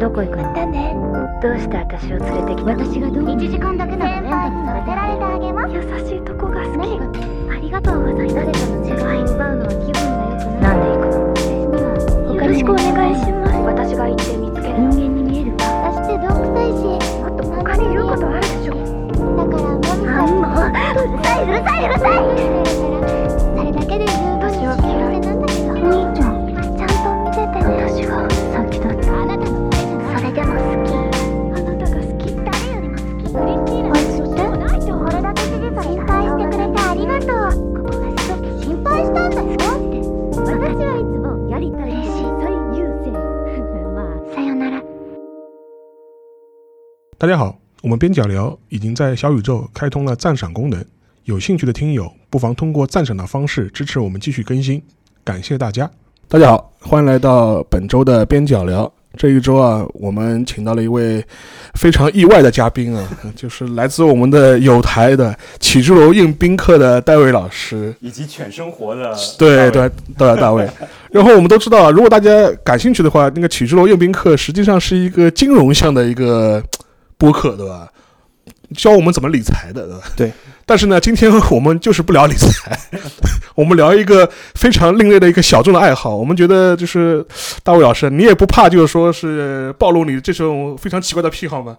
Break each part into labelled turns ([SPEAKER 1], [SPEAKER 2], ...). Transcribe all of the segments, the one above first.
[SPEAKER 1] どこ行くの
[SPEAKER 2] だね
[SPEAKER 1] どうして私を連れてきたの
[SPEAKER 3] 私がどう
[SPEAKER 2] 1時間だけなら
[SPEAKER 3] 先輩に
[SPEAKER 2] 乗せられてあげます
[SPEAKER 1] 優しいとこが好き
[SPEAKER 2] 何ありがとうございます誰かの時間を奪うのは気分が良く
[SPEAKER 1] な
[SPEAKER 2] ない
[SPEAKER 1] んで行くの
[SPEAKER 2] 私に
[SPEAKER 1] よ
[SPEAKER 2] は
[SPEAKER 1] ろしくお願いします私が行って見つけるの
[SPEAKER 3] 人間に見えるか
[SPEAKER 2] 私ってどんくさいし
[SPEAKER 1] もっと他に言うことあるでしょ
[SPEAKER 2] だからもみさん
[SPEAKER 1] あんま
[SPEAKER 2] うるさいうるさいうるさいそれだけで十分幸せなんだけど
[SPEAKER 1] 兄ちゃん
[SPEAKER 2] ちゃんと見ててね
[SPEAKER 1] 私がさっきだった
[SPEAKER 2] あなたのせいじゃない
[SPEAKER 1] それでも好き
[SPEAKER 2] あなたが好き誰よりも好きクリスティーナなんてどうしようもないとこれだけ事実心配してくれてありがとうここがすごく心配したんだよ
[SPEAKER 3] 私はいつもやりたいこと最優先まあ
[SPEAKER 2] さよなら
[SPEAKER 4] 大家好，我们边角聊已经在小宇宙开通了赞赏功能，有兴趣的听友不妨通过赞赏的方式支持我们继续更新，感谢大家。大家好，欢迎来到本周的边角聊。这一周啊，我们请到了一位非常意外的嘉宾啊， 就是来自我们的有台的启智楼应宾客的戴维老师。
[SPEAKER 5] 以及犬生活的
[SPEAKER 4] 对
[SPEAKER 5] 大卫
[SPEAKER 4] 对对，大卫。然后我们都知道啊，如果大家感兴趣的话，那个启智楼应宾课实际上是一个金融向的一个播客，对吧？教我们怎么理财的，对吧？
[SPEAKER 6] 对。
[SPEAKER 4] 但是呢，今天我们就是不聊理财， 我们聊一个非常另类的一个小众的爱好。我们觉得就是大卫老师，你也不怕就是说是暴露你这种非常奇怪的癖好吗？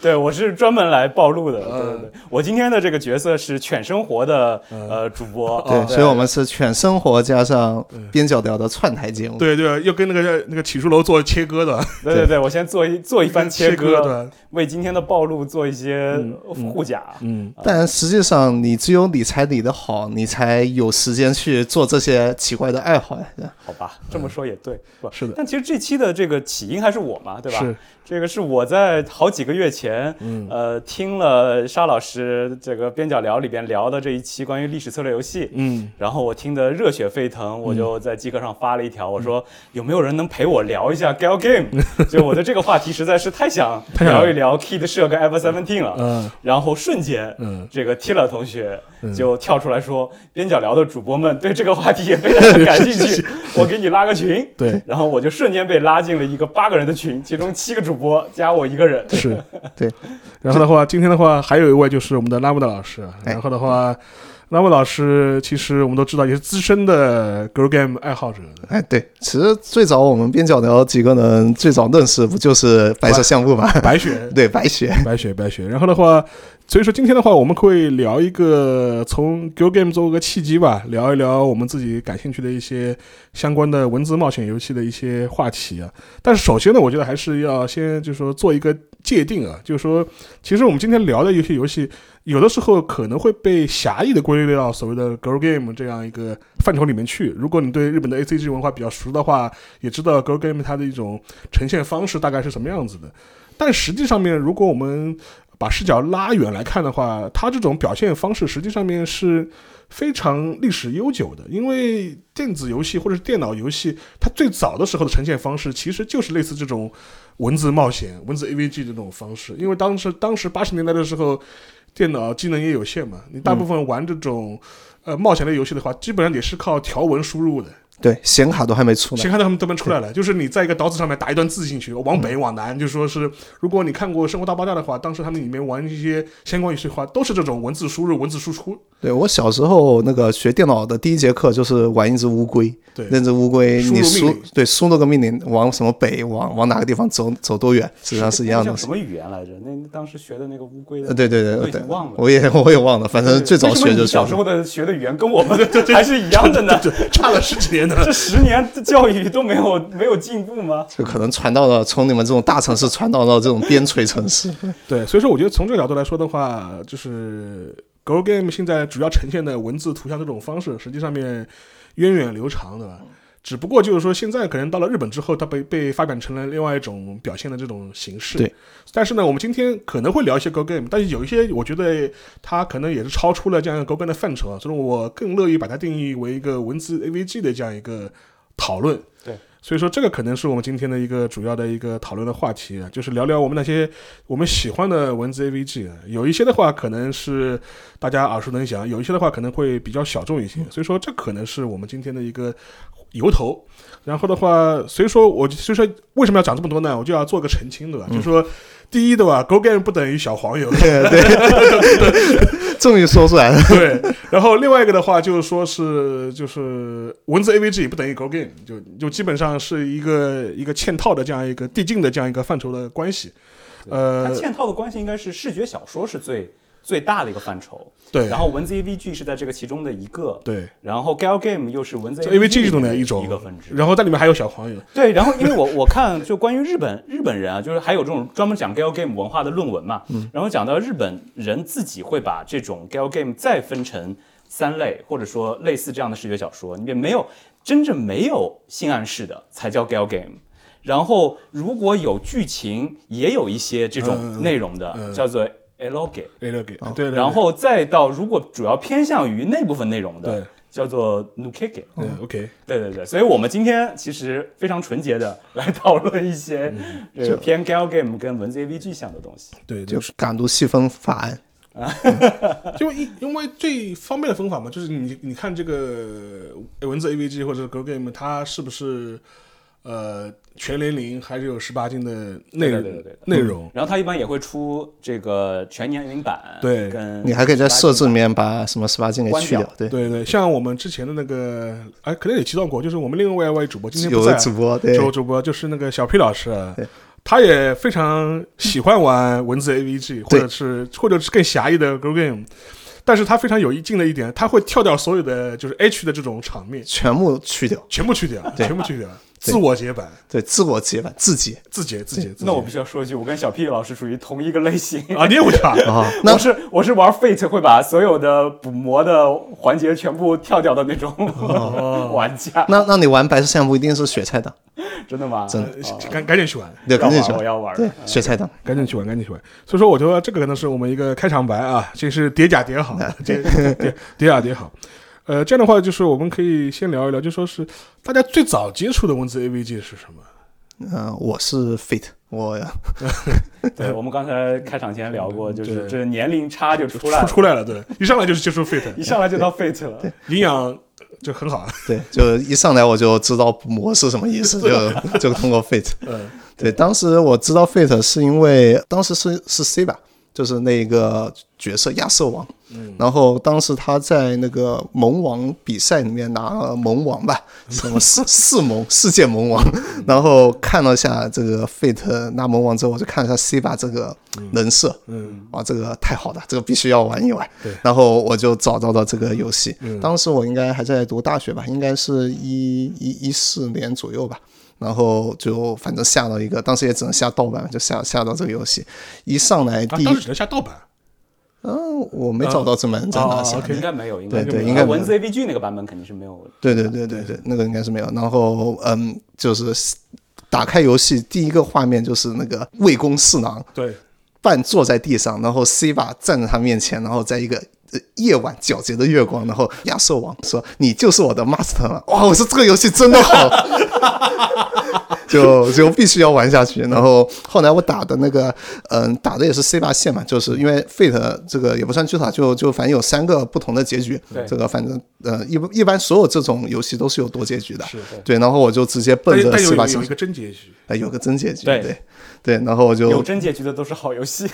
[SPEAKER 5] 对我是专门来暴露的。
[SPEAKER 4] 嗯
[SPEAKER 5] 对对对，我今天的这个角色是犬生活的呃主播。
[SPEAKER 6] 对，
[SPEAKER 5] 哦
[SPEAKER 6] 所以我们是全生活加上边角聊的串台节目。
[SPEAKER 4] 对对，要跟那个那个启智楼做切割的，
[SPEAKER 5] 对对对，我先做一做一番切
[SPEAKER 4] 割
[SPEAKER 5] 割，
[SPEAKER 4] 的，
[SPEAKER 5] 为今天的暴露做一些护甲。
[SPEAKER 4] 嗯，
[SPEAKER 6] 但实际上，你只有理财理得好，你才有时间去做这些奇怪的爱好呀。对
[SPEAKER 5] 好吧，这么说也对，不
[SPEAKER 4] 是的
[SPEAKER 5] 但其实这期的这个起因还是我嘛，对吧？
[SPEAKER 4] 是
[SPEAKER 5] 这个是我在好几个月前，
[SPEAKER 4] 嗯
[SPEAKER 5] 呃，听了沙老师这个边角聊里边聊的这一期关于历史策略游戏，
[SPEAKER 4] 嗯，
[SPEAKER 5] 然后我听得热血沸腾，我就在极客上发了一条，我
[SPEAKER 4] 嗯
[SPEAKER 5] 说有没有人能陪我聊一下 Gal Game？就我对这个话题实在是太想
[SPEAKER 4] 太想
[SPEAKER 5] 聊一聊 Kid 社跟 Ever Seventeen 了，
[SPEAKER 4] 嗯
[SPEAKER 5] 然后瞬间，
[SPEAKER 4] 嗯，
[SPEAKER 5] 这个 Tila 同学就跳出来说，边角聊的主播们对这个话题也 非常的感兴趣，我给你拉个群。
[SPEAKER 4] 对，
[SPEAKER 5] 然后我就瞬间被拉进了一个八个人的群，其中七个主播加我一个 人。
[SPEAKER 4] 是
[SPEAKER 6] 对。
[SPEAKER 4] 然后的话，今天的话还有一位就是我们的拉姆的老师。啊
[SPEAKER 6] 哎
[SPEAKER 4] 然后的话，拉姆老师其实我们都知道也是资深的 girl game 爱好者的。
[SPEAKER 6] 哎，对，其实最早我们边角聊几个人最早认识不就是白色相簿吗？
[SPEAKER 4] 白
[SPEAKER 6] ，
[SPEAKER 4] 雪
[SPEAKER 6] 对，白雪。
[SPEAKER 4] 白雪，白雪。然后的话，所以说今天的话，我们会聊一个从 girl game 做个契机吧，聊一聊我们自己感兴趣的一些相关的文字冒险游戏的一些话题啊。但是首先呢，我觉得还是要先就是说做一个界定啊，就是说，其实我们今天聊的一些游戏，有的时候可能会被狭义的归类到所谓的 girl game 这样一个范畴里面去。如果你对日本的 A C G 文化比较熟的话，也知道 girl game 它的一种呈现方式大概是什么样子的。但实际上面，如果我们把视角拉远来看的话，它这种表现方式实际上面是非常历史悠久的，因为电子游戏或者是电脑游戏，它最早的时候的呈现方式其实就是类似这种文字冒险、文字 AVG 的这种方式，因为当时当时八十年代的时候，电脑技能也有限嘛，你大部分玩这种。呃，冒险类游戏的话，基本上也是靠条文输入的。
[SPEAKER 6] 对，显卡都还没出
[SPEAKER 4] 先
[SPEAKER 6] 来。
[SPEAKER 4] 看到他们都门出来了，就是你在一个岛子上面打一段字进去，往北往南，就说是如果你看过《生活大爆炸》的话，当时他们里面玩一些相关游戏的话，都是这种文字输入、文字输出。
[SPEAKER 6] 对我小时候那个学电脑的第一节课就是玩一只乌龟，
[SPEAKER 4] 对，
[SPEAKER 6] 那只乌龟
[SPEAKER 4] 输入
[SPEAKER 6] 你
[SPEAKER 4] 命
[SPEAKER 6] 输
[SPEAKER 4] 令
[SPEAKER 6] 对输那个命令往什么北往往哪个地方走走多远，实际上是一样
[SPEAKER 5] 那
[SPEAKER 6] 的
[SPEAKER 5] 叫。什么语言来着？那那当时学的那个乌龟的
[SPEAKER 6] 呃，，对对
[SPEAKER 5] 我
[SPEAKER 6] 对
[SPEAKER 5] 已
[SPEAKER 6] 对
[SPEAKER 5] 经，忘了。
[SPEAKER 6] 我也我也忘了，反正最早
[SPEAKER 5] 为什么
[SPEAKER 6] 学就
[SPEAKER 5] 你
[SPEAKER 6] 是
[SPEAKER 5] 小时候的学的语言跟我们的还是一 样 的呢？
[SPEAKER 4] 差了十几年的。
[SPEAKER 5] 这十年的教育都没有没有进步吗？
[SPEAKER 6] 就可能传到了从你们这种大城市传到了这种边陲城市。
[SPEAKER 4] 对，所以说我觉得从这个角度来说的话，就是《Girl Game》现在主要呈现的文字、图像这种方式，实际上面源远流长，对吧？只不过就是说，现在可能到了日本之后，它被被发展成了另外一种表现的这种形式。
[SPEAKER 6] 对。
[SPEAKER 4] 但是呢，我们今天可能会聊一些 Girl Game，但是有一些我觉得它可能也是超出了这样一个 Girl Game 的范畴啊，所以我更乐意把它定义为一个文字 AVG 的这样一个讨论。
[SPEAKER 5] 对。
[SPEAKER 4] 所以说，这个可能是我们今天的一个主要的一个讨论的话题啊，就是聊聊我们那些我们喜欢的文字 AVG 啊。有一些的话可能是大家耳熟能详，有一些的话可能会比较小众一些。所以说，这可能是我们今天的一个由头。然后的话，所以说我所以说为什么要讲这么多呢？我就要做个澄清，对吧？就说第一，对吧？Go Game 不等于小黄油，
[SPEAKER 6] 对对，终于说出来了。
[SPEAKER 4] 对，然后另外一个的话就是说是就是文字 AVG 不等于 Go Game，就就基本上是一个一个嵌套的这样一个递进的这样一个范畴的关系。呃
[SPEAKER 5] 它，嵌套的关系应该是视觉小说是最最大的一个范畴，
[SPEAKER 4] 对
[SPEAKER 5] 然后文字 AVG 是在这个其中的一个，
[SPEAKER 4] 对，
[SPEAKER 5] 然后 Gal Game 又是文字
[SPEAKER 4] 就 AVG
[SPEAKER 5] 里
[SPEAKER 4] 系统的
[SPEAKER 5] 面
[SPEAKER 4] 一种
[SPEAKER 5] 一个分支，
[SPEAKER 4] 然后在里面还有小黄油，
[SPEAKER 5] 对，然后因为我我看就关于日本日本人啊，就是还有这种专门讲 gal game 文化的论文嘛，
[SPEAKER 4] 嗯
[SPEAKER 5] 然后讲到日本人自己会把这种 gal game 再分成三类，或者说类似这样的视觉小说，里面没有真正没有性暗示的才叫 gal game。然后如果有剧情，也有一些这
[SPEAKER 4] 嗯
[SPEAKER 5] 种内容的，
[SPEAKER 4] 嗯
[SPEAKER 5] 叫做 eloge。
[SPEAKER 4] 对对对，对对
[SPEAKER 5] 哦然后再到如果主要偏向于那部分内容的
[SPEAKER 4] 对，
[SPEAKER 5] 叫做 nukege。
[SPEAKER 4] 对 OK，
[SPEAKER 5] 对对对，所以我们今天其实非常纯洁的来讨论一些
[SPEAKER 6] 嗯
[SPEAKER 5] 这个偏 gal game 跟文字 AVG 像的东西。
[SPEAKER 4] 对，对
[SPEAKER 6] 就港独细分法案，
[SPEAKER 4] 就因因为最方便的方法嘛，就是你你看这个呃文字 AVG 或者 Go Game，它是不是呃全年龄还是有十八禁的内容
[SPEAKER 5] 对对对对
[SPEAKER 4] 内容？
[SPEAKER 5] 然后它一般也会出这个全年龄版，
[SPEAKER 4] 对
[SPEAKER 5] 跟
[SPEAKER 6] 你还可以在设置里面把什么十八禁给
[SPEAKER 5] 关
[SPEAKER 6] 去
[SPEAKER 5] 掉
[SPEAKER 6] 掉。对，
[SPEAKER 4] 对对，像我们之前的那个，哎，可能也提到过，就是我们另外一位主播今天不
[SPEAKER 6] 有
[SPEAKER 4] 在
[SPEAKER 6] 的
[SPEAKER 4] 啊，
[SPEAKER 6] 主播对
[SPEAKER 4] 有主播就是那个小 P 老师啊
[SPEAKER 6] 对，
[SPEAKER 4] 他也非常喜欢玩文字 AVG，或者是或者是更狭义的 Go Game，但是他非常有意境的一点，他会跳掉所有的就是 H 的这种场面，
[SPEAKER 6] 全部去掉，
[SPEAKER 4] 全部去掉，
[SPEAKER 6] 对
[SPEAKER 4] 全部去掉，自我解版，
[SPEAKER 6] 对，自我解版自己
[SPEAKER 4] 自解自解自解。
[SPEAKER 5] 那我必须要说一句，我跟小 P 老师属于同一个类型。
[SPEAKER 4] 啊，你也会去啊？
[SPEAKER 6] 啊。那
[SPEAKER 5] 我是我是玩 Fate 会把所有的补魔的环节全部跳掉的那种玩家，
[SPEAKER 6] 哦那那你玩白色相簿一定是雪菜党，
[SPEAKER 5] 真的吗？
[SPEAKER 6] 真的
[SPEAKER 4] 赶赶紧去玩，
[SPEAKER 6] 对，赶紧去
[SPEAKER 5] 我要玩嗯
[SPEAKER 6] 对，雪菜党。
[SPEAKER 4] 赶紧去玩，赶紧去玩。所以说，我觉得这个可能是我们一个开场白啊，这是叠甲叠好，这叠叠甲叠好。呃，这样的话，就是我们可以先聊一聊，就说是大家最早接触的文字 AVG 是什么？
[SPEAKER 6] 嗯，我是 Fate，我
[SPEAKER 5] 对，我们刚才开场前聊过，就是
[SPEAKER 4] 对
[SPEAKER 5] 这年龄差就出来
[SPEAKER 4] 出
[SPEAKER 5] 了，
[SPEAKER 4] 出来了，对，一上来就是接触 Fate，
[SPEAKER 5] 一上来就到 Fate 了。
[SPEAKER 4] 营养就很好啊。
[SPEAKER 6] 对，就一上来我就知道补魔是什么意思，就就通过 Fate。
[SPEAKER 4] 嗯，
[SPEAKER 6] 对，当时我知道 Fate 是因为当时是是 C 吧，就是那个角色亚瑟王，然后当时他在那个萌王比赛里面拿了萌王嗯吧，什 么世世萌世界萌王，然后看了下这个 Fate 拿萌王之后，我就看了下 C 吧这个人设，嗯，哇，这个太好了，这个必须要玩一玩，对，嗯然后我就找到了这个游戏，当时我应该还在读大学吧，应该是一一一四年左右吧，然后就反正下到一个，当时也只能下盗版，就下下到这个游戏，一上来
[SPEAKER 4] 啊
[SPEAKER 6] 第一，
[SPEAKER 4] 当时只能下盗版，
[SPEAKER 6] 嗯，我没找到正版正版下
[SPEAKER 4] 哦
[SPEAKER 6] 面。
[SPEAKER 4] ，OK
[SPEAKER 5] 啊应该没有，应该
[SPEAKER 6] 对啊对
[SPEAKER 5] 没有
[SPEAKER 6] 应该没有
[SPEAKER 5] 文字 AVG 那个版本肯定是没有。
[SPEAKER 6] 对对对对对，那个应该是没有。然后嗯，就是打开游戏第一个画面就是那个魏公四郎
[SPEAKER 4] 对，
[SPEAKER 6] 半坐在地上，然后 C 吧站在他面前，然后在一个。呃夜晚皎洁的月光，然后亚瑟王说：“你就是我的 master 了。”哇，我说这个游戏真的好， 就就必须要玩下去。然后后来我打的那个，嗯，打的也是 C 八线嘛，就是因为 Fate 这个也不算巨塔，就就反正有三个不同的结局
[SPEAKER 5] 对。
[SPEAKER 6] 这个反正呃，一一般所有这种游戏都是有多结局的。
[SPEAKER 4] 是
[SPEAKER 6] 对，然后我就直接奔
[SPEAKER 4] 但
[SPEAKER 6] 着
[SPEAKER 4] 但有
[SPEAKER 6] C 八
[SPEAKER 4] 有
[SPEAKER 6] 线
[SPEAKER 4] 有一，个真结局，
[SPEAKER 6] 哎，有个真结局。
[SPEAKER 5] 对
[SPEAKER 6] 对对，然后我就
[SPEAKER 5] 有真结局的都是好游 戏，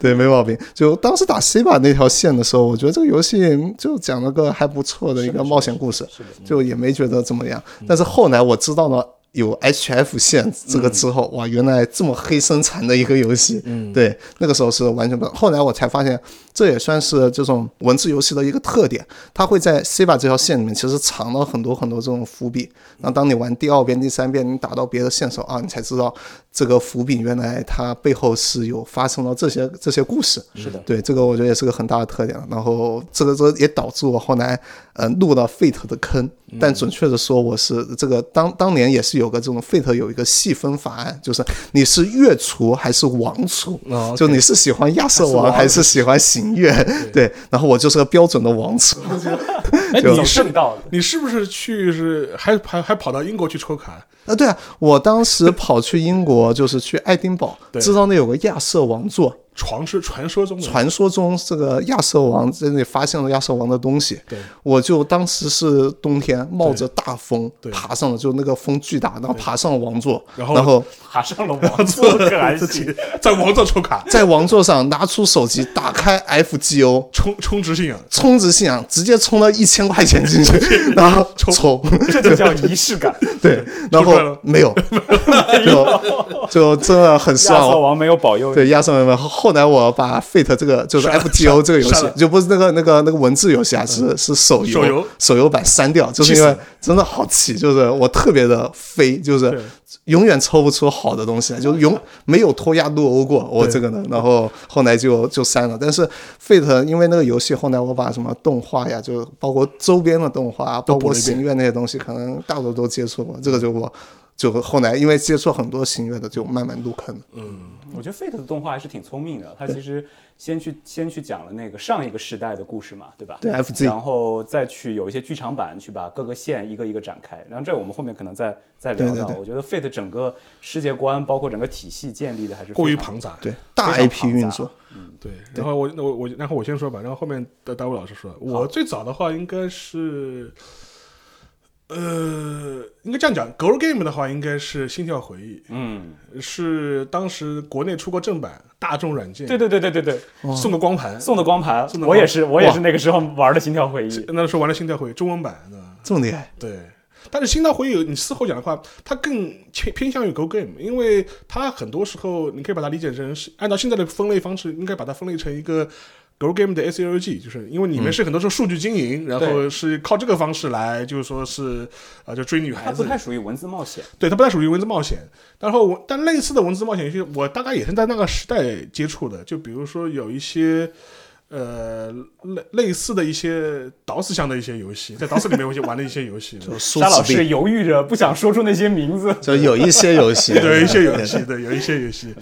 [SPEAKER 6] 对，没毛病。就当时打 C 吧那条线的时候，我觉得这个游戏就讲了个还不错的一个冒险故事，就也没觉得怎么样。但是后来我知道了有 HF 线这个之后，哇，原来这么黑生产的一个游戏，对，那个时候是完全不。后来我才发现，这也算是这种文字游戏的一个特点，它会在 C 吧这条线里面其实藏了很多很多这种伏笔。然后当你玩第二遍、第三遍，你打到别的线索啊，你才知道这个伏笔原来它背后是有发生了这些这些故事。是的，对，这个我觉得也是个很大的特点。然后这个这也导致嗯我后来呃入了 Fate 的坑，但准确的说，我是这个当当年也是有有个这种 Fate 有一个细分法案，就是你是月厨还是王厨，
[SPEAKER 4] 哦，OK
[SPEAKER 6] 就你是喜欢亚瑟王还是喜欢行月？对，然后我就是个标准的王厨，
[SPEAKER 5] 哎，
[SPEAKER 6] 就
[SPEAKER 5] 你正道的，
[SPEAKER 4] 你是不是去是还还还跑到英国去抽卡？
[SPEAKER 6] 啊，对啊，我 当时跑去英国，就是去爱丁堡，
[SPEAKER 4] 对嗯
[SPEAKER 6] 知道那有个亚瑟王座，
[SPEAKER 4] 床是传说中的
[SPEAKER 6] 传说中这个亚瑟王在那里发现了亚瑟王的东西。
[SPEAKER 4] 对
[SPEAKER 6] 我就当时是冬天，冒着大风
[SPEAKER 4] 对
[SPEAKER 6] 爬上了，就那个风巨大，然后爬上了王座，
[SPEAKER 4] 然
[SPEAKER 6] 然
[SPEAKER 4] 后
[SPEAKER 5] 爬上了 王座，可还
[SPEAKER 4] 自己
[SPEAKER 5] 行。
[SPEAKER 4] 在王座抽卡，
[SPEAKER 6] 在王座上拿出手机，打开 FGO。
[SPEAKER 4] 充充值信仰。
[SPEAKER 6] 充值信仰直接充了一千块钱进 去，然后充，
[SPEAKER 5] 这就叫仪式感。
[SPEAKER 6] 对，然
[SPEAKER 4] 出来
[SPEAKER 6] 后
[SPEAKER 4] 了
[SPEAKER 6] 没有，就就真的很失
[SPEAKER 5] 亚
[SPEAKER 6] 望。
[SPEAKER 5] 瑟王没有保佑你，
[SPEAKER 6] 对，亚瑟王。后来我把 Fate 这个就是 FGO 这个游
[SPEAKER 4] 删
[SPEAKER 6] 戏
[SPEAKER 4] 了，嗯
[SPEAKER 6] 就不是那个那个那个文字游戏啊，是是手游
[SPEAKER 4] 手游
[SPEAKER 6] 手游版删掉，就是
[SPEAKER 4] 气
[SPEAKER 6] 因
[SPEAKER 4] 死
[SPEAKER 6] 为真的好气，就是我特别的飞，就是
[SPEAKER 4] 对
[SPEAKER 6] 永远抽不出好的东西来，啊就永没有脱亚入欧过我这个人。然后后来就就删了，但是 Fate 因为那个游戏后来我把什么动画呀，就包括周边的动画，啊包
[SPEAKER 4] 补
[SPEAKER 6] 括
[SPEAKER 4] 了一遍
[SPEAKER 6] 行乐那些东西，可能大多都接触过，这个就我。就后来因为接触很多行乐的，就慢慢入坑了。
[SPEAKER 5] 我觉得 Fate 的动画还是挺聪明的，它其实先去 先去讲了那个上一个时代的故事嘛，对吧？
[SPEAKER 6] 对 FG
[SPEAKER 5] 然后再去有一些剧场版去把各个线一个一个展开，然后这我们后面可能再再聊到。
[SPEAKER 6] 对对对
[SPEAKER 5] 我觉得 Fate 整个世界观包括整个体系建立的还是
[SPEAKER 4] 过于
[SPEAKER 5] 非常
[SPEAKER 4] 庞杂，
[SPEAKER 6] 对，大
[SPEAKER 5] 非常
[SPEAKER 6] IP
[SPEAKER 5] 庞杂
[SPEAKER 6] 运作，
[SPEAKER 4] 对。然后我那我我然后我先说吧，然后后面的大武老师说，我最早的话应该是，呃，应该这样讲，Go Game 的话应该是《心跳回忆
[SPEAKER 5] 嗯，》，
[SPEAKER 4] 是当时国内出过正版，大众软件
[SPEAKER 5] 对对对对对对，
[SPEAKER 4] 送个光盘，
[SPEAKER 5] 送的光盘，
[SPEAKER 4] 送的光
[SPEAKER 5] 我也是我也是那个时候玩的《心跳回忆》，
[SPEAKER 4] 那时候玩了《心跳回忆》中文版的，
[SPEAKER 6] 这么厉害。
[SPEAKER 4] 对，但是《新道回忆》你事后讲的话，它更偏偏向于 Go Game，因为它很多时候你可以把它理解成是按照现在的分类方式，应该把它分类成一个 Go Game 的 SLG，就是因为里面是很多是数据经营，然后
[SPEAKER 5] 对
[SPEAKER 4] 是靠这个方式来，就是说是啊、呃就追女
[SPEAKER 5] 它
[SPEAKER 4] 孩
[SPEAKER 5] 不
[SPEAKER 4] 子，
[SPEAKER 5] 太属于文字冒险。
[SPEAKER 4] 对，它不太属于文字冒险。然后我但类似的文字冒险游戏，我大概也是在那个时代接触的，就比如说有一些。呃，类类似的一些导死向的一些游戏，在导死里面我就玩了一些游 戏，
[SPEAKER 6] 就苏
[SPEAKER 5] 沙老
[SPEAKER 6] 子
[SPEAKER 5] 师
[SPEAKER 6] 力，
[SPEAKER 5] 犹豫着不想说出那些名字，
[SPEAKER 6] 就有一些游戏，
[SPEAKER 4] 对，有一些游戏，对，有一些游戏，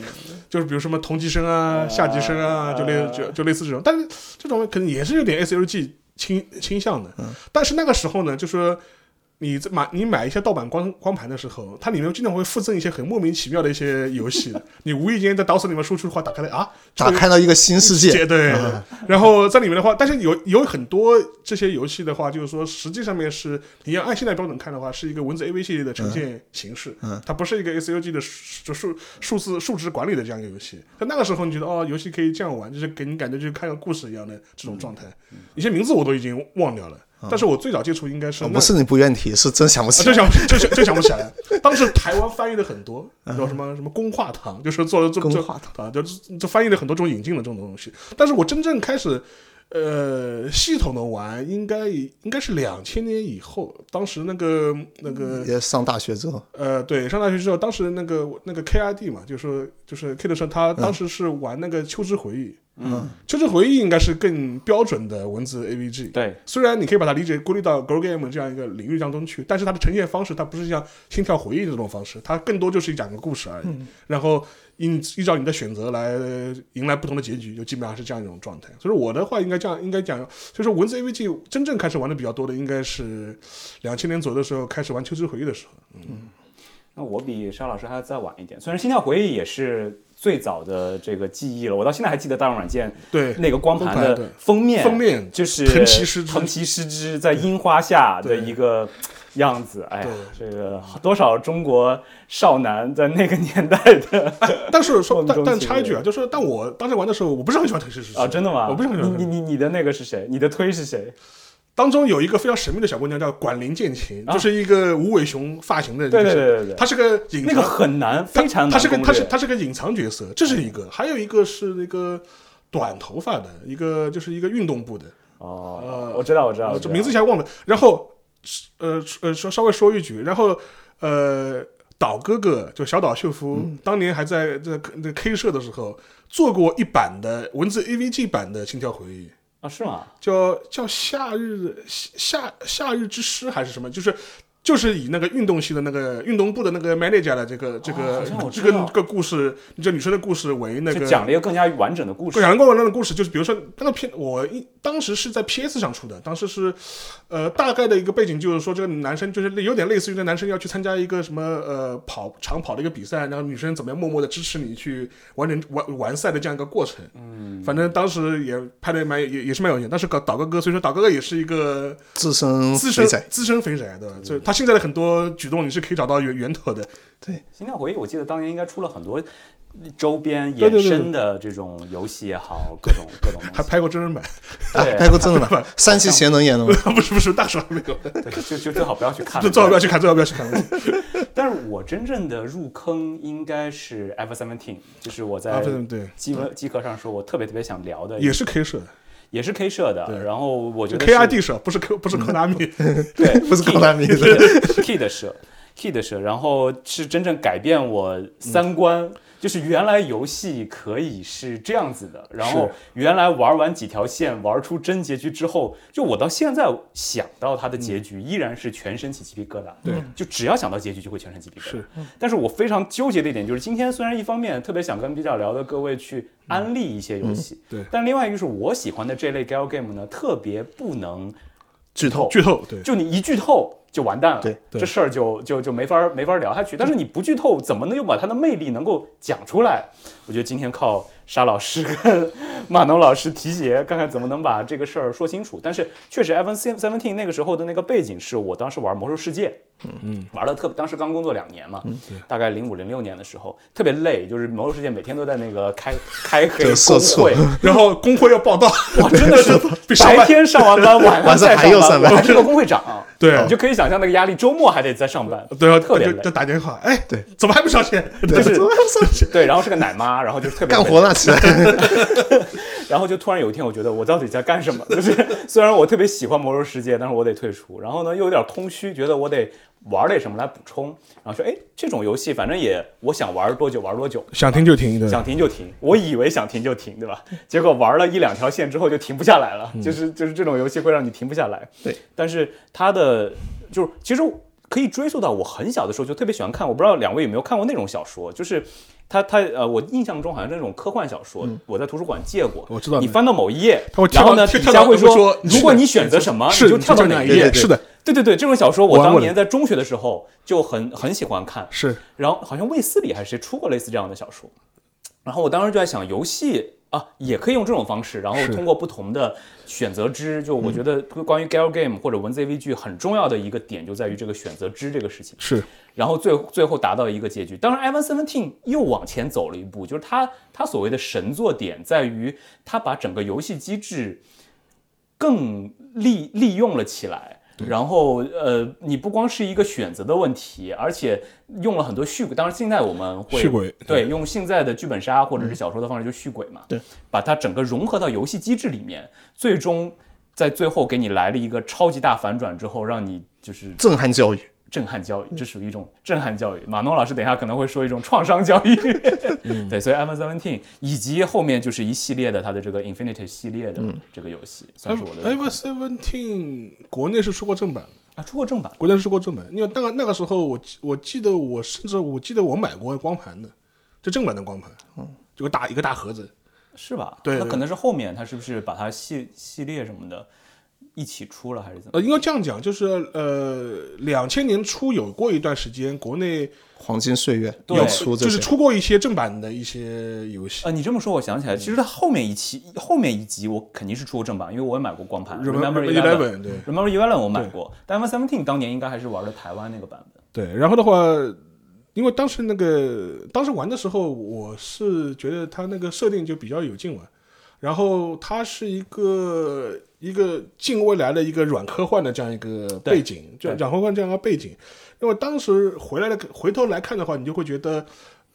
[SPEAKER 4] 就是比如什么同级生啊、下级生啊，就类就就类似这种，但是这种可能也是有点 SLG 倾倾向的。但是那个时候呢，就说你在买你买一些盗版光光盘的时候，它里面经常会附赠一些很莫名其妙的一些游戏的，你无意间在导索里面输出的话，打开了啊，这
[SPEAKER 6] 打
[SPEAKER 4] 个
[SPEAKER 6] 开了一个新世界，嗯
[SPEAKER 4] 对。然后在里面的话，但是有有很多这些游戏的话，就是说实际上面是你要按现在标准看的话，是一个文字 AV 系列的呈现形式，
[SPEAKER 6] 嗯
[SPEAKER 4] 它不是一个 SUG 的数就数数字数值管理的这样一个游戏。但那个时候你觉得哦，游戏可以这样玩，就是给你感觉就是看个故事一样的这种状态。
[SPEAKER 6] 嗯
[SPEAKER 4] 一些名字我都已经忘掉了，但是我最早接触应该是
[SPEAKER 6] 哦
[SPEAKER 4] 那
[SPEAKER 6] 不是你不愿提，是真想不
[SPEAKER 4] 啊，
[SPEAKER 6] 起
[SPEAKER 4] 真
[SPEAKER 6] 来。
[SPEAKER 4] 想真想真想不起来了。当时台湾翻译的很多，有什么什么公话堂，就是做了做
[SPEAKER 6] 公
[SPEAKER 4] 做
[SPEAKER 6] 话
[SPEAKER 4] 啊，就是这翻译了很多种引进的这种东西。但是我真正开始。呃，系统的玩应该应该是两千年以后，当时那个那个
[SPEAKER 6] 也上大学之后，
[SPEAKER 4] 呃，对，上大学之后，当时那个那个 KID 嘛，就是说就是 K 的生，他当时是玩那个《秋之回忆》，
[SPEAKER 5] 嗯，
[SPEAKER 4] 秋之回忆》应该是更标准的文字 AVG，
[SPEAKER 5] 对，
[SPEAKER 4] 虽然你可以把它理解过滤到 Go Game 这样一个领域当中去，但是它的呈现方式，它不是像心跳回忆这种方式，它更多就是讲个故事而已。然后依依照你的选择来呃迎来不同的结局，就基本上是这样一种状态。所以我的话应该这样，应该讲，所以说文字 AVG 真正开始玩的比较多的，应该是两千年左右的时候开始玩《秋之回忆》的时候。
[SPEAKER 5] 那我比沙老师还要再晚一点，虽然《心跳回忆》也是最早的这个记忆了，我到现在还记得大众软件
[SPEAKER 4] 对
[SPEAKER 5] 那个光盘
[SPEAKER 4] 光盘对
[SPEAKER 5] 的封面，
[SPEAKER 4] 封面
[SPEAKER 5] 就是
[SPEAKER 4] 藤崎诗织
[SPEAKER 5] 藤崎诗织在樱花下的
[SPEAKER 4] 对
[SPEAKER 5] 一个样子。哎呀，这个多少中国少男在那个年代的
[SPEAKER 4] 但是说，
[SPEAKER 5] 梦
[SPEAKER 4] 但
[SPEAKER 5] 中
[SPEAKER 4] 但
[SPEAKER 5] 情
[SPEAKER 4] 插一句啊，
[SPEAKER 5] 人
[SPEAKER 4] 就是但我当时玩的时候，我不是很喜欢藤崎诗织
[SPEAKER 5] 啊，真的吗？
[SPEAKER 4] 我不是很喜欢藤崎
[SPEAKER 5] 你
[SPEAKER 4] 诗织。
[SPEAKER 5] 你你你的那个是谁？你的推是谁？
[SPEAKER 4] 当中有一个非常神秘的小姑娘叫管林剑琴，
[SPEAKER 5] 啊
[SPEAKER 4] 就是一个无尾熊发型的一个小，
[SPEAKER 5] 对对对对对
[SPEAKER 4] 她是个隐藏，
[SPEAKER 5] 那个很难，
[SPEAKER 4] 她
[SPEAKER 5] 非常难
[SPEAKER 4] 她是个
[SPEAKER 5] 攻
[SPEAKER 4] 她是
[SPEAKER 5] 略
[SPEAKER 4] 她是个隐藏角色，这是一个，还有一个是那个短头发的一个，就是一个运动部的，
[SPEAKER 5] 哦，我知道我知道，
[SPEAKER 4] 呃
[SPEAKER 5] 我
[SPEAKER 4] 这
[SPEAKER 5] 知道
[SPEAKER 4] 名字一下忘了。然后，呃呃，稍稍微说一句，然后呃，岛哥哥就小岛秀夫，
[SPEAKER 5] 嗯
[SPEAKER 4] 当年还在在那 K 社的时候做过一版的文字 AVG 版的《心跳回忆》。
[SPEAKER 5] 啊，是吗？
[SPEAKER 4] 叫叫夏日夏夏夏日之诗还是什么，就是就是以那个运动系的那个运动部的那个 manager 的这个这
[SPEAKER 5] 哦
[SPEAKER 4] 个、
[SPEAKER 5] 好像
[SPEAKER 4] 这
[SPEAKER 5] 我知
[SPEAKER 4] 个
[SPEAKER 5] 道
[SPEAKER 4] 这个故事，这女生的故事为那
[SPEAKER 5] 就
[SPEAKER 4] 个
[SPEAKER 5] 讲了一个更加完整的故事。
[SPEAKER 4] 讲过那的故事，就是比如说那个片，我一当时是在 PS 上出的，当时是，呃，大概的一个背景就是说，这个男生就是有点类似于这男生要去参加一个什么呃跑长跑的一个比赛，然后女生怎么样默默的支持你去完成完完赛的这样一个过程。嗯，反正当时也拍的蛮也也是蛮有钱，但是搞岛哥哥，所以说岛哥哥也是一个
[SPEAKER 6] 自身
[SPEAKER 4] 资
[SPEAKER 6] 肥
[SPEAKER 4] 深
[SPEAKER 6] 仔，
[SPEAKER 4] 资深肥宅，对吧？所以他现在的很多举动你是可以找到源源头的。
[SPEAKER 5] 《心跳回忆》，我记得当年应该出了很多周边
[SPEAKER 4] 对对
[SPEAKER 5] 衍
[SPEAKER 4] 对
[SPEAKER 5] 生的这种游戏也好，各种各种
[SPEAKER 4] 还
[SPEAKER 5] 东西。
[SPEAKER 4] 拍过真人版，
[SPEAKER 6] 啊
[SPEAKER 5] 对，
[SPEAKER 6] 拍过真人版，三期贤能演的吗？
[SPEAKER 4] 不是不是，大叔还没有，
[SPEAKER 5] 对就就最好不要去 看
[SPEAKER 4] 最
[SPEAKER 5] 了。
[SPEAKER 4] 好不要去看，最好不要去看。
[SPEAKER 5] 但是我真正的入坑应该是 F Seventeen，就是我
[SPEAKER 4] 啊，
[SPEAKER 5] 在
[SPEAKER 4] 对对对，
[SPEAKER 5] 机文机课上说，我特别特别想聊的，
[SPEAKER 4] 也是 K 社的。
[SPEAKER 5] 也是 K 社的。然后我觉得是嗯
[SPEAKER 4] KID 社不是 K 不是 Konami，
[SPEAKER 5] 对，
[SPEAKER 6] 不是
[SPEAKER 5] Key-
[SPEAKER 6] 高达迷的
[SPEAKER 5] Key 的社，Key 的社，然后是真正改变我三观。就是原来游戏可以是这样子的，然后原来玩完几条线，玩出真结局之后，就我到现在想到它的结
[SPEAKER 6] 嗯
[SPEAKER 5] 局，依然是全身起鸡皮疙瘩。对，就只要想到结局就会全身起鸡皮疙瘩
[SPEAKER 6] 嗯
[SPEAKER 4] 是。
[SPEAKER 5] 但是我非常纠结的一点就是，今天虽然一方面特别想跟比较聊的各位去安利一些游
[SPEAKER 6] 嗯
[SPEAKER 5] 戏，
[SPEAKER 4] 对
[SPEAKER 5] 但另外一个是我喜欢的这类 gal game 呢，特别不能
[SPEAKER 6] 剧透
[SPEAKER 4] 剧透对，
[SPEAKER 5] 就你一剧透就完蛋了，
[SPEAKER 6] 对
[SPEAKER 4] 对
[SPEAKER 5] 这事儿就就就没法儿没法儿聊下去。但是你不剧透，怎么能又把它的魅力能够讲出来？我觉得今天靠沙老师跟马农老师提携，看看怎么能把这个事儿说清楚。但是确实，Evan Seventeen 那个时候的那个背景是我当时玩魔兽世界，玩了特，当时刚工作两年嘛，大概零五零六年的时候，特别累，就是魔兽世界每天都在那个开 开黑
[SPEAKER 6] 就是社
[SPEAKER 5] 工
[SPEAKER 6] 畜
[SPEAKER 5] 会，
[SPEAKER 4] 然后工会要报道，
[SPEAKER 5] 哇，真的 是
[SPEAKER 4] 比上
[SPEAKER 5] 白
[SPEAKER 4] 班
[SPEAKER 5] 天上完班，晚
[SPEAKER 6] 晚上
[SPEAKER 5] 再
[SPEAKER 6] 还要
[SPEAKER 5] 班，
[SPEAKER 6] 上
[SPEAKER 5] 我
[SPEAKER 6] 班
[SPEAKER 5] 还是个工会长，
[SPEAKER 4] 对
[SPEAKER 5] 你就可以想象那个压力，周末还得再上班，
[SPEAKER 4] 对啊，
[SPEAKER 5] 特别
[SPEAKER 4] 就
[SPEAKER 5] 累
[SPEAKER 4] 就，打电话，哎，对，怎么还不上 线？
[SPEAKER 5] 就
[SPEAKER 4] 对
[SPEAKER 5] 是
[SPEAKER 6] 怎么上 去
[SPEAKER 5] 对，然后是个奶妈，然后就特别
[SPEAKER 6] 干
[SPEAKER 5] 累
[SPEAKER 6] 活呢？起来，
[SPEAKER 5] 然后就突然有一天，我觉得我到底在干什么？就是 虽然我特别喜欢《魔兽世界》，但是我得退出。然后呢，又有点空虚，觉得我得玩点什么来补充。然后说，哎，这种游戏反正也我想玩多久玩多久，
[SPEAKER 4] 想听就听，对
[SPEAKER 5] 想停就停。我以为想停就停，对吧？ 结果玩了一两条线之后就停不下来
[SPEAKER 4] 嗯
[SPEAKER 5] 了，就是就是这种游戏会让你停不下来。
[SPEAKER 6] 对，
[SPEAKER 5] 但是它的就是其实可以追溯到我很小的时候就特别喜欢看，我不知道两位有没有看过那种小说，就是。它它呃，我印象中好像是那种科幻小说，我在图书馆借过。
[SPEAKER 4] 嗯我知道
[SPEAKER 5] 你
[SPEAKER 4] 那
[SPEAKER 5] 翻到某一页
[SPEAKER 4] 它会，跳
[SPEAKER 5] 然后
[SPEAKER 4] 到
[SPEAKER 5] 呢，
[SPEAKER 4] 跳
[SPEAKER 5] 底
[SPEAKER 4] 跳
[SPEAKER 5] 下
[SPEAKER 4] 到
[SPEAKER 5] 会
[SPEAKER 4] 会说
[SPEAKER 5] 如果你选择什么，
[SPEAKER 4] 是
[SPEAKER 5] 你就跳到
[SPEAKER 4] 你就
[SPEAKER 5] 哪
[SPEAKER 4] 这样
[SPEAKER 5] 一页
[SPEAKER 4] 对。对是的，
[SPEAKER 5] 对对对，这种小说我
[SPEAKER 4] 玩
[SPEAKER 5] 当
[SPEAKER 4] 过的
[SPEAKER 5] 年在中学的时候就很很喜欢看。
[SPEAKER 4] 是
[SPEAKER 5] 然后好像卫斯理还是谁出过类似这样的小说。然后我当时就在想，游戏啊也可以用这种方式，然后
[SPEAKER 4] 是
[SPEAKER 5] 通过不同的选择之，就我觉得关于 gal game 或者文字 AV 剧很重要的一个点就在于这个选择之这个事情。
[SPEAKER 4] 是，
[SPEAKER 5] 然后最最后达到一个结局。当然，Evan Seventeen 又往前走了一步，就是他他所谓的神作点在于他把整个游戏机制更利利用了起来。然后，呃，你不光是一个选择的问题，而且用了很多续鬼。当然，现在我们会
[SPEAKER 4] 续鬼
[SPEAKER 5] 对用现在的剧本杀或者是小说的方式，就续鬼嘛。
[SPEAKER 6] 对，
[SPEAKER 5] 把它整个融合到游戏机制里面，最终在最后给你来了一个超级大反转之后，让你就是
[SPEAKER 6] 震撼教育。
[SPEAKER 5] 震撼教育，
[SPEAKER 4] 嗯
[SPEAKER 5] 这属于一种震撼教育。马农老师等一下可能会说一种创伤教育， 对，所以 Evan Seventeen 以及后面就是一系列的它的这个 Infinity 系列的这个游戏，算是我的
[SPEAKER 4] Ever Seventeen 国内是出过正版的，
[SPEAKER 5] 啊出过正版，
[SPEAKER 4] 国内是出过正版，因为那个那个时候我记我记得我甚至我记得我买过光盘的，就正版的光盘，
[SPEAKER 5] 嗯
[SPEAKER 4] 就个大一个大盒子，
[SPEAKER 5] 是吧？
[SPEAKER 4] 对
[SPEAKER 5] 那
[SPEAKER 4] 对
[SPEAKER 5] 可能是后面它是不是把它系系列什么的一起出了，还是怎么
[SPEAKER 4] 呃，？应该这样讲，就是呃，两千年初有过一段时间，国内
[SPEAKER 6] 黄金岁月
[SPEAKER 5] 对
[SPEAKER 6] 要出这
[SPEAKER 4] 就是
[SPEAKER 6] 些，
[SPEAKER 4] 出过一些正版的一些游戏
[SPEAKER 5] 啊，，你这么说，我想起来，其实它后面一期后面一集我肯定是出过正版，因为我也买过光盘。Remember
[SPEAKER 4] Remember
[SPEAKER 5] Eleven。
[SPEAKER 4] Eleven 对。
[SPEAKER 5] Remember Eleven 我买过，但 Evan Seventeen 当年应该还是玩的台湾那个版本。
[SPEAKER 4] 对，然后的话，因为当时那个当时玩的时候，我是觉得它那个设定就比较有劲玩，然后它是一个一个近未来的一个软科幻的这样一个背景，就
[SPEAKER 5] 对
[SPEAKER 4] 软科幻这样一个背景。因为当时回来的回头来看的话，你就会觉得。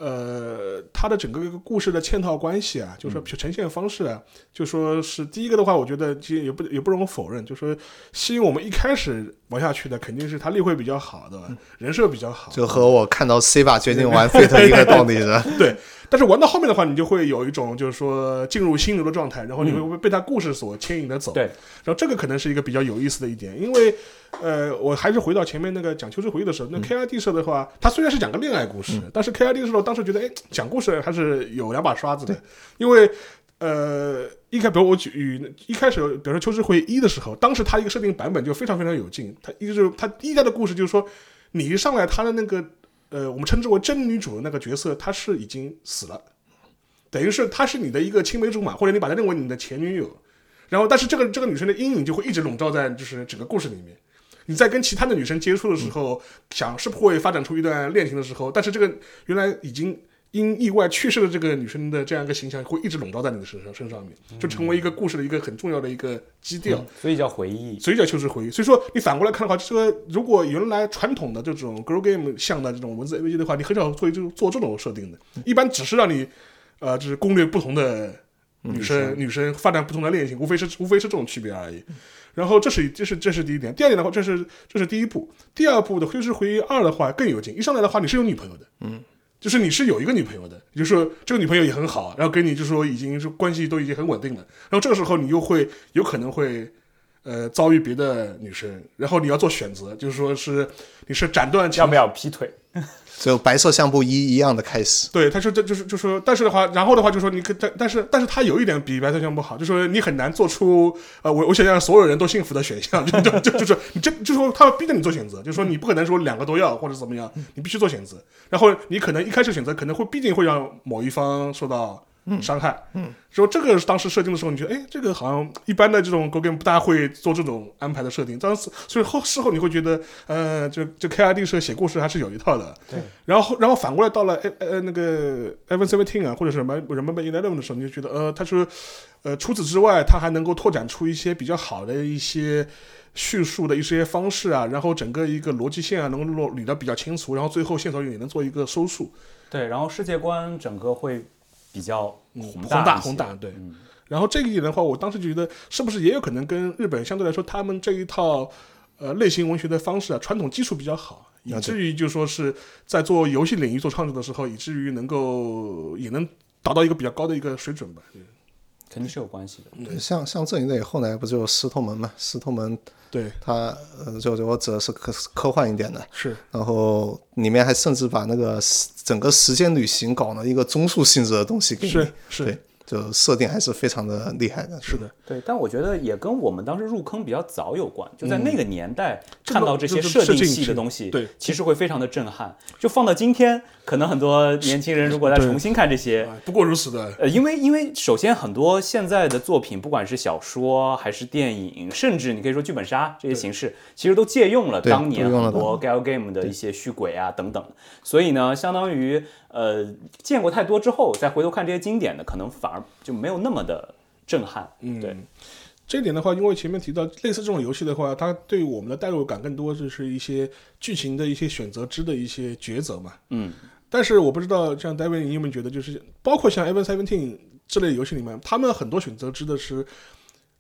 [SPEAKER 4] 呃，它的整个一个故事的嵌套关系啊，
[SPEAKER 5] 嗯
[SPEAKER 4] 就是说呈现方式啊，就说是第一个的话，我觉得其实也不也不容否认，就说吸引我们一开始玩下去的肯定是它例会比较好的，
[SPEAKER 5] 嗯
[SPEAKER 4] 人设比较好，
[SPEAKER 6] 就和我看到 C 把决定玩 Fate 一个道理的。
[SPEAKER 4] 对，但是玩到后面的话，你就会有一种就是说进入心流的状态，然后你会被他故事所牵引的走。
[SPEAKER 5] 对
[SPEAKER 4] 然后这个可能是一个比较有意思的一点，因为呃，我还是回到前面那个讲秋之回忆的时候，那 KID 社的话，它虽然是讲个恋爱故事，但是 KID 社我当时觉得，哎，讲故事还是有两把刷子的，因为。呃，一开，比如我举与一开始，比如说《秋之回忆一》的时候，当时它一个设定版本就非常非常有劲。它一个就是它第一代的故事就是说，你一上来他的那个呃，我们称之为真女主的那个角色，她是已经死了，等于是她是你的一个青梅竹马，或者你把她认为你的前女友，然后但是这个这个女生的阴影就会一直笼罩在就是整个故事里面。你在跟其他的女生接触的时候，想是不会发展出一段恋情的时候，但是这个原来已经因意外去世的这个女生的这样一个形象会一直笼罩在你的身上身上面，就成为一个故事的一个很重要的一个基调。
[SPEAKER 5] 所以叫回忆。
[SPEAKER 4] 所以叫秋之回忆。所以说，你反过来看的话，这个如果原来传统的这种 girl game 像的这种文字 AVG 的话，你很少会就做这种设定的，一般只是让你呃，就是攻略不同的女生，女生发展不同的恋情，无非是无非是这种区别而已。然后这是这是这是第一点，第二点的话，这是这是第一步，第二步的《秋之回忆二》的话更有劲，一上来的话你是有女朋友的，嗯。就是你是有一个女朋友的，也就是说这个女朋友也很好，啊然后跟你就说已经是关系都已经很稳定了，然后这个时候你又会有可能会呃遭遇别的女生，然后你要做选择，就是说是你是斩断
[SPEAKER 5] 要
[SPEAKER 4] 前
[SPEAKER 5] 不要劈腿？
[SPEAKER 6] 就白色相簿一一样的开始，
[SPEAKER 4] 对，他说这就是就说，但是的话，然后的话就说你可但但是但是他有一点比白色项目好，就说你很难做出呃我我想让所有人都幸福的选项，就就就就是你这就说他要逼着你做选择，就说你不可能说两个都要或者怎么样，你必须做选择，然后你可能一开始选择可能会必定会让某一方受到。伤害，嗯，说这个是当时设定的时候，你觉得，哎，这个好像一般的这种 g o game 不大会做这种安排的设定，当时所以后事后你会觉得，呃，就就 KID 社写故事还是有一套的，
[SPEAKER 5] 对，
[SPEAKER 4] 然后，然后反过来到了呃呃那个 Evan Seventeen 啊，或者是什么 Remember Eleven 的时候，你就觉得呃，他说，呃，除此之外，他还能够拓展出一些比较好的一些叙述的一些方式啊，然后整个一个逻辑线啊，能够捋得比较清楚，然后最后线索也能做一个收束，
[SPEAKER 5] 对，然后世界观整个会比较
[SPEAKER 4] 嗯
[SPEAKER 5] 宏
[SPEAKER 4] 宏大
[SPEAKER 5] 一些
[SPEAKER 4] 宏大对
[SPEAKER 5] 嗯
[SPEAKER 4] 然后这一点的话，我当时觉得是不是也有可能跟日本相对来说，他们这一套呃类型文学的方式啊，传统基础比较好，以
[SPEAKER 6] 了解
[SPEAKER 4] 至于就说是在做游戏领域做创作的时候，以至于能够也能达到一个比较高的一个水准吧。
[SPEAKER 5] 肯定是有关系
[SPEAKER 4] 嗯
[SPEAKER 5] 的。
[SPEAKER 6] 对像像这一类后来不就有石头门嘛？石头门
[SPEAKER 4] 对，
[SPEAKER 6] 它呃就就我指的是科科幻一点的，
[SPEAKER 4] 是
[SPEAKER 6] 然后里面还甚至把那个时整个时间旅行搞了一个综述性质的东西给你，
[SPEAKER 4] 是是
[SPEAKER 6] 对，就设定还是非常的厉害的，
[SPEAKER 4] 是 的，
[SPEAKER 5] 对，但我觉得也跟我们当时入坑比较早有关，就在那个年代
[SPEAKER 4] 嗯这
[SPEAKER 5] 看
[SPEAKER 4] 个
[SPEAKER 5] 到这些
[SPEAKER 4] 这个
[SPEAKER 5] 设
[SPEAKER 4] 设
[SPEAKER 5] 定
[SPEAKER 4] 定
[SPEAKER 5] 系
[SPEAKER 4] 是
[SPEAKER 5] 的东西，
[SPEAKER 4] 对
[SPEAKER 5] 其实会非常的震撼。就放到今天，可能很多年轻人如果再
[SPEAKER 4] 对
[SPEAKER 5] 重新看这些，
[SPEAKER 4] 啊，不过如此的，
[SPEAKER 5] 呃，因为因为首先很多现在的作品，不管是小说啊还是电影，甚至你可以说剧本杀这些形式，其实都借用了
[SPEAKER 6] 对
[SPEAKER 5] 当年
[SPEAKER 6] 都用了
[SPEAKER 5] 很多 gal game 的一些续鬼啊等等。所以呢，相当于呃见过太多之后，再回头看这些经典的，可能反而就没有那么的震撼。嗯，对，
[SPEAKER 4] 这一点的话，因为前面提到类似这种游戏的话，它对我们的代入感更多就是一些剧情的一些选择之的一些抉择嘛。
[SPEAKER 5] 嗯，
[SPEAKER 4] 但是我不知道像 David 你有没有觉得，就是包括像 Evan Seventeen 这类游戏里面，他们很多选择之的是。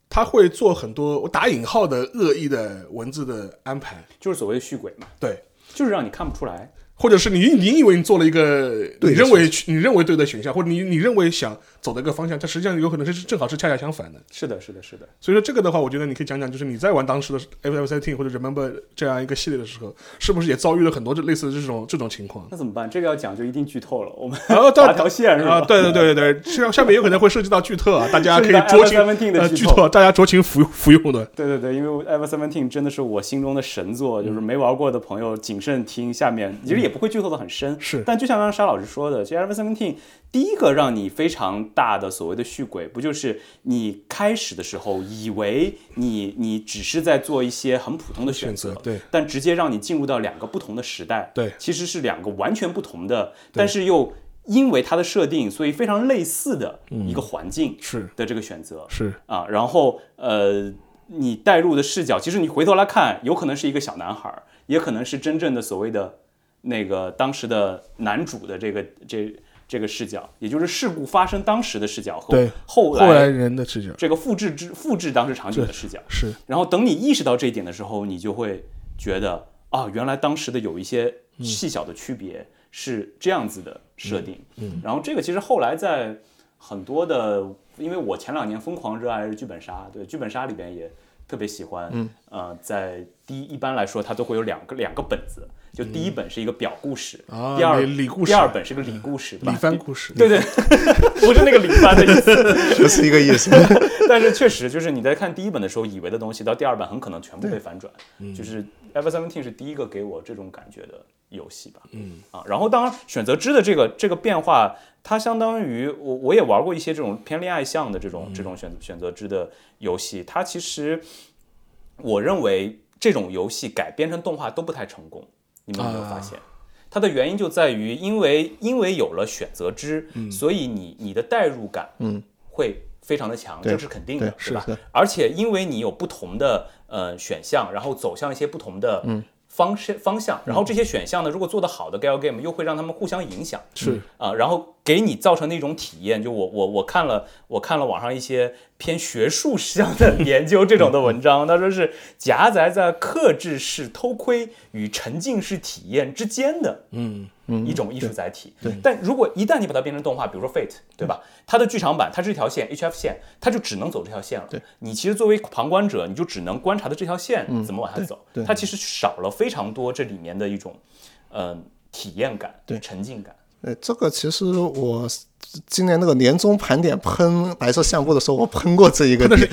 [SPEAKER 4] 他会做很多我打引号的恶意的文字的安排，
[SPEAKER 5] 就是所谓的续鬼嘛，
[SPEAKER 4] 对，
[SPEAKER 5] 就是让你看不出来。
[SPEAKER 4] 或者是你你以为你做了一个你
[SPEAKER 6] 对的
[SPEAKER 4] 认为你认为对的选项，或者你你认为想走的一个方向，但实际上有可能是正好是恰恰相反的。
[SPEAKER 5] 是的，是的，是的，
[SPEAKER 4] 所以说这个的话，我觉得你可以讲讲，就是你在玩当时的 F F C T 或者 Remember 这样一个系列的时候，是不是也遭遇了很多这类似的这种这种情 况？
[SPEAKER 5] 那怎么办？这个要讲就一定剧透了，我们
[SPEAKER 4] 然后到
[SPEAKER 5] 划条线是吧？
[SPEAKER 4] 啊，对对对对对，下下面有可能会涉及到剧透啊，大家可以酌
[SPEAKER 5] 涉及到 Ever
[SPEAKER 4] 情
[SPEAKER 5] Seventeen 的
[SPEAKER 4] 呃
[SPEAKER 5] 剧
[SPEAKER 4] 剧
[SPEAKER 5] 透
[SPEAKER 4] 透，大家酌情服服用的。
[SPEAKER 5] 对对对，因为 Ever Seventeen 真的是我心中的神作，
[SPEAKER 4] 嗯
[SPEAKER 5] 就是没玩过的朋友谨慎听下面，其实也不会剧透的很深。
[SPEAKER 4] 是
[SPEAKER 5] 但就像刚刚沙老师说的，其实 Ever Seventeen 第一个让你非常大的所谓的续轨，不就是你开始的时候以为你你只是在做一些很普通的选择，
[SPEAKER 4] 选择对，
[SPEAKER 5] 但直接让你进入到两个不同的时代，
[SPEAKER 4] 对
[SPEAKER 5] 其实是两个完全不同的，但是又因为它的设定，所以非常类似的一个环境
[SPEAKER 4] 嗯是
[SPEAKER 5] 的这个选择。
[SPEAKER 4] 是，
[SPEAKER 5] 啊，然后呃，你带入的视角，其实你回头来看，有可能是一个小男孩儿，也可能是真正的所谓的那个当时的男主的这个这这个视角，也就是事故发生当时的视角和
[SPEAKER 4] 对
[SPEAKER 5] 后
[SPEAKER 4] 后来
[SPEAKER 5] 来
[SPEAKER 4] 人的视角
[SPEAKER 5] 这个复制之复制当时场景的视角。
[SPEAKER 4] 是
[SPEAKER 5] 然后等你意识到这一点的时候，你就会觉得啊，原来当时的有一些
[SPEAKER 4] 嗯
[SPEAKER 5] 细小的区别是这样子的设定。嗯，然后这个其实后来在很多的，因为我前两年疯狂热爱剧本杀，对剧本杀里边也特别喜欢。嗯，呃，在第一一般来说，它都会有两个两个本子。就第一本是一个表故事，
[SPEAKER 4] 嗯啊
[SPEAKER 5] 第二
[SPEAKER 4] 理理故事
[SPEAKER 5] 第二本是个理故事，对吧
[SPEAKER 4] 李帆故事，
[SPEAKER 5] 对对， 不是那个李帆的意思，
[SPEAKER 6] 不是一个意思。
[SPEAKER 5] 但是确实就是你在看第一本的时候以为的东西，到第二本很可能全部被反转。就是 Ever Seventeen 是第一个给我这种感觉的游戏吧。嗯啊，然后当然选择之的这个这个变化，它相当于我我也玩过一些这种偏恋爱向的这种这种选选择之的游戏，它其实我认为这种游戏改编成动画都不太成功，你们有没有发现？它的原因就在于，因为因为有了选择之，所以你你的代入感，嗯，会非常的强，
[SPEAKER 6] 对
[SPEAKER 5] 这是肯定的，
[SPEAKER 6] 对
[SPEAKER 5] 对吧
[SPEAKER 6] 是的？
[SPEAKER 5] 而且因为你有不同的呃选项，然后走向一些不同的
[SPEAKER 6] 嗯
[SPEAKER 5] 方式、方向，然后这些选项呢，如果做得好的 gal game 又会让他们互相影响，
[SPEAKER 4] 是
[SPEAKER 5] 啊、然后给你造成的一种体验，就我我我看了我看了网上一些偏学术向 的研究这种的文章，他说是夹杂在克制式偷窥与沉浸式体验之间的，
[SPEAKER 4] 嗯
[SPEAKER 5] 一种艺术载体。对，但如果一旦你把它变成动画，比如说 Fate，对吧？它的剧场版，它是一条线，HF 线，它就只能走这条线了。对，你其实作为旁观者，你就只能观察的这条线怎么往下走。它其实少了非常多这里面的一种，嗯、体验感、对沉浸感。
[SPEAKER 6] 呃，这个其实我今年那个年终盘点喷白色相簿的时候，我喷过这一个点，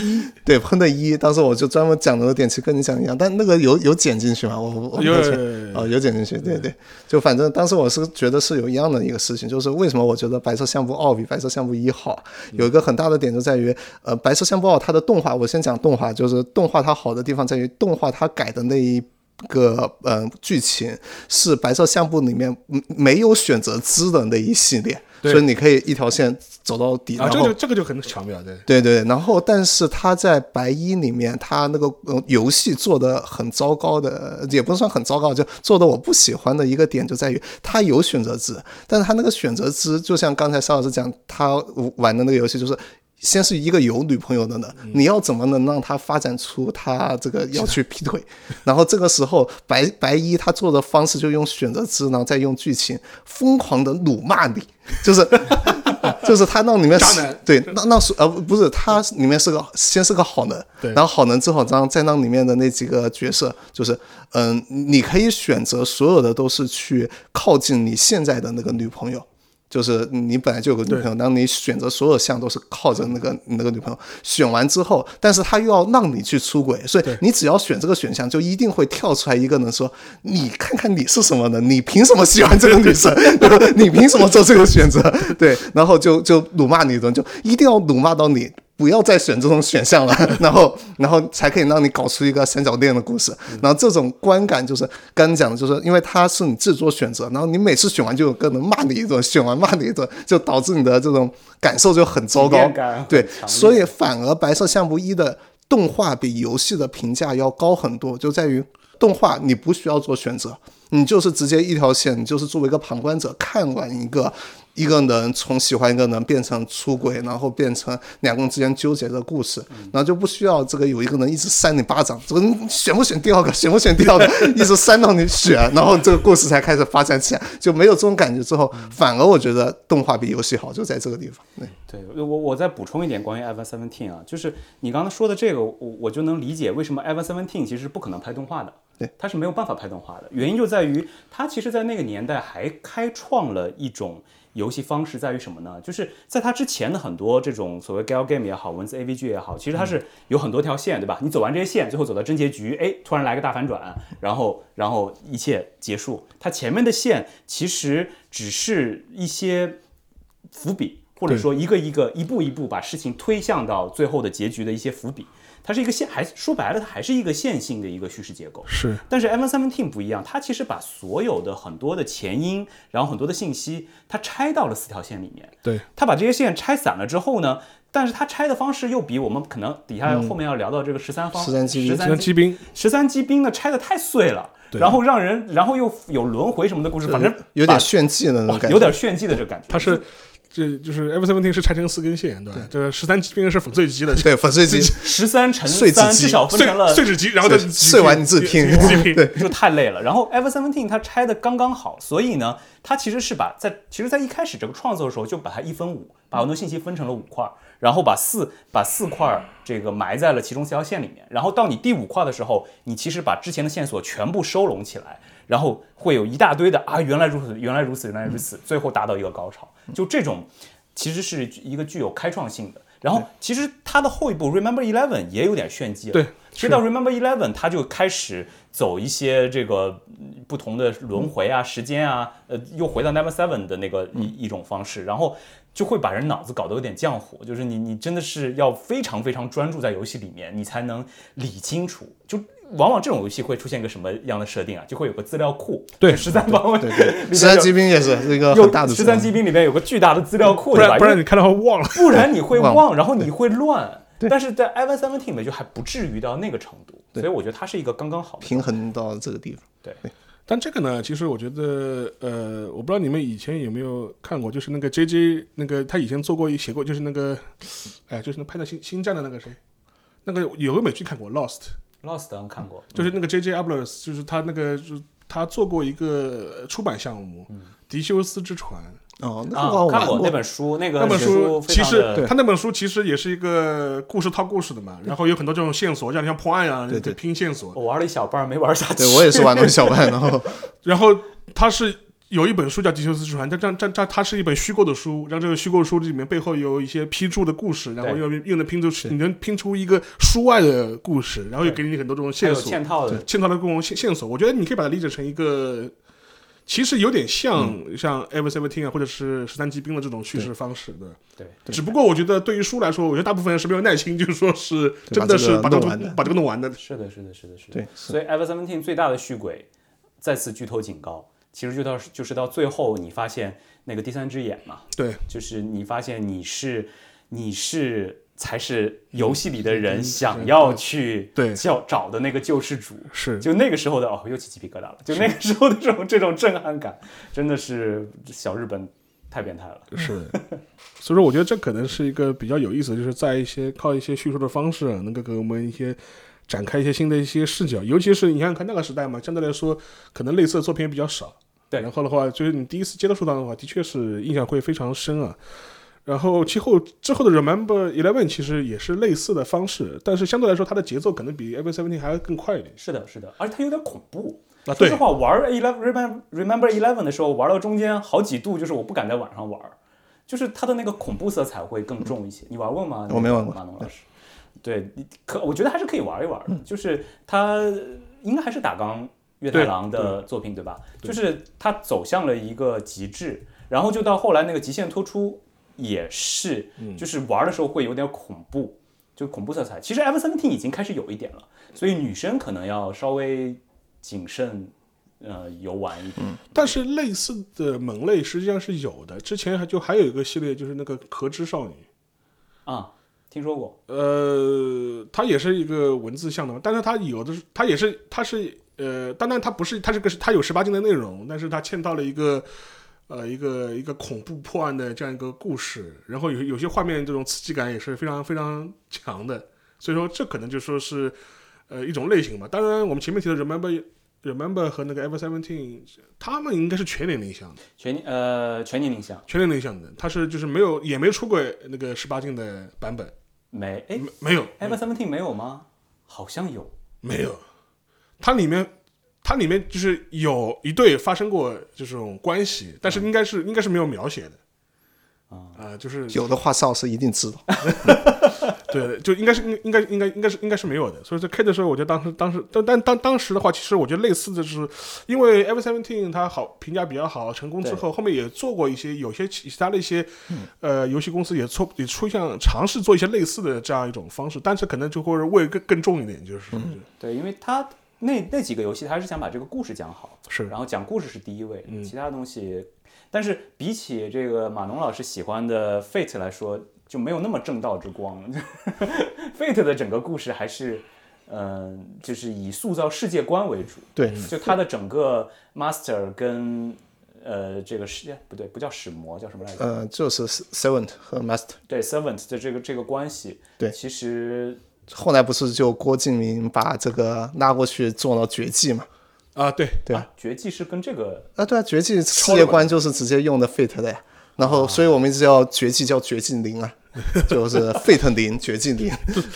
[SPEAKER 6] 对，喷的一。当时我就专门讲了个点，其实跟你讲一样，但那个有有剪进去吗？我我我
[SPEAKER 4] 有
[SPEAKER 6] 抱
[SPEAKER 4] 有
[SPEAKER 6] 歉
[SPEAKER 4] 有有
[SPEAKER 6] 哦，有剪进去，对对。就反正当时我是觉得是有一样的一个事情，就是为什么我觉得白色相簿二比白色相簿一好，有一个很大的点就在于，呃，白色相簿二它的动画，我先讲动画，就是动画它好的地方在于动画它改的那一。个呃剧情是白色相簿里面嗯没有选择之的那一系列，
[SPEAKER 4] 对
[SPEAKER 6] 所以你可以一条线走到底，
[SPEAKER 4] 啊，
[SPEAKER 6] 嗯然
[SPEAKER 4] 这
[SPEAKER 6] 后
[SPEAKER 4] 个就这个就很巧妙，对，
[SPEAKER 6] 对对，然后但是他在白衣里面，他那个、呃、游戏做的很糟糕的，呃也不是算很糟糕，就做的我不喜欢的一个点就在于他有选择制，但是他那个选择制，就像刚才邵老师讲，他玩的那个游戏就是。先是一个有女朋友的人，
[SPEAKER 4] 嗯
[SPEAKER 6] 你要怎么能让他发展出他这个要去劈腿？ 然后这个时候白白衣他做的方式就用选择制，然后再用剧情疯狂的辱骂你，就是 就是他那里面
[SPEAKER 4] 渣
[SPEAKER 6] 是
[SPEAKER 4] 男
[SPEAKER 6] 对，那那是呃不不是，他里面是个先是个好人，
[SPEAKER 4] 对
[SPEAKER 6] 然后好人之后，然后再让里面的那几个角色，就是嗯，你可以选择所有的都是去靠近你现在的那个女朋友。就是你本来就有个女朋友，当你选择所有项都是靠着那个你那个女朋友选完之后，但是他又要让你去出轨，所以你只要选这个选项，就一定会跳出来一个人说：“你看看你是什么人，你凭什么喜欢这个女生？ 你凭什么做这个选择？”对，然后就就辱骂你一顿，就一定要辱骂到你不要再选这种选项了， 然后然后才可以让你搞出一个三角恋的故事。
[SPEAKER 5] 嗯
[SPEAKER 6] 然后这种观感就是刚刚讲的，就是因为它是你自作选择，然后你每次选完就有个人骂你一顿，选完骂你一顿，就导致你的这种感受就很糟
[SPEAKER 5] 体
[SPEAKER 6] 糕
[SPEAKER 5] 验感。
[SPEAKER 6] 对
[SPEAKER 5] 很，强烈
[SPEAKER 6] 所以反而白色相簿一的动画比游戏的评价要高很多，就在于动画你不需要做选择，你就是直接一条线，你就是作为一个旁观者看完一个一个人从喜欢一个人变成出轨，然后变成两个人之间纠结的故事，
[SPEAKER 5] 嗯
[SPEAKER 6] 然后就不需要这个有一个人一直扇你巴掌，这个 你选不选第二个，选不选第二个，一直扇到你选，然后这个故事才开始发展起来，就没有这种感觉之后，
[SPEAKER 5] 嗯
[SPEAKER 6] 反而我觉得动画比游戏好，就在这个地方。对
[SPEAKER 5] 对我，我再补充一点关于 Evan Seventeen 啊，就是你刚才说的这个，我我就能理解为什么 Evan Seventeen 其实是不可能拍动画的，
[SPEAKER 6] 对，
[SPEAKER 5] 它是没有办法拍动画的，原因就在于它其实，在那个年代还开创了一种游戏方式，在于什么呢？就是在它之前的很多这种所谓 gal game 也好，文字 AVG 也好，其实它是有很多条线，对吧？你走完这些线，最后走到真结局，哎，突然来个大反转，然后然后一切结束。它前面的线其实只是一些。伏笔，或者说一个一个一步一步把事情推向到最后的结局的一些伏笔。它是一个线，还说白了，它还是一个线性的一个叙事结构。
[SPEAKER 4] 是
[SPEAKER 5] 但是 M Seventeen 不一样，它其实把所有的很多的前因，然后很多的信息，它拆到了四条线里面。
[SPEAKER 4] 对，
[SPEAKER 5] 它把这些线拆散了之后呢，但是它拆的方式又比我们可能底下后面要聊到这个十三方、
[SPEAKER 6] 13机
[SPEAKER 5] 十
[SPEAKER 6] 兵
[SPEAKER 4] 只能
[SPEAKER 5] 三
[SPEAKER 4] 机兵，
[SPEAKER 5] 十三机兵呢拆的太碎了，
[SPEAKER 4] 对
[SPEAKER 5] 然后让人，然后又有轮回什么的故事，反正
[SPEAKER 6] 有
[SPEAKER 5] 把
[SPEAKER 6] 点炫技的那种
[SPEAKER 5] 哇
[SPEAKER 6] 感觉，
[SPEAKER 5] 有点炫技的这个感觉。
[SPEAKER 4] 它是这就是 F seventeen 是拆成四根线，对吧？这十三机兵是粉碎机的，
[SPEAKER 6] 对粉 碎机
[SPEAKER 5] 十三乘
[SPEAKER 6] 碎纸
[SPEAKER 5] 三，
[SPEAKER 6] 机
[SPEAKER 5] 至少分
[SPEAKER 4] 碎
[SPEAKER 5] 成了
[SPEAKER 4] 碎纸机，然后再
[SPEAKER 6] 碎碎完你自己拼
[SPEAKER 4] 自己拼。
[SPEAKER 6] 对
[SPEAKER 5] 就太累了。然后 F Seventeen 它拆的刚刚好，所以呢，它其实是把在其实，在一开始这个创作的时候就把它一分五，把很多信息分成了五块儿，然后把四把四块儿这个埋在了其中四条线里面。然后到你第五块的时候，你其实把之前的线索全部收拢起来，然后会有一大堆的啊，原来如此，原来如此，原来如此，最后达到一个高潮。就这种其实是一个具有开创性的。然后其实它的后一部 Remember Eleven 也有点炫技了，
[SPEAKER 4] 对
[SPEAKER 5] 其实到 Remember Eleven，它就开始走一些这个嗯不同的轮回啊、时间啊，呃，又回到 Number Seven 的那个
[SPEAKER 6] 嗯
[SPEAKER 5] 一一种方式，然后就会把人脑子搞得有点浆糊，就是你你真的是要非常非常专注在游戏里面，你才能理清楚。就往往这种游戏会出现一个什么样的设定啊？就会有个资料库，
[SPEAKER 4] 对
[SPEAKER 5] 十三方位，
[SPEAKER 6] 对，十三机兵也是一个很大的
[SPEAKER 5] 十三机兵里面有个巨大的资料库，
[SPEAKER 4] 不
[SPEAKER 5] 对吧？
[SPEAKER 4] 然不
[SPEAKER 5] 因为
[SPEAKER 4] 然你看到会忘了。
[SPEAKER 5] 不然你会
[SPEAKER 6] 忘
[SPEAKER 5] 忘，然后你会乱。但是在 iOS 17里面就还不至于到那个程度，所以我觉得它是一个刚刚好的。
[SPEAKER 6] 平衡到这个地方。
[SPEAKER 4] 但这个呢，其实我觉得，呃，我不知道你们以前有没有看过，就是那个 J J 那个他以前做过一写过，就是那个，哎，就是那拍的星星战的那个谁，那个有个美剧看过《Lost》，
[SPEAKER 5] Lost 刚看过，
[SPEAKER 4] 就是那个 J J Abrams，就是他那个就是他做过一个呃出版项目
[SPEAKER 5] 嗯
[SPEAKER 4] 《迪修斯之船》。
[SPEAKER 6] 哦，那
[SPEAKER 5] 啊
[SPEAKER 6] 个我，玩
[SPEAKER 5] 看过
[SPEAKER 6] 过
[SPEAKER 5] 那本书，那个
[SPEAKER 4] 那本
[SPEAKER 5] 书
[SPEAKER 4] 书
[SPEAKER 5] 非
[SPEAKER 4] 其
[SPEAKER 5] 常
[SPEAKER 4] 实
[SPEAKER 5] 的
[SPEAKER 4] 他那本书其实也是一个故事套故事的嘛，然后有很多这种线索，像像破案啊，
[SPEAKER 6] 对对
[SPEAKER 4] 拼线索。
[SPEAKER 5] 我玩了一小半没玩下去。
[SPEAKER 6] 对我也是玩过小 半，然后
[SPEAKER 4] 然后他是有一本书叫《迪修斯之船》，但这这这它是一本虚构的书，让这个虚构书里面背后有一些批注的故事，然后
[SPEAKER 5] 对
[SPEAKER 4] 又又能拼出你能拼出一个书外的故事，然后又
[SPEAKER 5] 对
[SPEAKER 4] 给你很多这种
[SPEAKER 5] 还
[SPEAKER 4] 线
[SPEAKER 5] 有
[SPEAKER 4] 索，
[SPEAKER 5] 嵌套的，
[SPEAKER 4] 嵌套的各种线线索，我觉得你可以把它理解成一个，其实有点像、像 Ever Seventeen 啊，或者是十三级兵的这种叙事方式的。
[SPEAKER 5] 对
[SPEAKER 4] 只不过我觉得对于书来说，我觉得大部分人是没有耐心，就是说是
[SPEAKER 6] 对
[SPEAKER 4] 真的是把
[SPEAKER 6] 把这
[SPEAKER 4] 这个
[SPEAKER 6] 个弄完的
[SPEAKER 4] 把这个弄完的。
[SPEAKER 5] 是的，是的，是的，是的。
[SPEAKER 6] 对
[SPEAKER 5] 所以 iOS 17最大的续鬼，再次剧透警告，其实就到就是到最后你发现那个第三只眼嘛，
[SPEAKER 4] 对，
[SPEAKER 5] 就是你发现你是你是才是游戏里的人想要去
[SPEAKER 4] 对
[SPEAKER 5] 叫找的那个救世主，
[SPEAKER 4] 是
[SPEAKER 5] 就那个时候的哦，又起鸡皮疙瘩了，就那个时候的这种这种震撼感，真的是小日本太变态了。
[SPEAKER 4] 是，所以说我觉得这可能是一个比较有意思的，就是在一些靠一些叙述的方式、啊，能够给我们一些展开一些新的一些视角，尤其是你想想看那个时代嘛，相对来说可能类似的作品也比较少。
[SPEAKER 5] 对
[SPEAKER 4] 然后的话，就是你第一次接触到的话，的确是印象会非常深啊。然后其后之后的 Remember Eleven 其实也是类似的方式，但是相对来说它的节奏可能比 Ever Seventeen 还要更快一点。
[SPEAKER 5] 是的，是的，而且它有点恐怖。
[SPEAKER 4] 啊
[SPEAKER 5] 说
[SPEAKER 4] 对
[SPEAKER 5] 实话，玩 Eleven Remember Remember Eleven 的时候，玩到中间好几度，就是我不敢在晚上玩，就是它的那个恐怖色彩会更重一些。你玩过吗？
[SPEAKER 6] 嗯我没玩过
[SPEAKER 5] 马龙老师。对，你可我觉得还是可以玩一玩
[SPEAKER 6] 嗯
[SPEAKER 5] 的，就是它应该还是打钢月太郎的作品对吧？就是它走向了一个极致，然后就到后来那个极限脱出也是，
[SPEAKER 6] 嗯
[SPEAKER 5] 就是玩的时候会有点恐怖。就恐怖色彩，其实 F 1 7已经开始有一点了，所以女生可能要稍微谨慎，呃，游玩一点。
[SPEAKER 6] 嗯
[SPEAKER 4] 但是类似的门类实际上是有的，之前还就还有一个系列就是那个壳之少女，
[SPEAKER 5] 啊，听说过，
[SPEAKER 4] 呃，它也是一个文字向的嘛，但是它有的是，它也是，它是呃，当然它不是，它是个它有十八禁的内容，但是它嵌套了一个呃一个一个恐怖破案的这样一个故事，然后有有些画面这种刺激感也是非常非常强的，所以说这可能就说是呃一种类型吧。当然，我们前面提的 Remember Remember 和那个 Ever Seventeen，他们应该是全年龄向的，
[SPEAKER 5] 全年呃全年龄向
[SPEAKER 4] 全年龄向的，它是就是没有也没出过那个十八禁的版本，
[SPEAKER 5] 没？哎
[SPEAKER 4] 没没有。
[SPEAKER 6] 嗯
[SPEAKER 5] ，Ever Seventeen 没有吗？好像有，
[SPEAKER 4] 没有，它里面它里面就是有一对发生过这种关系，但是应该是、应该是没有描写的。啊、就是
[SPEAKER 6] 有的话，邵老师一定知道。
[SPEAKER 4] 对，就应该是应应该应该应该是应该是没有的。所以在 K 的时候，我觉得当时当时但但当当时的话，其实我觉得类似的就是，因为 Ever Seventeen 它好评价比较好，成功之后，后面也做过一些有些其其他的一些、呃游戏公司也出也出现尝试做一些类似的这样一种方式，但是可能就会味更更重一点，就是、
[SPEAKER 5] 对，因为他那那几个游戏，他还是想把这个故事讲好，
[SPEAKER 4] 是
[SPEAKER 5] 然后讲故事是第一位，
[SPEAKER 6] 嗯
[SPEAKER 5] 其他东西。但是比起这个马龙老师喜欢的 Fate 来说，就没有那么正道之光 了。Fate 的整个故事还是，呃，就是以塑造世界观为主，
[SPEAKER 6] 对，
[SPEAKER 5] 就它的整个 Master 跟呃这个世界不对，不叫使魔，叫什么来着？
[SPEAKER 6] 呃，就是 servant 和 master。
[SPEAKER 5] 对 servant 的这个这个关系，
[SPEAKER 6] 对
[SPEAKER 5] 其实
[SPEAKER 6] 后来不是就郭敬明把这个拉过去做了绝技嘛？
[SPEAKER 4] 啊，对对
[SPEAKER 5] 啊绝技是跟这个
[SPEAKER 6] 啊，对啊，绝技世界观就是直接用的 Fate 的呀。然后，所以我们一直叫绝技叫绝技 零啊，就是 Fate 零绝技 零，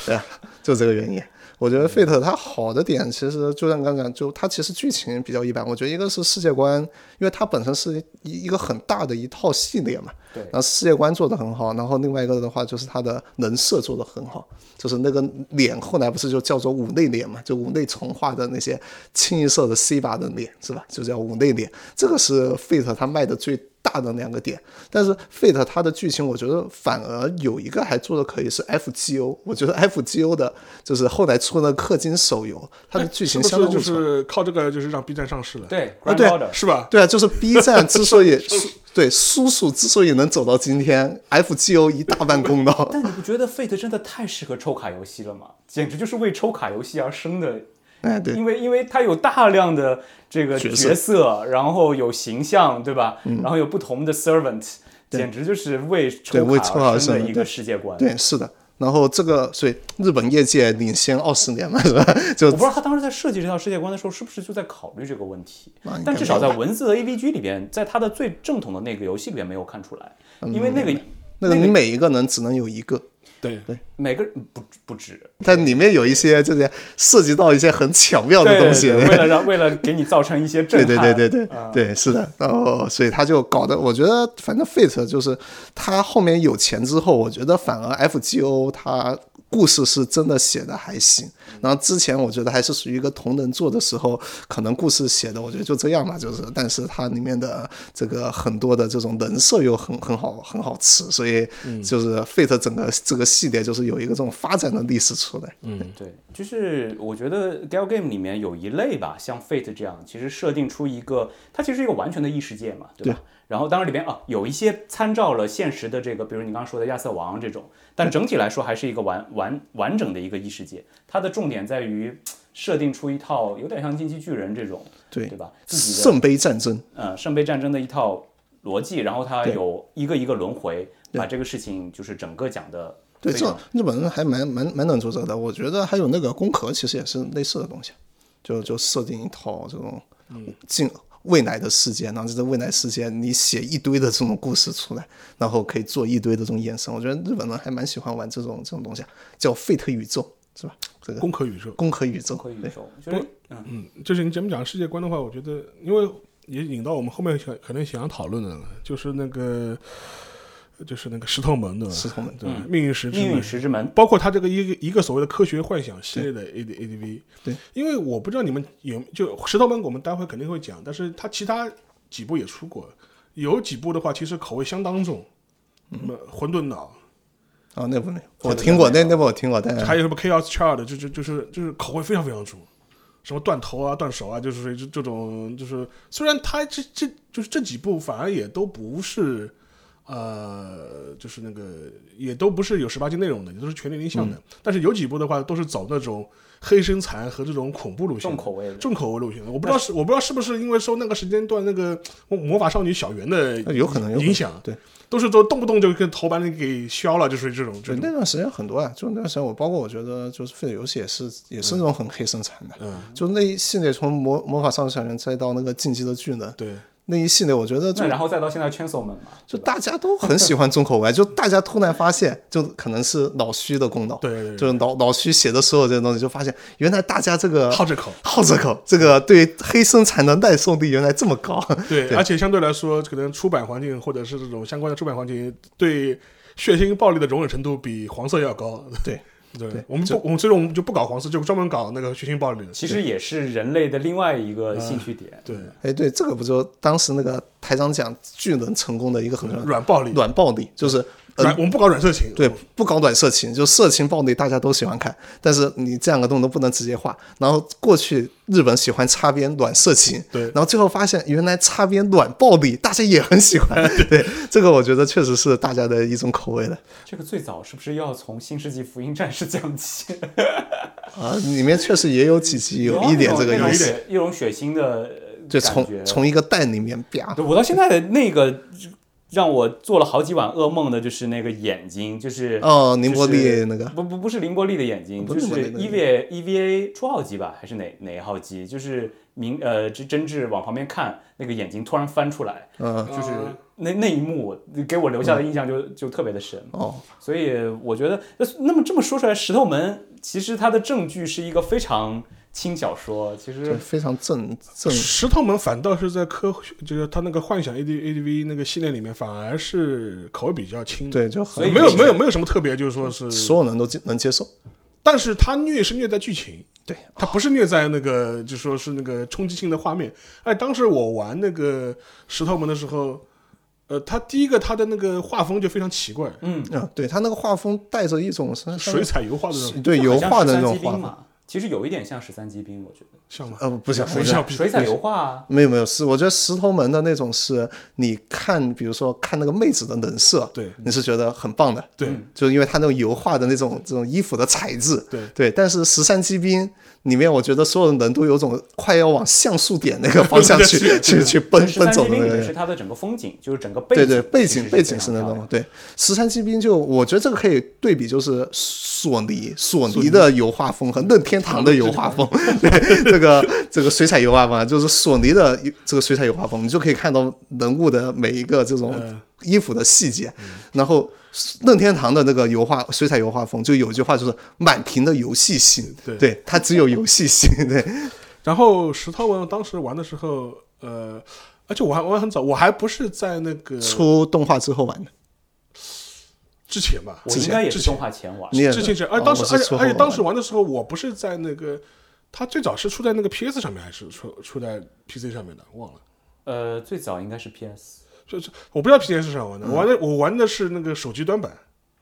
[SPEAKER 6] 对啊，就这个原因。我觉得 Fate 它好的点，其实就像刚才讲，就它其实剧情比较一般。我觉得一个是世界观，因为它本身是一一个很大的一套系列嘛，
[SPEAKER 5] 对
[SPEAKER 6] 然后世界观做得很好，然后另外一个的话就是它的人设做得很好，就是那个脸后来不是就叫做五内脸嘛，就五内重画的那些清一色的 C 吧的脸是吧？就叫五内脸，这个是 Fate 它卖的最大的两个点。但是 Fate 它的剧情，我觉得反而有一个还做的可以是 FGO，我觉得 FGO 的就是后来出了氪金手游，它的剧情
[SPEAKER 4] 是
[SPEAKER 6] 相
[SPEAKER 4] 不
[SPEAKER 6] 对
[SPEAKER 4] 是就
[SPEAKER 6] 不错
[SPEAKER 4] 是靠这个就是让 B 站上市了？
[SPEAKER 5] 对
[SPEAKER 6] 啊
[SPEAKER 5] Grand
[SPEAKER 6] 对
[SPEAKER 5] Order，
[SPEAKER 4] 是吧？
[SPEAKER 6] 对啊，就是 B 站之 所以叔对叔叔之所以能走到今天，FGO 一大半功劳。
[SPEAKER 5] 但你不觉得 Fate 真的太适合抽卡游戏了吗？简直就是为抽卡游戏而生的。
[SPEAKER 6] 哎，对
[SPEAKER 5] 因为因为它有大量的这个
[SPEAKER 6] 角
[SPEAKER 5] 角
[SPEAKER 6] 色嗯
[SPEAKER 5] 色，然后有形象，对吧？然后有不同的 servant，简直就是为
[SPEAKER 6] 对
[SPEAKER 5] 抽
[SPEAKER 6] 为抽卡
[SPEAKER 5] 卡
[SPEAKER 6] 而
[SPEAKER 5] 而
[SPEAKER 6] 生
[SPEAKER 5] 生
[SPEAKER 6] 的
[SPEAKER 5] 的一
[SPEAKER 6] 对
[SPEAKER 5] 个世界观。
[SPEAKER 6] 对，是的。然后这个，所以日本业界领先二十年嘛，是吧？就
[SPEAKER 5] 我不知道他当时在设计这套世界观的时候，是不是就在考虑这个问题
[SPEAKER 6] 那应该。
[SPEAKER 5] 但至少
[SPEAKER 6] 没有
[SPEAKER 5] 在
[SPEAKER 6] 吧
[SPEAKER 5] 文字和 AVG 里边，在他的最正统的那个游戏里边没有看出来，
[SPEAKER 6] 嗯
[SPEAKER 5] 因为那个
[SPEAKER 6] 那个你每一个人只能有一个，
[SPEAKER 4] 对对
[SPEAKER 5] 每个不不止，
[SPEAKER 6] 但里面有一些就是涉及到一些很巧妙的
[SPEAKER 5] 对
[SPEAKER 6] 东西。
[SPEAKER 5] 对 为了让为了给你造成一些震
[SPEAKER 6] 对
[SPEAKER 5] 撼，啊
[SPEAKER 6] 对对对对对，是的。然后，所以他就搞得，我觉得反正 Fate 就是他后面有钱之后，我觉得反而 FGO 他故事是真的写的还行。然后之前我觉得还是属于一个同人做的时候，可能故事写的我觉得就这样吧，就是，但是它里面的这个很多的这种人设又很很好很好吃，所以
[SPEAKER 5] 嗯
[SPEAKER 6] 就是 Fate 整个这个系列就是有一个这种发展的历史出来。
[SPEAKER 5] 对，就是我觉得 Gal Game 里面有一类吧，像 Fate 这样，其实设定出一个，它其实是一个完全的异世界嘛，对吧？然后当然里边啊有一些参照了现实的这个，比如你刚刚说的亚瑟王这种，但整体来说还是一个完完完整的一个异世界。它的重点在于设定出一套有点像进击巨人这种，
[SPEAKER 6] 对
[SPEAKER 5] 对吧？自己的
[SPEAKER 6] 圣杯战争，
[SPEAKER 5] 呃圣杯战争的一套逻辑，然后它有一个一个轮回，把这个事情就是整个讲的。
[SPEAKER 6] 对，这日本人还蛮蛮蛮能做这个的。我觉得还有那个工壳，其实也是类似的东西，就就设定一套这种近未来的世界，然后在未来世界你写一堆的这种故事出来，然后可以做一堆的这种衍生。我觉得日本人还蛮喜欢玩这种这种东西，叫 Fate 宇宙是吧？这个
[SPEAKER 4] 攻壳宇宙。
[SPEAKER 6] 工壳宇宙，
[SPEAKER 5] 可以宇
[SPEAKER 6] 对
[SPEAKER 5] 宙就是
[SPEAKER 4] 嗯，就是你前面讲世界观的话，我觉得，因为也引到我们后面想可能想要讨论的了，就是那个，就是那个石头门对吧？
[SPEAKER 6] 石头门嗯
[SPEAKER 4] 对吧，命运石之
[SPEAKER 5] 命
[SPEAKER 4] 门
[SPEAKER 5] 运。石之门，
[SPEAKER 4] 包括他这个一个一个所谓的科学幻想系列的 A D A D V，
[SPEAKER 6] 对，
[SPEAKER 4] 因为我不知道你们有就石头门，我们待会肯定会讲，但是他其他几部也出过，有几部的话其实口味相当重，
[SPEAKER 6] 嗯
[SPEAKER 4] 什么混沌岛，
[SPEAKER 6] 啊，那部没有，我听过，那那部我听过，但
[SPEAKER 4] 还有什么 Chaos Child，就就就是就是口味非常非常重，什么断头啊、断手啊，就是这这种就是，虽然它这这就是这几部反而也都不是，呃，就是那个也都不是有十八禁内容的，也都是全年龄向的，
[SPEAKER 5] 嗯
[SPEAKER 4] 但是有几部的话都是走那种黑身残和这种恐怖路线的，
[SPEAKER 5] 重口味的
[SPEAKER 4] 重口味路线的。我不知道是我不知道是不是因为受那个时间段那个魔魔法少女小圆的
[SPEAKER 6] 有可能有可能
[SPEAKER 4] 影响，
[SPEAKER 6] 对。
[SPEAKER 4] 都是都动不动就跟头把你给削了，就是这种这
[SPEAKER 6] 对，
[SPEAKER 4] 种
[SPEAKER 6] 那段时间很多啊，就那段时间我包括我觉得就是废的游戏也是也是那种很黑生产的，嗯，就那一系列从魔魔法少女小圆再到那个进击的巨人，
[SPEAKER 4] 对。
[SPEAKER 6] 那一系列我觉得就
[SPEAKER 5] 那然后再到现在 Chainsaw 们嘛，
[SPEAKER 6] 就大家都很喜欢重口味，就大家突然发现，就可能是老徐的功劳，
[SPEAKER 4] 对对对
[SPEAKER 6] 就是老老徐写的所有这些东西，就发现原来大家这个
[SPEAKER 4] 好这口
[SPEAKER 6] 好这口，这个对黑生产的耐受力原来这么高，
[SPEAKER 4] 对，
[SPEAKER 6] 对
[SPEAKER 4] 而且相对来说，可能出版环境或者是这种相关的出版环境，对血腥暴力的容忍程度比黄色要高。
[SPEAKER 6] 对。
[SPEAKER 4] 对，
[SPEAKER 6] 对
[SPEAKER 4] 我们不，我们所以说我们就不搞黄色，就专门搞那个血腥暴力的。
[SPEAKER 5] 其实也是人类的另外一个
[SPEAKER 6] 嗯
[SPEAKER 5] 兴趣点。
[SPEAKER 4] 对，
[SPEAKER 6] 哎，对，这个不就当时那个台长讲巨人成功的一个很重要的
[SPEAKER 4] 软暴力
[SPEAKER 6] 软暴力就是
[SPEAKER 4] 软我们不搞软色情，
[SPEAKER 6] 嗯对，不搞软色情，就色情暴力大家都喜欢看，但是你这两个东西都不能直接画。然后过去日本喜欢擦边软色情，
[SPEAKER 4] 对
[SPEAKER 6] 然后最后发现原来擦边软暴力大家也很喜欢，对，这个我觉得确实是大家的一种口味了
[SPEAKER 5] 这个最早是不是要从《新世纪福音战士》讲起？
[SPEAKER 6] 啊。里面确实也有几集有一点这个
[SPEAKER 5] 有啊
[SPEAKER 6] 意
[SPEAKER 5] 一
[SPEAKER 6] 思，
[SPEAKER 5] 点一种血腥的呃
[SPEAKER 6] 就
[SPEAKER 5] 感
[SPEAKER 6] 从
[SPEAKER 5] 觉
[SPEAKER 6] 从一个蛋里面啪
[SPEAKER 5] 对，我到现在的那个让我做了好几晚噩梦的，就是那个眼睛，就是
[SPEAKER 6] 哦凌波丽
[SPEAKER 5] 就是
[SPEAKER 6] 那个
[SPEAKER 5] 不不不是凌波丽的眼睛，
[SPEAKER 6] 不
[SPEAKER 5] 就是是
[SPEAKER 6] 凌波丽
[SPEAKER 5] EVA EVA 初号机吧，还是哪哪一号机？就是明呃这真挚往旁边看，那个眼睛突然翻出来，
[SPEAKER 4] 哦
[SPEAKER 6] 嗯
[SPEAKER 5] 就是那那一幕给我留下的印象就、就特别的深。
[SPEAKER 6] 哦，
[SPEAKER 5] 所以我觉得，那那么这么说出来，《石头门》其实它的证据是一个非常轻小说，其
[SPEAKER 6] 就
[SPEAKER 5] 实
[SPEAKER 6] 非常正正
[SPEAKER 4] 石头门反倒是在科，就是他那个幻想 A D A D V 那个系列里面，反而是口味比较轻的，
[SPEAKER 6] 对，就
[SPEAKER 5] 所以
[SPEAKER 6] 很
[SPEAKER 4] 没有没有没有什么特别，就是说是，
[SPEAKER 6] 所有人都接能接受，
[SPEAKER 4] 但是他虐是虐在剧情，
[SPEAKER 6] 对，
[SPEAKER 4] 他不是虐在那个，就说是那个冲击性的画面。哎，当时我玩那个石头门的时候，呃，他第一个他的那个画风就非常奇怪，
[SPEAKER 6] 嗯，对他那个画风带着一种像
[SPEAKER 4] 水彩油画的那种，
[SPEAKER 6] 对油画的那种画
[SPEAKER 5] 兵
[SPEAKER 6] 风，
[SPEAKER 5] 嘛，其实有一点像十三机兵，我觉得
[SPEAKER 4] 像吗？
[SPEAKER 6] 呃，不像不
[SPEAKER 4] 水
[SPEAKER 6] 像
[SPEAKER 4] 彩
[SPEAKER 5] 水彩油画啊，
[SPEAKER 6] 没有没有，是我觉得石头门的那种是，你看，比如说看那个妹子的人设，
[SPEAKER 4] 对
[SPEAKER 6] 你是觉得很棒的，
[SPEAKER 4] 对
[SPEAKER 6] 就是因为他那种油画的那种这种衣服的材质，
[SPEAKER 4] 对
[SPEAKER 6] 对。但是十三机兵里面，我觉得所有人都有种快要往像素点那个方向去
[SPEAKER 4] 对
[SPEAKER 6] 去去奔
[SPEAKER 5] 十
[SPEAKER 6] 奔
[SPEAKER 5] 三
[SPEAKER 6] 走
[SPEAKER 5] 机
[SPEAKER 6] 的
[SPEAKER 5] 兵
[SPEAKER 6] 那
[SPEAKER 5] 里
[SPEAKER 6] 个
[SPEAKER 5] 面是它的整个风景，就是整个背
[SPEAKER 6] 对
[SPEAKER 5] 景，
[SPEAKER 6] 对，背景背景是
[SPEAKER 5] 是
[SPEAKER 6] 那种
[SPEAKER 5] 种，
[SPEAKER 6] 对。十三机兵就我觉得这个可以对比，就是索尼索尼的油画风和任天堂的油画风， 对这个这个水彩油画风啊，就是索尼的这个水彩油画风，你就可以看到人物的每一个这种
[SPEAKER 4] 嗯
[SPEAKER 6] 衣服的细节，然后。任天堂的那个油画水彩油画风，就有一句话就是满屏的游戏性，
[SPEAKER 4] 对
[SPEAKER 6] 对，它只有游戏性，对，
[SPEAKER 4] 然后石头门当时玩的时候，呃，而且我还玩得很早，我还不是在那个
[SPEAKER 6] 出动画之后玩的，
[SPEAKER 4] 之前吧，
[SPEAKER 5] 我应该也是动画前玩
[SPEAKER 6] 你，也
[SPEAKER 4] 之前是，而
[SPEAKER 6] 哦
[SPEAKER 4] 当
[SPEAKER 6] 我
[SPEAKER 4] 时
[SPEAKER 6] 是
[SPEAKER 4] 而
[SPEAKER 6] 出
[SPEAKER 4] 且
[SPEAKER 6] 后
[SPEAKER 4] 而且
[SPEAKER 6] 玩
[SPEAKER 4] 当
[SPEAKER 6] 的
[SPEAKER 4] 时玩的时候，我不是在那个，它最早是出在那个 PS 上面还是出出在 PC 上面的，忘了。
[SPEAKER 5] 呃，最早应该是 PS，
[SPEAKER 4] 就是我不知道 PS 上玩
[SPEAKER 6] 嗯
[SPEAKER 4] 的，我玩的我玩的是那个手机端版，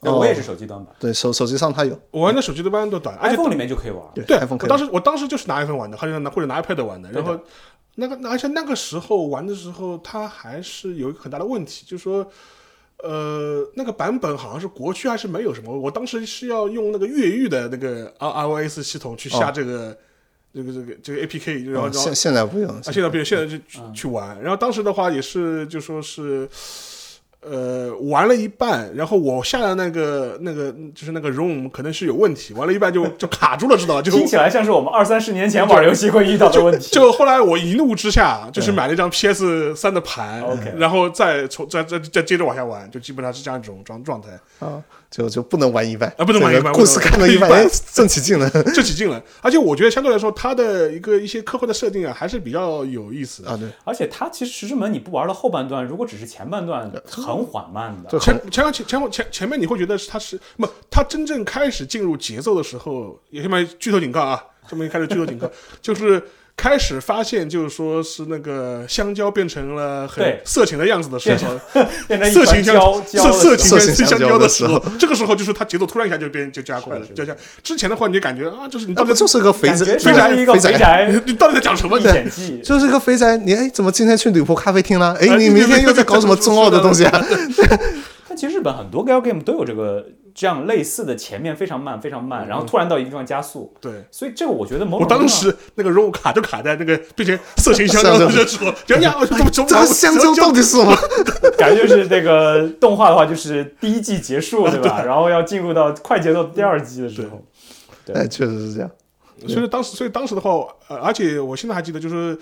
[SPEAKER 5] 对
[SPEAKER 6] 哦
[SPEAKER 5] 我也是手机端版
[SPEAKER 6] 对手手机上它有，
[SPEAKER 4] 我玩的手机端版都短，而且
[SPEAKER 5] ，iPhone 里面就可以玩。
[SPEAKER 6] 啊对
[SPEAKER 4] 对
[SPEAKER 6] iPhone 嗯
[SPEAKER 4] 我
[SPEAKER 6] 可以
[SPEAKER 4] 当时我当时就是拿 iPhone 玩的，或者拿或者拿 iPad 玩的，
[SPEAKER 5] 对
[SPEAKER 4] 然
[SPEAKER 5] 的
[SPEAKER 4] 后那个那而且那个时候玩的时候，它还是有一个很大的问题，就是说。呃，那个版本好像是国区还是没有什么，我当时是要用那个越狱的那个 R iOS 系统去下
[SPEAKER 6] 哦
[SPEAKER 4] 这个、这个这个这个 APK，然后、然
[SPEAKER 6] 嗯
[SPEAKER 4] 后
[SPEAKER 6] 现现在不用，
[SPEAKER 4] 啊，现在不行，现在就去、去玩。然后当时的话也是就说是，呃，玩了一半，然后我下的那个那个就是那个 ROM 可能是有问题，玩了一半就就卡住了，知道吧？就
[SPEAKER 5] 听起来像是我们二三十年前玩游戏会遇到的问题。
[SPEAKER 4] 就后来我一怒之下，就是买了一张 PS 三的盘
[SPEAKER 5] OK
[SPEAKER 4] 然后再从再再再接着往下玩，就基本上是这样一种状状态。
[SPEAKER 6] 啊，就就不能玩一半
[SPEAKER 4] 啊不能玩一半
[SPEAKER 6] 这个
[SPEAKER 4] 不能
[SPEAKER 6] 故事看到一半，
[SPEAKER 4] 玩一
[SPEAKER 6] 哎
[SPEAKER 4] 半，
[SPEAKER 6] 正起劲了
[SPEAKER 4] 这几进了，而且我觉得相对来说，它的一个一些科幻的设定啊，还是比较有意思的。
[SPEAKER 6] 啊！对，
[SPEAKER 5] 而且它其实石之门你不玩到后半段，如果只是前半段，很缓慢的
[SPEAKER 6] 就。很
[SPEAKER 4] 前前前前前前面你会觉得是他是不，他真正开始进入节奏的时候，也先把剧透警告啊，这么一开始剧透警告，就是开始发现就是说是那个香蕉变成了很
[SPEAKER 5] 对
[SPEAKER 4] 色情的样子的时候，
[SPEAKER 5] 变成一
[SPEAKER 4] 色
[SPEAKER 5] 团
[SPEAKER 4] 情香
[SPEAKER 5] 胶胶
[SPEAKER 4] 色
[SPEAKER 5] 的
[SPEAKER 4] 色
[SPEAKER 5] 时
[SPEAKER 4] 情
[SPEAKER 6] 色情
[SPEAKER 4] 香
[SPEAKER 6] 香
[SPEAKER 4] 蕉
[SPEAKER 6] 蕉
[SPEAKER 4] 的
[SPEAKER 6] 的
[SPEAKER 4] 时
[SPEAKER 6] 时
[SPEAKER 4] 候
[SPEAKER 6] 候，
[SPEAKER 4] 这个时候就是他节奏突然一下就变就加快了，就像之前的话你就感觉啊，就是你到
[SPEAKER 6] 那
[SPEAKER 4] 底哎
[SPEAKER 6] 不就是个肥
[SPEAKER 5] 感
[SPEAKER 6] 宅
[SPEAKER 5] 觉
[SPEAKER 6] 肥
[SPEAKER 5] 像
[SPEAKER 6] 宅
[SPEAKER 5] 是一个
[SPEAKER 6] 肥
[SPEAKER 5] 肥宅
[SPEAKER 4] 你到底在讲什么？
[SPEAKER 5] 历
[SPEAKER 4] 你
[SPEAKER 5] 险记，
[SPEAKER 6] 就是个肥宅，你哎，怎么今天去女仆咖啡厅了？
[SPEAKER 4] 啊
[SPEAKER 6] 哎，你
[SPEAKER 4] 你
[SPEAKER 6] 明天又在搞什么中澳的东西啊？
[SPEAKER 5] 但其实日本很多 gal game 都有这个这样类似的，前面非常慢非常慢，然后突然到一个地方加速，
[SPEAKER 4] 对。
[SPEAKER 6] 哦
[SPEAKER 5] 所以这个我觉得某
[SPEAKER 4] 我
[SPEAKER 5] 种
[SPEAKER 4] 当
[SPEAKER 5] 程度
[SPEAKER 4] 时那个 ROM 卡就卡在那个变成色情香蕉的时候，人家我怎么怎
[SPEAKER 6] 这
[SPEAKER 4] 么
[SPEAKER 6] 个香
[SPEAKER 4] 啊
[SPEAKER 6] 蕉到底 是什么？
[SPEAKER 5] 上感觉就是这个动画的话，就是第一季 结束对吧？然后要进入到快节奏第二季的时候，
[SPEAKER 6] 哎，确实是这样。
[SPEAKER 4] 所以当时，所以当时的话，呃，而且我现在还记得，就是，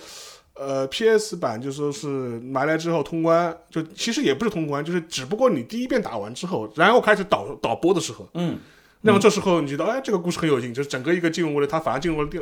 [SPEAKER 4] 呃，PS 版就说是买来之后通关，就其实也不是通关，就是只不过你第一遍打完之后，然后开始导导播的时候，
[SPEAKER 5] 嗯，
[SPEAKER 4] 那么这时候你觉得，哎，这个故事很有劲，就是整个一个进入了，它反而进入了第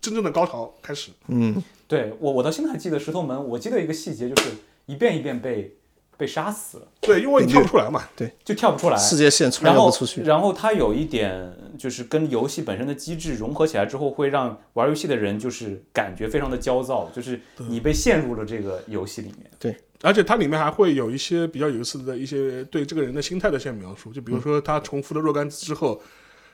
[SPEAKER 4] 真正的高潮开始。
[SPEAKER 6] 嗯，
[SPEAKER 5] 对我我到现在还记得石头门，我记得一个细节就是一遍一遍被被杀死，
[SPEAKER 4] 对，因为
[SPEAKER 6] 嗯
[SPEAKER 4] 你跳不出来嘛。
[SPEAKER 5] 就跳不出来，
[SPEAKER 6] 世界线穿
[SPEAKER 5] 然
[SPEAKER 6] 越
[SPEAKER 5] 后
[SPEAKER 6] 不出去。
[SPEAKER 5] 然后它有一点就是跟游戏本身的机制融合起来之后，会让玩游戏的人就是感觉非常的焦躁，就是你被陷入了这个游戏里面。
[SPEAKER 6] 对，
[SPEAKER 4] 而且它里面还会有一些比较有意思的一些对这个人的心态的一些描述，就
[SPEAKER 6] 嗯
[SPEAKER 4] 比如说他重复了若干次之后，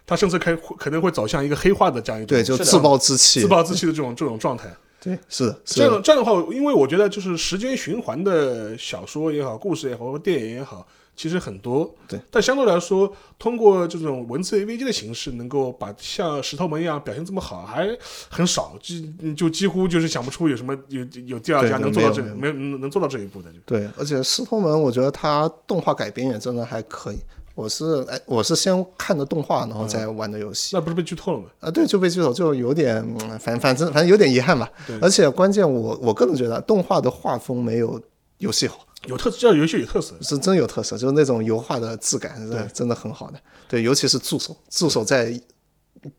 [SPEAKER 4] 他甚至开可能会走向一个黑化的这样一种
[SPEAKER 6] 对，就
[SPEAKER 5] 的
[SPEAKER 6] 是自暴自弃，
[SPEAKER 4] 自暴自弃的这种这种状态。
[SPEAKER 6] 对，是的，是
[SPEAKER 4] 这样
[SPEAKER 6] 的，
[SPEAKER 4] 这样的话，因为我觉得就是时间循环的小说也好，故事也好，或者电影也好，其实很多。
[SPEAKER 6] 对，
[SPEAKER 4] 但相对来说，通过这种文字 AVG 的形式，能够把像石头门一样表现这么好，还很少，就就几乎就是想不出有什么有有第二
[SPEAKER 6] 对
[SPEAKER 4] 家
[SPEAKER 6] 对
[SPEAKER 4] 能做到
[SPEAKER 6] 没有
[SPEAKER 4] 这
[SPEAKER 6] 没
[SPEAKER 4] 没有能做到这一步的。就
[SPEAKER 6] 对，而且《石头门》我觉得它动画改编也真的还可以。我是哎，我是先看的动画，然后再玩的游戏。
[SPEAKER 4] 那不是被剧透了吗？
[SPEAKER 6] 啊，对，就被剧透，就有点，嗯反反正反正有点遗憾吧。而且关键我我个人觉得，啊动画的画风没有游戏好，
[SPEAKER 4] 有特色，这游戏有特色。
[SPEAKER 6] 是真有特色，就是那种油画的质感是真的很好的。对，尤其是助手，助手在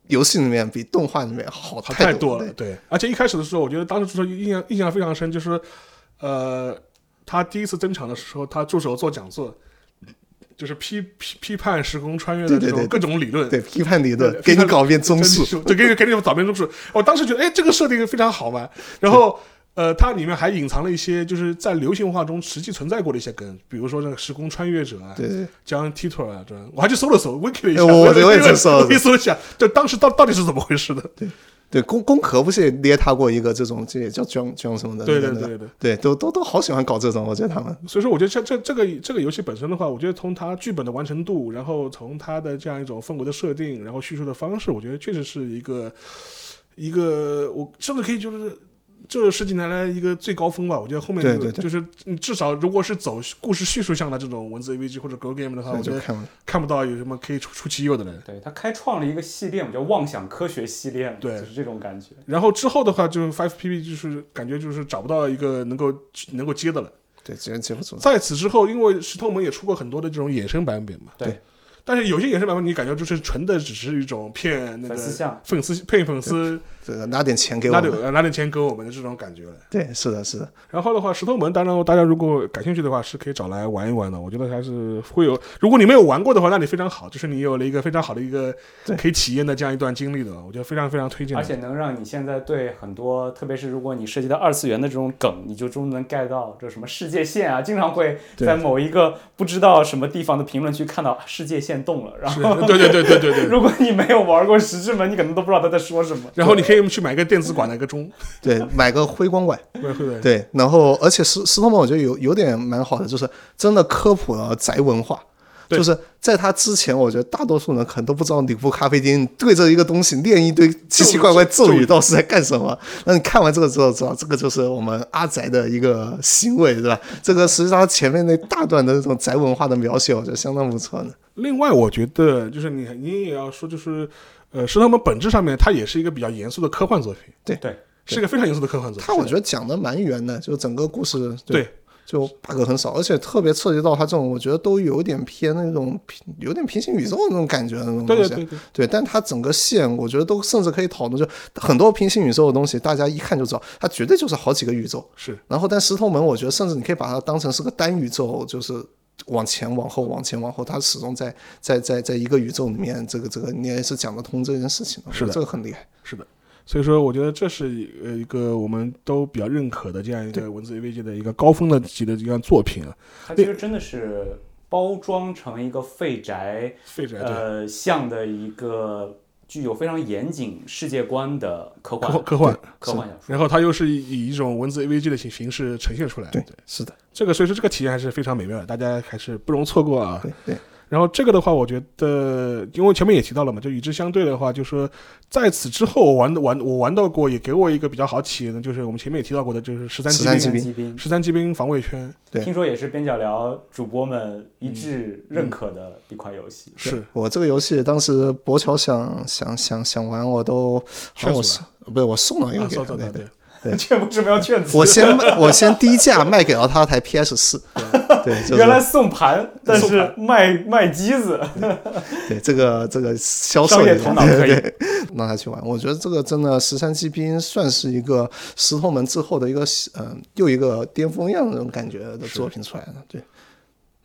[SPEAKER 6] 游戏里面比动画里面好
[SPEAKER 4] 好太
[SPEAKER 6] 哦多
[SPEAKER 4] 多
[SPEAKER 6] 了
[SPEAKER 4] 了，。对。而且一开始的时候，我觉得当时助手印象印象非常深，就是，呃，他第一次登场的时候，他助手做讲座，就是批批批判时空穿越的
[SPEAKER 6] 对对
[SPEAKER 4] 这
[SPEAKER 6] 对
[SPEAKER 4] 种各种理论，
[SPEAKER 6] 对，批判理论
[SPEAKER 4] 对，
[SPEAKER 6] 给
[SPEAKER 4] 非
[SPEAKER 6] 你
[SPEAKER 4] 常
[SPEAKER 6] 搞遍综述。
[SPEAKER 4] 对，给你给你找遍综述。我当时觉得，哎，这个设定非常好玩。然后，呃，它里面还隐藏了一些就是在流行文化中实际存在过的一些梗，比如说这个时空穿越者啊，
[SPEAKER 6] 对对
[SPEAKER 4] ，John Titor 啊，这我还去搜了搜，wiki 了一下，
[SPEAKER 6] 哎我
[SPEAKER 4] 因为
[SPEAKER 6] 我也去搜了搜
[SPEAKER 4] 我也搜了一下，这当时到到底是怎么回事的？对
[SPEAKER 6] 对，宫宫壳不是也捏他过一个这种，这也叫 John John 什么的。
[SPEAKER 4] 对对
[SPEAKER 6] 那个
[SPEAKER 4] 对对
[SPEAKER 6] 对，都都都好喜欢搞这种，我觉得他们。
[SPEAKER 4] 所以说，我觉得这这这个这个游戏本身的话，我觉得从它剧本的完成度，然后从它的这样一种氛围的设定，然后叙述的方式，我觉得确实是一个一个我甚至可以就是这十几年来一个最高峰吧。我觉得后面、那
[SPEAKER 6] 对
[SPEAKER 4] 个、
[SPEAKER 6] 对对
[SPEAKER 4] 就是嗯至少如果是走故事叙述向的这种文字 AVG 或者 Go Game 的话，
[SPEAKER 6] 那
[SPEAKER 4] 啊我觉
[SPEAKER 6] 就
[SPEAKER 4] 得
[SPEAKER 6] 看了。
[SPEAKER 4] 看不到有什么可以出出其右的人。
[SPEAKER 5] 对他开创了一个系列，我们叫妄想科学系列嘛，
[SPEAKER 4] 对
[SPEAKER 5] 就是这种感觉。
[SPEAKER 4] 然后之后的话，就是 Five PB 就是感觉就是找不到一个能够能够接的了。
[SPEAKER 6] 对，接接不住。
[SPEAKER 4] 在此之后，因为石头门也出过很多的这种衍生版本嘛，
[SPEAKER 5] 对，
[SPEAKER 4] 但是有些衍生版本你感觉就是纯的只是一种骗那个
[SPEAKER 5] 粉丝像
[SPEAKER 4] 粉丝骗粉丝
[SPEAKER 6] 这个拿点钱给我
[SPEAKER 4] 拿
[SPEAKER 6] 们。
[SPEAKER 4] 点拿点钱给我们的这种感觉了。
[SPEAKER 6] 对，是的，是的，
[SPEAKER 4] 然后的话，石头门当然大家如果感兴趣的话是可以找来玩一玩的，我觉得还是会有。如果你没有玩过的话，那你非常好，就是你有了一个非常好的一个可以体验的这样一段经历的，我觉得非常非常推荐的。
[SPEAKER 5] 而且能让你现在对很多，特别是如果你涉及到二次元的这种梗，你就终于能 get 到这什么世界线啊，经常会在某一个不知道什么地方的评论区看到啊世界线动了，然
[SPEAKER 4] 是，
[SPEAKER 5] 后。
[SPEAKER 4] 对对对对对 对。
[SPEAKER 5] 如果你没有玩过《石之门》，你可能都不知道他在 说什么。
[SPEAKER 4] 然后你可以去买一个电子管的一个钟，
[SPEAKER 6] 对，买个辉光管，
[SPEAKER 4] 会会的。
[SPEAKER 6] 对，然后而且石石头门我觉得有有点蛮好的，就是真的科普了宅文化，
[SPEAKER 4] 对
[SPEAKER 6] 就是在他之前，我觉得大多数人可能都不知道里布咖啡厅对着一个东西念一堆奇奇怪怪咒语到底是在干什么。那你看完这个之后，知道这个就是我们阿宅的一个行为，是吧？这个实际上前面那大段的那种宅文化的描写，我觉得相当不错的。
[SPEAKER 4] 另外，我觉得就是你你也要说，就是呃，石头门本质上面它也是一个比较严肃的科幻作品，
[SPEAKER 5] 对，
[SPEAKER 4] 是一个非常严肃的科幻作品。
[SPEAKER 6] 他我觉得讲的蛮圆的，就整个故事就
[SPEAKER 4] 对
[SPEAKER 6] 就 bug 很少，而且特别涉及到它这种，我觉得都有点偏那种平有点平行宇宙那种感觉的那种东
[SPEAKER 4] 对
[SPEAKER 6] 西。
[SPEAKER 4] 对对对，
[SPEAKER 6] 对但它整个线，我觉得都甚至可以讨论，就很多平行宇宙的东西，大家一看就知道，它绝对就是好几个宇宙。
[SPEAKER 4] 是
[SPEAKER 6] 然后，但石头门，我觉得甚至你可以把它当成是个单宇宙，就是往前、往后、往前、往后，它始终在在在在一个宇宙里面，这个这个你也是讲得通这件事情的。我觉
[SPEAKER 4] 是
[SPEAKER 6] 得
[SPEAKER 4] 的
[SPEAKER 6] 这个很厉害。
[SPEAKER 4] 是的。所以说，我觉得这是一呃一个我们都比较认可的这样一个文字 AVG 的一个高峰的级的一个作品啊。
[SPEAKER 5] 他其实真的是包装成一个废宅
[SPEAKER 4] 废宅对
[SPEAKER 5] 呃像的一个具有非常严谨世界观的科
[SPEAKER 4] 科
[SPEAKER 5] 幻
[SPEAKER 4] 幻科幻，
[SPEAKER 5] 科幻小说。
[SPEAKER 4] 然后它又是以一种文字 AVG 的形形式呈现出来。对，
[SPEAKER 6] 是的，
[SPEAKER 4] 这个所以说这个体验还是非常美妙的，大家还是不容错过啊。
[SPEAKER 6] 对对
[SPEAKER 4] 然后这个的话，我觉得，因为前面也提到了嘛，就与之相对的话，就是说在此之后我玩的玩我玩到过，也给我一个比较好体验的，就是我们前面也提到过的，就是十三
[SPEAKER 6] 十三
[SPEAKER 4] 骑
[SPEAKER 6] 骑
[SPEAKER 4] 兵
[SPEAKER 6] 兵
[SPEAKER 5] 骑兵
[SPEAKER 4] 十三骑兵防卫圈
[SPEAKER 6] 对
[SPEAKER 5] 听说也是边角聊主播们一致认可的一款游
[SPEAKER 6] 嗯
[SPEAKER 5] 戏。
[SPEAKER 4] 是
[SPEAKER 6] 我这个游戏当时博乔想想想想玩，我都好
[SPEAKER 4] 劝
[SPEAKER 6] 像我
[SPEAKER 4] 阻
[SPEAKER 6] 送不是我送了一个
[SPEAKER 4] 啊，
[SPEAKER 6] 给
[SPEAKER 4] 操
[SPEAKER 6] 他，
[SPEAKER 4] 操
[SPEAKER 6] 对
[SPEAKER 4] 操，
[SPEAKER 6] 对
[SPEAKER 4] 对，，
[SPEAKER 5] 这为什么要劝阻？
[SPEAKER 6] 我先我先低价卖给了他台 PS 四，对，就是
[SPEAKER 5] 原来送盘，但是卖卖机子，
[SPEAKER 6] 对这个这个销售
[SPEAKER 5] 商业
[SPEAKER 6] 也
[SPEAKER 5] 头脑可以。
[SPEAKER 6] 让他去玩。我觉得这个真的十三骑兵算是一个石头门之后的一个嗯、又一个巅峰一样的那种感觉的作品出来了，对。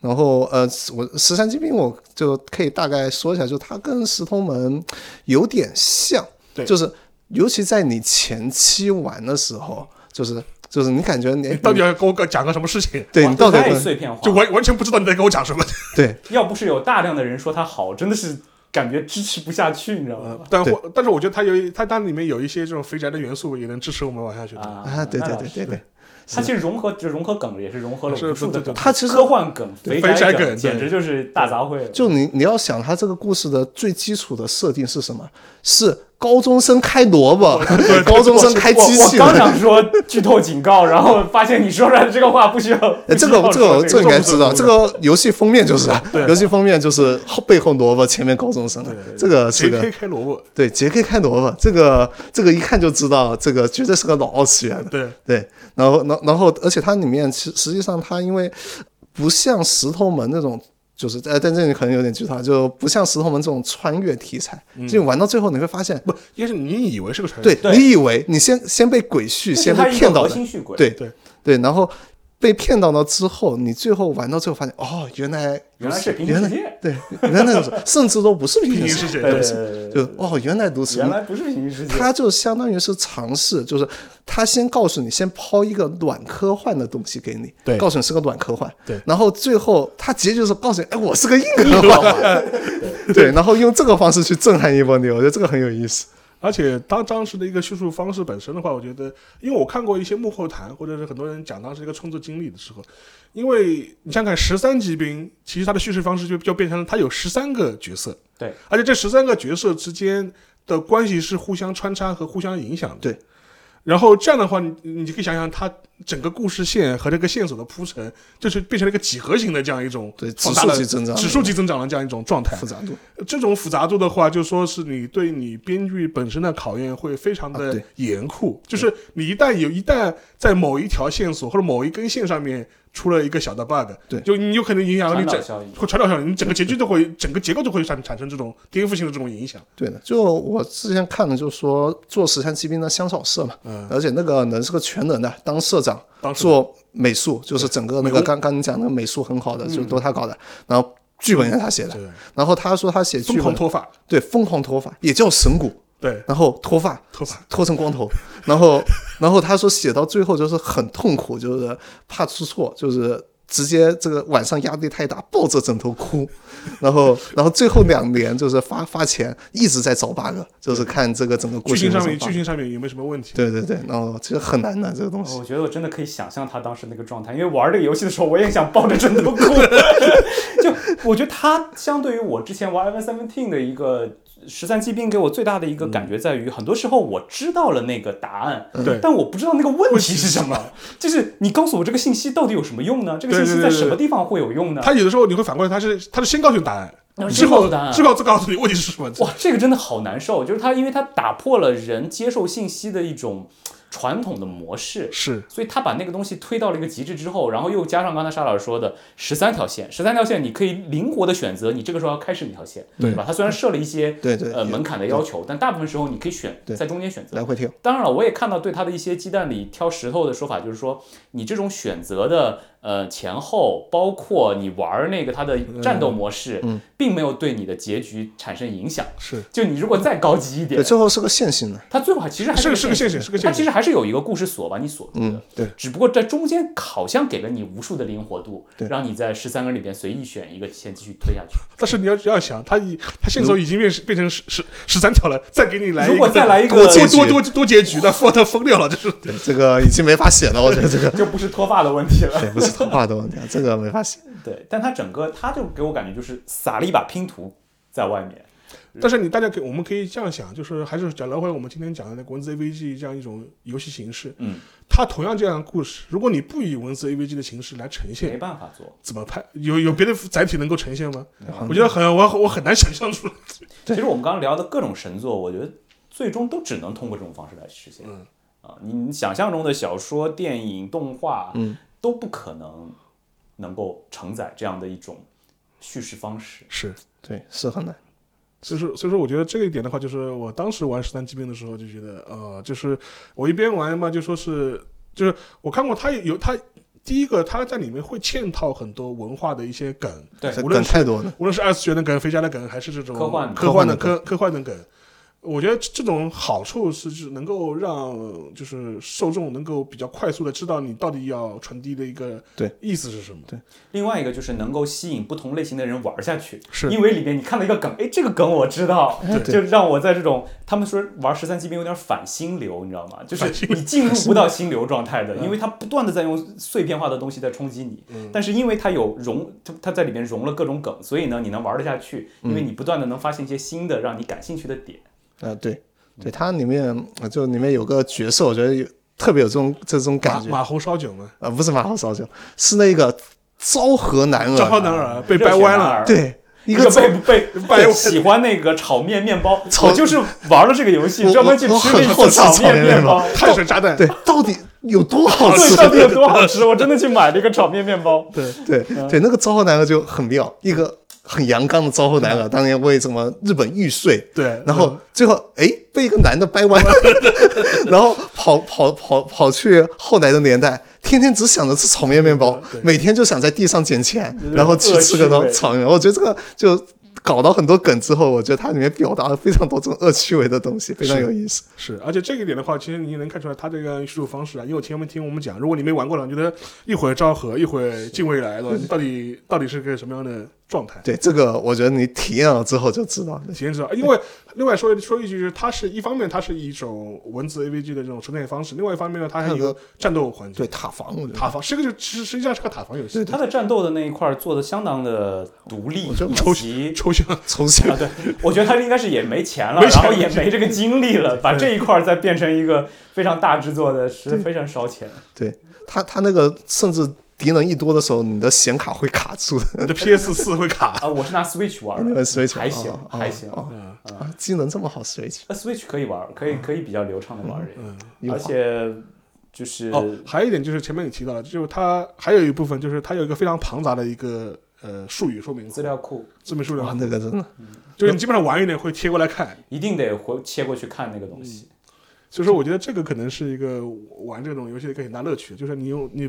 [SPEAKER 6] 然后呃，我十三骑兵我就可以大概说一下，就它跟石头门有点像，
[SPEAKER 4] 对
[SPEAKER 6] 就是尤其在你前期玩的时候，就是就是你感觉你
[SPEAKER 4] 你 到底要跟我讲个什么事情？
[SPEAKER 6] 对你到底
[SPEAKER 5] 太碎片化，
[SPEAKER 4] 就完完全不知道你在跟我讲什么。
[SPEAKER 6] 啊对
[SPEAKER 5] 要不是有大量的人说它好，真的是感觉支持不下去，你知道吗？
[SPEAKER 4] 但
[SPEAKER 6] 对
[SPEAKER 4] 或但是我觉得它有一它它里面有一些这种肥宅的元素，也能支持我们往下去。
[SPEAKER 5] 啊
[SPEAKER 6] 啊，对
[SPEAKER 5] 那
[SPEAKER 6] 对
[SPEAKER 5] 倒
[SPEAKER 6] 对
[SPEAKER 5] 是
[SPEAKER 6] 对对，
[SPEAKER 5] 它其实融合就融合梗也是融合了
[SPEAKER 4] 是
[SPEAKER 5] 无数的
[SPEAKER 4] 对对
[SPEAKER 5] 梗，
[SPEAKER 4] 对
[SPEAKER 6] 它其实
[SPEAKER 5] 科幻梗、
[SPEAKER 4] 对
[SPEAKER 5] 肥
[SPEAKER 4] 肥宅梗
[SPEAKER 5] 梗，
[SPEAKER 4] 对
[SPEAKER 5] 简直就是大杂烩。
[SPEAKER 6] 就你你要想他这个故事的最基础的设定是什么？是高中生开萝卜， 高中生开
[SPEAKER 5] 我
[SPEAKER 6] 机
[SPEAKER 5] 我
[SPEAKER 6] 器
[SPEAKER 5] 刚想
[SPEAKER 6] 人。
[SPEAKER 5] 说剧透警告，然后发现你说出来的这个话不需要。
[SPEAKER 6] 呃，这个
[SPEAKER 5] 不
[SPEAKER 6] 这
[SPEAKER 5] 需要说
[SPEAKER 6] 个这个应该知道，
[SPEAKER 5] 这
[SPEAKER 6] 这
[SPEAKER 5] 个
[SPEAKER 6] 个游戏封面就是啊，游戏封面就是后背后萝卜，前面高中生啊
[SPEAKER 4] 对对，对
[SPEAKER 6] 这个是
[SPEAKER 4] 谁
[SPEAKER 6] 个
[SPEAKER 4] 开开萝卜？
[SPEAKER 6] 对杰克开萝卜，这个这个一看就知道，这个绝对是个老二次元的。
[SPEAKER 4] 对，
[SPEAKER 6] 对，然后，然然后，而且它里面实实际上它因为不像石头门那种，就是呃，但这里可能有点剧透，就不像石头门这种穿越题材，就玩到最后你会发现，
[SPEAKER 4] 不，也是你以为是个成人
[SPEAKER 6] 对
[SPEAKER 5] 嗯对
[SPEAKER 6] 你以为你先先被鬼续，
[SPEAKER 5] 这是
[SPEAKER 6] 先
[SPEAKER 5] 它
[SPEAKER 6] 被
[SPEAKER 5] 一个
[SPEAKER 6] 骗到
[SPEAKER 5] 核
[SPEAKER 6] 的，
[SPEAKER 5] 心续轨
[SPEAKER 6] 对
[SPEAKER 4] 对
[SPEAKER 6] 对，然后被骗到了之后，你最后玩到最后发现，哦，原来
[SPEAKER 5] 原来是平
[SPEAKER 6] 原
[SPEAKER 5] 行世
[SPEAKER 6] 来
[SPEAKER 5] 界，
[SPEAKER 6] 对，原来那种 甚至都不是平
[SPEAKER 4] 平
[SPEAKER 6] 行
[SPEAKER 4] 行世界
[SPEAKER 5] 对
[SPEAKER 4] 对
[SPEAKER 5] 对
[SPEAKER 6] 对
[SPEAKER 5] 对
[SPEAKER 6] 就
[SPEAKER 5] 对对
[SPEAKER 6] 哦，原来如此，
[SPEAKER 5] 呃原来不是平行世界。
[SPEAKER 6] 它就相当于是尝试，就是他先告诉你，先抛一个软科幻的东西给你，
[SPEAKER 4] 对
[SPEAKER 6] 告诉你是个软科幻，
[SPEAKER 4] 对
[SPEAKER 6] 然后最后他结局是告诉你，哎，我是个硬科幻， 对，然后用这个方式去震撼一波你，我觉得这个很有意思，
[SPEAKER 4] 而且当当时的一个叙述方式本身的话，我觉得，因为我看过一些幕后谈，或者是很多人讲当时一个创作经历的时候，因为你想想看十三级兵，其实他的叙事方式就就变成了他有十三个角色，
[SPEAKER 5] 对，
[SPEAKER 4] 而且这十三个角色之间的关系是互相穿插和互相影响的，
[SPEAKER 6] 对。
[SPEAKER 4] 然后这样的话，你你可以想想，它整个故事线和这个线索的铺陈，就是变成了一个几何形的这样一种
[SPEAKER 6] 对
[SPEAKER 4] 放大了
[SPEAKER 6] 指数级增长
[SPEAKER 4] 指数级增长的这样一种状态
[SPEAKER 6] 复。杂度，
[SPEAKER 4] 这种复杂度的话，就说是你对你编剧本身的考验会非常
[SPEAKER 6] 啊
[SPEAKER 4] 的
[SPEAKER 6] 对
[SPEAKER 4] 严酷，就是你一旦有一旦在某一条线索或者某一根线上面出了一个小的 bug，
[SPEAKER 6] 对
[SPEAKER 4] 就你有可能影响到你
[SPEAKER 5] 传导
[SPEAKER 4] 整
[SPEAKER 5] 效应
[SPEAKER 4] 会传导效应，你整个结局都会整个结构都会产产生这种颠覆性的这种影响。
[SPEAKER 6] 对的，就我之前看的，就是说做十三骑兵的香草社嘛，而且那个人是个全能的，当社长，
[SPEAKER 4] 嗯当时
[SPEAKER 6] 做美术，就是整个那
[SPEAKER 4] 美
[SPEAKER 6] 个
[SPEAKER 4] 工嗯
[SPEAKER 6] 刚刚你讲那个美术很好的，就都他搞的，然后剧本也是他写的
[SPEAKER 4] 对，
[SPEAKER 6] 然后他说他写
[SPEAKER 4] 疯
[SPEAKER 6] 剧
[SPEAKER 4] 狂
[SPEAKER 6] 本，
[SPEAKER 4] 脱发，
[SPEAKER 6] 对，疯狂脱发，也叫神谷，
[SPEAKER 4] 对，
[SPEAKER 6] 然后脱发，
[SPEAKER 4] 脱发，
[SPEAKER 6] 脱成光头，然后， 然后他说写到最后就是很痛苦，就是怕出错，就是直接这个晚上压力太大，抱着枕头哭，然后， 然后最后两年就是发发钱一直在找 bug，就是看这个整个故
[SPEAKER 4] 剧
[SPEAKER 6] 事
[SPEAKER 4] 情
[SPEAKER 6] 有
[SPEAKER 4] 上
[SPEAKER 6] 什么
[SPEAKER 4] 面
[SPEAKER 6] bug
[SPEAKER 4] 剧情上面有没有什么问题？
[SPEAKER 6] 对对对，然后其实很难的这个东西。
[SPEAKER 5] 哦
[SPEAKER 4] 哦
[SPEAKER 5] 我觉得我真的可以想象他当时那个状态，因为玩这个游戏的时候，我也想抱着枕头 哭。就我觉得他相对于我之前玩 F Seventeen 的一个十三骑兵，给我最大的一个感觉在于，很多时候我知道了那个答案，
[SPEAKER 4] 对
[SPEAKER 5] 但我不知道那个问题是什么。就是你告诉我这个信息到底有什么用呢？这个
[SPEAKER 4] 对
[SPEAKER 5] 信息
[SPEAKER 4] 对
[SPEAKER 5] 在
[SPEAKER 4] 对对
[SPEAKER 5] 什么地方会有用呢？
[SPEAKER 4] 他有的时候你会反过来，他是他是先告诉你答案
[SPEAKER 5] 嗯，
[SPEAKER 4] 之
[SPEAKER 5] 先告
[SPEAKER 4] 后
[SPEAKER 5] 诉答案
[SPEAKER 4] 之后再告诉你问题是什么。
[SPEAKER 5] 哇，这个真的好难受，就是他，因为他打破了人接受信息的一种传统的模式。
[SPEAKER 4] 是
[SPEAKER 5] 所以他把那个东西推到了一个极致之后，然后又加上刚才沙老师说的十三条线，十三条线你可以灵活的选择你这个时候要开始哪条线，对吧？他虽然设了一些
[SPEAKER 6] 对对
[SPEAKER 5] 呃
[SPEAKER 6] 也
[SPEAKER 5] 门槛的要求，但大部分时候你可以选在中间选择
[SPEAKER 6] 来。回跳，
[SPEAKER 5] 当然了，我也看到对他的一些鸡蛋里挑石头的说法，就是说你这种选择的呃前后，包括你玩儿那个它的战
[SPEAKER 6] 嗯
[SPEAKER 5] 斗模式，并没有对你的结局产生影响。
[SPEAKER 4] 是
[SPEAKER 5] 就你如果再高级一点
[SPEAKER 6] 对，，最后是个线性的，
[SPEAKER 5] 它最后还其实还
[SPEAKER 4] 是
[SPEAKER 5] 个
[SPEAKER 4] 个是个
[SPEAKER 5] 线
[SPEAKER 4] 现
[SPEAKER 5] 性
[SPEAKER 4] 实，是个
[SPEAKER 5] 它
[SPEAKER 4] 现
[SPEAKER 5] 其
[SPEAKER 4] 实。
[SPEAKER 5] 实还是有一个故事锁把你锁住的。
[SPEAKER 6] 嗯，对，
[SPEAKER 5] 只不过在中间好像给了你无数的灵活度，
[SPEAKER 6] 对
[SPEAKER 5] 让你在十三个里边随意选一个线继续推下去。
[SPEAKER 4] 但是你要要想，他已他线索已经变变成十十十三条了，再给你来一个
[SPEAKER 5] 如果再来一个
[SPEAKER 4] 多
[SPEAKER 5] 结
[SPEAKER 4] 多
[SPEAKER 6] 局
[SPEAKER 4] 多多多结局的，疯他疯掉了，就是
[SPEAKER 6] 对这个已经没法写了，我觉得 这个
[SPEAKER 5] 就不是脱发的问题了。
[SPEAKER 6] 也不是童话的问题，啊，这个没法写。
[SPEAKER 5] 对，但它整个它就给我感觉就是撒了一把拼图在外面。
[SPEAKER 4] 但是你大家可以，我们可以这样想，就是还是讲聊回我们今天讲的那个文字 AVG 这样一种游戏形式，
[SPEAKER 5] 嗯，
[SPEAKER 4] 它同样这样的故事，如果你不以文字 AVG 的形式来呈
[SPEAKER 5] 没
[SPEAKER 4] 现，
[SPEAKER 5] 办法做。
[SPEAKER 4] 怎么拍？有有别的载体能够呈现吗？我觉得很我我很难想象出来。
[SPEAKER 5] 其实我们刚刚聊的各种神作，我觉得最终都只能通过这种方式来实现。
[SPEAKER 4] 嗯
[SPEAKER 5] 啊，你你想象中的小说、电影、动画，嗯，都不可能能够承载这样的一种叙事方式。
[SPEAKER 4] 是，
[SPEAKER 6] 对，是很难。
[SPEAKER 4] 所以说，所以说，我觉得这个一点的话，就是我当时玩十三骑兵的时候就觉得，呃，就是我一边玩嘛，就说是，就是我看过他有他第一个，他在里面会嵌套很多文化的一些梗，
[SPEAKER 5] 对
[SPEAKER 6] 这
[SPEAKER 4] 无论
[SPEAKER 6] 梗
[SPEAKER 4] 是
[SPEAKER 6] 太多了，
[SPEAKER 4] 无论是二次元的梗、肥宅的梗，还是这种
[SPEAKER 5] 科幻的
[SPEAKER 4] 科幻的
[SPEAKER 6] 科幻
[SPEAKER 4] 科科幻的梗，我觉得这这种好处是，就是能够让就是受众能够比较快速的知道你到底要传递的一个
[SPEAKER 6] 对
[SPEAKER 4] 意思是什么。对，
[SPEAKER 5] 另外一个就是能够吸引不同类型的人玩下去，
[SPEAKER 4] 是
[SPEAKER 5] 因为里边你看到一个梗，哎，这个梗我知 道，就让我在这种他们说玩十三级兵有点反心流，你知道吗？就是你进入不到心流状 态的，
[SPEAKER 6] 嗯
[SPEAKER 5] 因为它不断的在用碎片化的东西在冲击你，但是因为它有融，它它在里边融了各种梗，所以呢你能玩得下去，
[SPEAKER 6] 嗯
[SPEAKER 5] 因为你不断的能发现一些新的让你感兴趣的点。
[SPEAKER 6] 啊、对对，它里面呃就里面有个角色，我觉得有特别有这种这种感
[SPEAKER 4] 马
[SPEAKER 6] 觉啊、
[SPEAKER 4] 马猴烧酒嘛，
[SPEAKER 6] 不是马后烧酒，是那个昭和男
[SPEAKER 4] 赵浩
[SPEAKER 6] 儿，啊
[SPEAKER 4] 男儿啊被掰弯了，，
[SPEAKER 6] 对，一
[SPEAKER 5] 一
[SPEAKER 6] 个
[SPEAKER 5] 个
[SPEAKER 6] 昭
[SPEAKER 5] 被 被
[SPEAKER 4] 掰
[SPEAKER 5] 被喜欢那个炒面面包，
[SPEAKER 6] 炒
[SPEAKER 5] 我就是玩了这个游
[SPEAKER 6] 我
[SPEAKER 5] 戏，专门去
[SPEAKER 6] 我我
[SPEAKER 5] 吃
[SPEAKER 6] 很
[SPEAKER 5] 那
[SPEAKER 6] 好
[SPEAKER 5] 个
[SPEAKER 6] 吃炒
[SPEAKER 5] 面
[SPEAKER 6] 面面包
[SPEAKER 5] 包。
[SPEAKER 4] 碳水炸弹。
[SPEAKER 6] 对，到底有多好吃
[SPEAKER 5] 对，？到底有多好 吃？我真的去买了一个炒面面包。对，
[SPEAKER 6] 对对，那个昭和男儿就很妙，一个很阳刚的昭和男儿，当年为什么日本玉碎，
[SPEAKER 4] 对
[SPEAKER 6] 然后最后哎被一个男的掰弯， 然后跑跑跑跑去后来的年代，天天只想着吃炒面面包，每天就想在地上捡钱，然后去吃个
[SPEAKER 5] 恶趣味
[SPEAKER 6] 炒面。我觉得这个就搞到很多梗之后，我觉得它里面表达了非常多这种恶趣味的东西，非常有意思。
[SPEAKER 4] 是，而且这个点的话，其实你也能看出来他这个叙述方式啊，因为我前面听我们讲，如果你没玩过的话，你觉得一会儿昭和，一会儿近未来的，你到底到底是个什么样的状态？
[SPEAKER 6] 对这个，我觉得你体验了之后就知道了。
[SPEAKER 4] 体验知道，因为另外说一说一句，就是它是一方面，它是一种文字 AVG 的这种呈现方式；，另外一方面呢，它还有一个战斗环节，
[SPEAKER 6] 对塔防，我觉得
[SPEAKER 4] 塔防，这个就实实际上是个塔防游戏，
[SPEAKER 5] 他的战斗的那一块儿做的相当的独立，
[SPEAKER 6] 就
[SPEAKER 5] 以及
[SPEAKER 4] 抽象，
[SPEAKER 6] 抽象
[SPEAKER 5] 啊，对，我觉得他应该是也没钱了，
[SPEAKER 4] 没钱
[SPEAKER 5] 然后也没这个精力了，把这一块儿再变成一个非常大制作的，是非常烧钱。
[SPEAKER 6] 对他他那个甚至敌人一多的时候，你的显卡会卡住的。
[SPEAKER 4] 你的 PS 四会卡。
[SPEAKER 5] 啊，我是拿 Switch 玩
[SPEAKER 6] 你
[SPEAKER 4] 嗯
[SPEAKER 5] 的
[SPEAKER 6] 们 Switch
[SPEAKER 5] 还行
[SPEAKER 6] 哦，哦
[SPEAKER 5] 还行。嗯
[SPEAKER 6] 哦啊技能这么好，Switch
[SPEAKER 5] 那 Switch 可以玩，可以可以比较流畅的玩这
[SPEAKER 6] 嗯
[SPEAKER 5] 个，而且就是
[SPEAKER 4] 哦，还有一点就是前面你提到的，就是它还有一部分就是它有一个非常庞杂的一个呃术语说明
[SPEAKER 5] 资料库
[SPEAKER 4] 字幕数
[SPEAKER 6] 哇，
[SPEAKER 4] 量，
[SPEAKER 6] 那
[SPEAKER 5] 嗯
[SPEAKER 6] 个真的
[SPEAKER 4] 就是你基本上玩一点会贴过来看，
[SPEAKER 5] 一定得回切过去看那个东西。
[SPEAKER 4] 嗯所以说，我觉得这个可能是一个玩这种游戏的一个很大乐趣，就是你用你，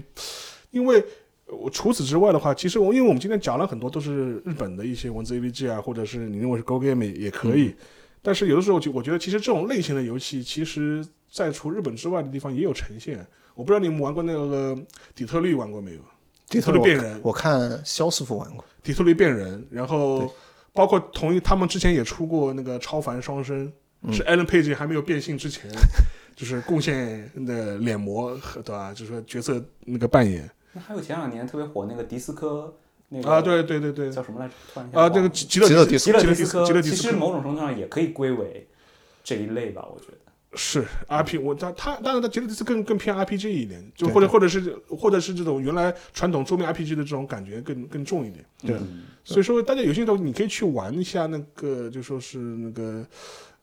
[SPEAKER 4] 因为我除此之外的话，其实我因为我们今天讲了很多都是日本的一些文字 AVG 啊，或者是你认为是 Go Game 也也可以，但是有的时候就我觉得其实这种类型的游戏，其实在除日本之外的地方也有呈现。我不知道你们玩过那个底特律玩过没有？底特律变人，
[SPEAKER 6] 我看肖师傅玩过，
[SPEAKER 4] 底特律变人，然后包括同一他们之前也出过那个超凡双生，是 Alan Page 还没有变性之前，就是贡献的脸模和对吧？就是说角色那个扮演
[SPEAKER 5] 那还有前两年特别火那个迪斯科那个
[SPEAKER 4] 啊，对对对对
[SPEAKER 5] 叫什么来着？突然一下
[SPEAKER 4] 啊，
[SPEAKER 5] 忘
[SPEAKER 4] 这个
[SPEAKER 5] 了
[SPEAKER 4] 吉吉勒
[SPEAKER 6] 吉勒
[SPEAKER 4] 迪
[SPEAKER 6] 迪
[SPEAKER 5] 极
[SPEAKER 4] 斯
[SPEAKER 5] 乐
[SPEAKER 4] 勒
[SPEAKER 5] 迪
[SPEAKER 4] 迪
[SPEAKER 5] 斯
[SPEAKER 4] 斯
[SPEAKER 5] 科，
[SPEAKER 4] 吉勒迪
[SPEAKER 5] 其
[SPEAKER 4] 斯
[SPEAKER 5] 实
[SPEAKER 4] 科
[SPEAKER 5] 某种程度上也可以归为这一类吧，我觉得。
[SPEAKER 6] 嗯
[SPEAKER 4] 是 RP，我他他当然他吉勒迪斯更更偏 RPG 一点，就
[SPEAKER 6] 对
[SPEAKER 4] 或者
[SPEAKER 6] 对
[SPEAKER 4] 或者是或者是这种原来传统桌面 RPG 的这种感觉更更重一点。
[SPEAKER 6] 对
[SPEAKER 5] 嗯
[SPEAKER 4] 所以说，大家有兴趣的话，你可以去玩一下那个，就说是那个，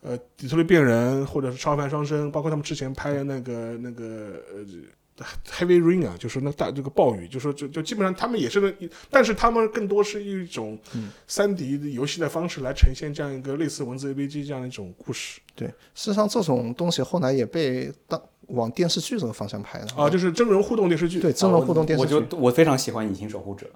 [SPEAKER 4] 呃，底特律变人，或者是超凡双生，包括他们之前拍的那个那个呃，Heavy Rain 啊，就是那大这个暴雨，就说就就基本上他们也是那，但是他们更多是一种
[SPEAKER 6] 嗯
[SPEAKER 4] 三 D 的游戏的方式来呈现这样一个类似文字 AVG 这样一种故事
[SPEAKER 6] 对，事实上这种东西后来也被当往电视剧这个方向拍了
[SPEAKER 4] 啊，就是真人互动电视剧。
[SPEAKER 6] 对，真人互动电视
[SPEAKER 5] 啊我
[SPEAKER 6] 剧，
[SPEAKER 5] 就我非常喜欢《隐形守护者》，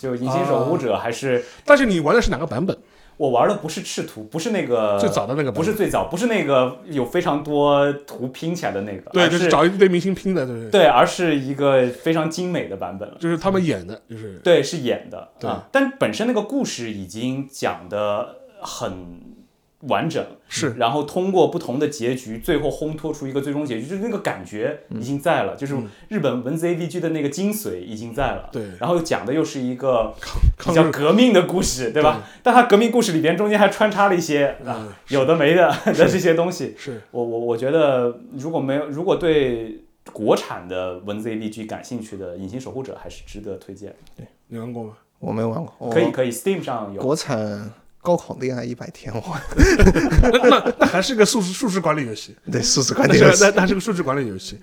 [SPEAKER 5] 就《隐形守
[SPEAKER 4] 啊
[SPEAKER 5] 护者》还是
[SPEAKER 4] 但是你玩的是哪个版本？
[SPEAKER 5] 我玩的不是赤兔，不是那个
[SPEAKER 4] 最早的那个版本
[SPEAKER 5] 不是最早，不是那个有非常多图拼起来的那个，
[SPEAKER 4] 对，
[SPEAKER 5] 而
[SPEAKER 4] 就是找一堆明星拼的，对对，
[SPEAKER 5] 对，而是一个非常精美的版本了。
[SPEAKER 4] 就是他们演的，就是
[SPEAKER 5] 对，是演的
[SPEAKER 4] 对
[SPEAKER 5] 啊，但本身那个故事已经讲的很完整，
[SPEAKER 4] 是
[SPEAKER 5] 然后通过不同的结局，最后烘托出一个最终结局，就是那个感觉已经在了，就是日本文字 A V G 的那个精髓已经在了，
[SPEAKER 4] 嗯对
[SPEAKER 5] 然后讲的又是一个比
[SPEAKER 4] 抗
[SPEAKER 5] 较
[SPEAKER 4] 日
[SPEAKER 5] 革命的故事，对吧？但它革命故事里边中间还穿插了一些
[SPEAKER 4] 嗯
[SPEAKER 5] 啊有的没的的这些东西，
[SPEAKER 4] 是
[SPEAKER 5] 我我我觉得如果没有如果对。国产的文字 A B G 感兴趣的《隐形守护者》还是值得推荐。
[SPEAKER 4] 你玩过吗？
[SPEAKER 6] 我没玩
[SPEAKER 4] 哦
[SPEAKER 6] 过，
[SPEAKER 5] 可以
[SPEAKER 6] 我
[SPEAKER 5] 可以，Steam 上有。
[SPEAKER 6] 国产高考恋爱一百天，我
[SPEAKER 4] 那还是个数值数值管理游戏。
[SPEAKER 6] 啊对数 字观
[SPEAKER 4] 那是
[SPEAKER 6] 点游
[SPEAKER 4] 个
[SPEAKER 6] 戏
[SPEAKER 4] 那那是个数值管理游戏。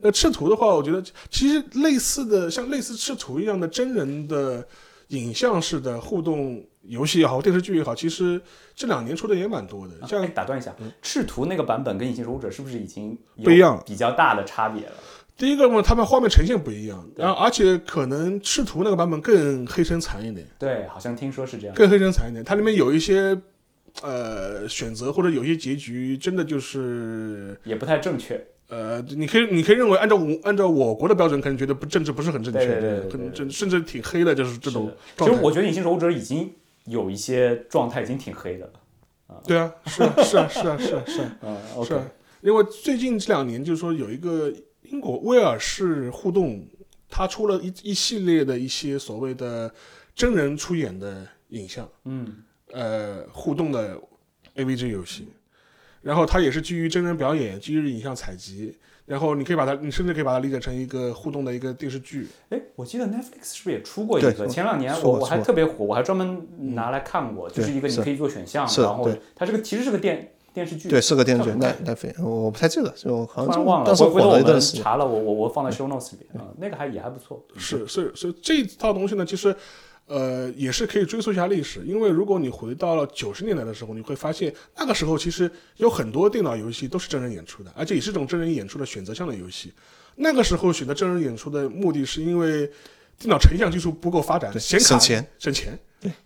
[SPEAKER 4] 呃，赤图的话，我觉得其实类似的，像类似赤图一样的真人的影像式的互动游戏也好，电视剧也好，其实这两年出的也蛮多的。像嗯
[SPEAKER 5] 哎，打断一下，赤图那个版本跟《隐形守护者》是不是已经有
[SPEAKER 4] 不一样了
[SPEAKER 5] 比较大的差别了？
[SPEAKER 4] 第一个嘛，他们画面呈现不一样，然后而且可能赤图那个版本更黑深残一点，
[SPEAKER 5] 对，好像听说是这样。
[SPEAKER 4] 更黑深残一点。它里面有一些呃选择或者有些结局真的就是
[SPEAKER 5] 也不太正确。
[SPEAKER 4] 呃，你可以你可以认为按照我按照我国的标准，可能觉得不政治不是很正确，
[SPEAKER 5] 对对对对对
[SPEAKER 4] 可能甚甚至挺黑的，就是这种
[SPEAKER 5] 其
[SPEAKER 4] 状
[SPEAKER 5] 实
[SPEAKER 4] 态。
[SPEAKER 5] 我觉得隐形守护者已经有一些状态已经挺黑的了。
[SPEAKER 4] 对啊，是啊，是啊，是啊，是啊， 是啊，
[SPEAKER 5] 嗯
[SPEAKER 4] 是啊因为最近这两年就是说有一个英国威尔士互动，它出了一一系列的一些所谓的真人出演的影像，
[SPEAKER 5] 嗯，
[SPEAKER 4] 呃互动的 AVG 游戏，然后它也是基于真人表演、基于影像采集，然后你可以把它，你甚至可以把它理解成一个互动的一个电视剧。
[SPEAKER 5] 哎，我记得 Netflix 是不是也出过一
[SPEAKER 6] 对
[SPEAKER 5] 个？
[SPEAKER 6] 出
[SPEAKER 5] 前两年
[SPEAKER 6] 出
[SPEAKER 5] 我
[SPEAKER 6] 过
[SPEAKER 5] 我还
[SPEAKER 6] 出过
[SPEAKER 5] 特别火，我还专门拿来看过，就是一个你
[SPEAKER 6] 是
[SPEAKER 5] 可以做选项，
[SPEAKER 6] 是
[SPEAKER 5] 然后
[SPEAKER 6] 对
[SPEAKER 5] 它这个其实是个电电视剧，
[SPEAKER 6] 对，是个 电视剧，
[SPEAKER 5] 叫什么
[SPEAKER 6] 奈奈飞，我不太记得，就好
[SPEAKER 5] 突然
[SPEAKER 6] 像就
[SPEAKER 5] 忘了，
[SPEAKER 6] 当时
[SPEAKER 5] 回回
[SPEAKER 6] 火
[SPEAKER 5] 头
[SPEAKER 6] 了
[SPEAKER 5] 我
[SPEAKER 6] 一段
[SPEAKER 5] 们
[SPEAKER 6] 时间。嗯
[SPEAKER 5] 查了，我我我放在 show notes 里面啊，那个还也还不错。
[SPEAKER 4] 是是是，这套东西呢，其实，呃，也是可以追溯一下历史，因为如果你回到了九十年代的时候，你会发现那个时候其实有很多电脑游戏都是真人演出的，而且也是一种真人演出的选择项的游戏。那个时候选择真人演出的目的是因为电脑成像技术不够发展，显卡
[SPEAKER 6] 省钱
[SPEAKER 4] 省钱。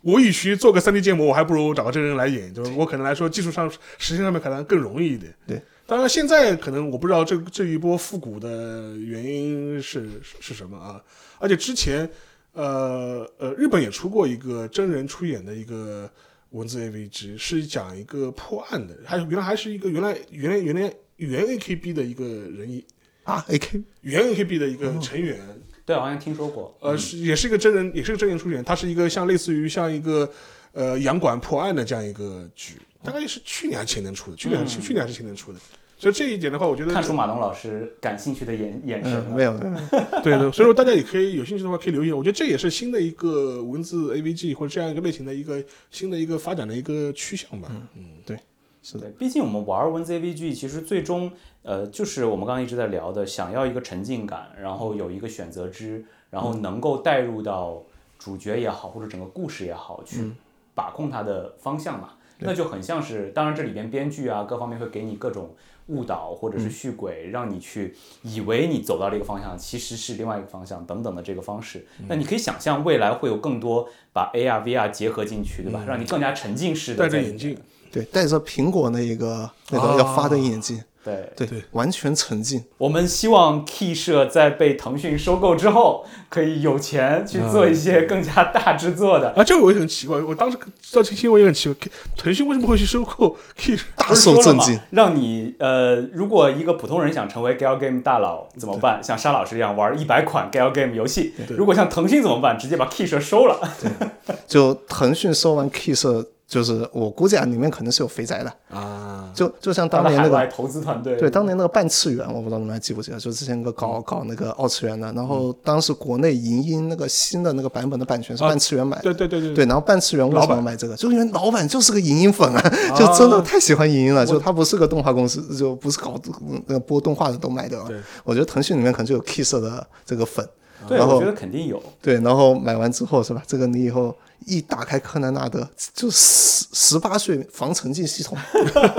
[SPEAKER 4] 我与其做个3 D 建模，我还不如找个真人来演，就是我可能来说技术上、实现上面可能更容易一点。
[SPEAKER 6] 对，
[SPEAKER 4] 当然现在可能我不知道这这一波复古的原因是是是什么啊，而且之前呃呃日本也出过一个真人出演的一个文字 AVG，是讲一个破案的，还有原来还是一个原来原来原来原 AKB 的一个人，
[SPEAKER 6] 啊，AK
[SPEAKER 4] 原 AKB 的一个成员。
[SPEAKER 5] 对，好像听说过。
[SPEAKER 4] 呃，是也是一个真人，也是个真人出演，它是一个像类似于像一个呃洋馆破案的这样一个剧，大概是去年还是前年出的，去年、是去年还是前年出的。所以这一点的话，我觉得
[SPEAKER 5] 看出马龙老师感兴趣的眼眼神
[SPEAKER 6] 嗯，
[SPEAKER 5] 了。
[SPEAKER 6] 没有没有，
[SPEAKER 4] 对的，所以说大家也可以有兴趣的话可以留言。我觉得这也是新的一个文字 AVG 或者这样一个类型的一个新的一个发展的一个趋向吧。嗯，
[SPEAKER 6] 对，是的
[SPEAKER 5] 对，，毕竟我们玩文字 AVG，其实最终呃，就是我们刚刚一直在聊的，想要一个沉浸感，然后有一个选择之，然后能够带入到主角也好，或者整个故事也好，去把控它的方向嘛。那就很像是，当然这里边编剧啊各方面会给你各种误导或者是续轨，让你去以为你走到了一个方向，其实是另外一个方向等等的这个方式。那你可以想象未来会有更多把 AR VR 结合进去，对吧？让你更加沉浸式的
[SPEAKER 4] 戴着眼镜，
[SPEAKER 6] 对，戴着苹果那一个那
[SPEAKER 4] 啊
[SPEAKER 6] 个要发的眼镜，
[SPEAKER 5] 对
[SPEAKER 6] 对，完全沉浸。
[SPEAKER 5] 我们希望 Key 社在被腾讯收购之后，可以有钱去做一些更加大制作
[SPEAKER 6] 嗯
[SPEAKER 5] 的。
[SPEAKER 4] 啊，这个我也很奇怪，我当时知道这个新闻也很奇怪，腾讯为什么会去收购 K
[SPEAKER 6] 大
[SPEAKER 5] 不是说
[SPEAKER 6] 受
[SPEAKER 5] 了
[SPEAKER 6] 震
[SPEAKER 5] 吗
[SPEAKER 6] 惊，
[SPEAKER 5] 让你呃，如果一个普通人想成为 Gal Game 大佬怎么办？像沙老师一样玩一百款 Gal Game 游戏，如果像腾讯怎么办？直接把 Key 社收了。
[SPEAKER 6] 就腾讯收完 K 社，就是我估计啊，里面可能是有肥宅的，
[SPEAKER 4] 啊？
[SPEAKER 6] 就就像
[SPEAKER 5] 他
[SPEAKER 6] 当
[SPEAKER 5] 们
[SPEAKER 6] 年那
[SPEAKER 5] 海
[SPEAKER 6] 个
[SPEAKER 5] 外投资团队，
[SPEAKER 6] 对，当年那个半次元，我不知道你们还记不记得，就之前那个搞
[SPEAKER 4] 嗯
[SPEAKER 6] 搞那个二次元的，然后当时国内银鹰那个新的那个版本的版权是
[SPEAKER 4] 啊
[SPEAKER 6] 半次元买的，
[SPEAKER 4] 对对对对
[SPEAKER 6] 对，然后半次元为
[SPEAKER 4] 嗯老
[SPEAKER 6] 什
[SPEAKER 4] 板
[SPEAKER 6] 么买这个？就因为老板就是个银鹰粉啊， 就真的太喜欢银鹰了，就他不是个动画公司，就不是搞嗯那个播动画的都买的啊
[SPEAKER 4] 对。
[SPEAKER 6] 我觉得腾讯里面可能就有 K 社的这个粉，
[SPEAKER 5] 对，
[SPEAKER 6] 然
[SPEAKER 5] 我
[SPEAKER 6] 后
[SPEAKER 5] 觉得肯定有。
[SPEAKER 6] 对，然后买完之后是吧？这个你以后一打开柯南纳德，就十十八岁防沉浸系统，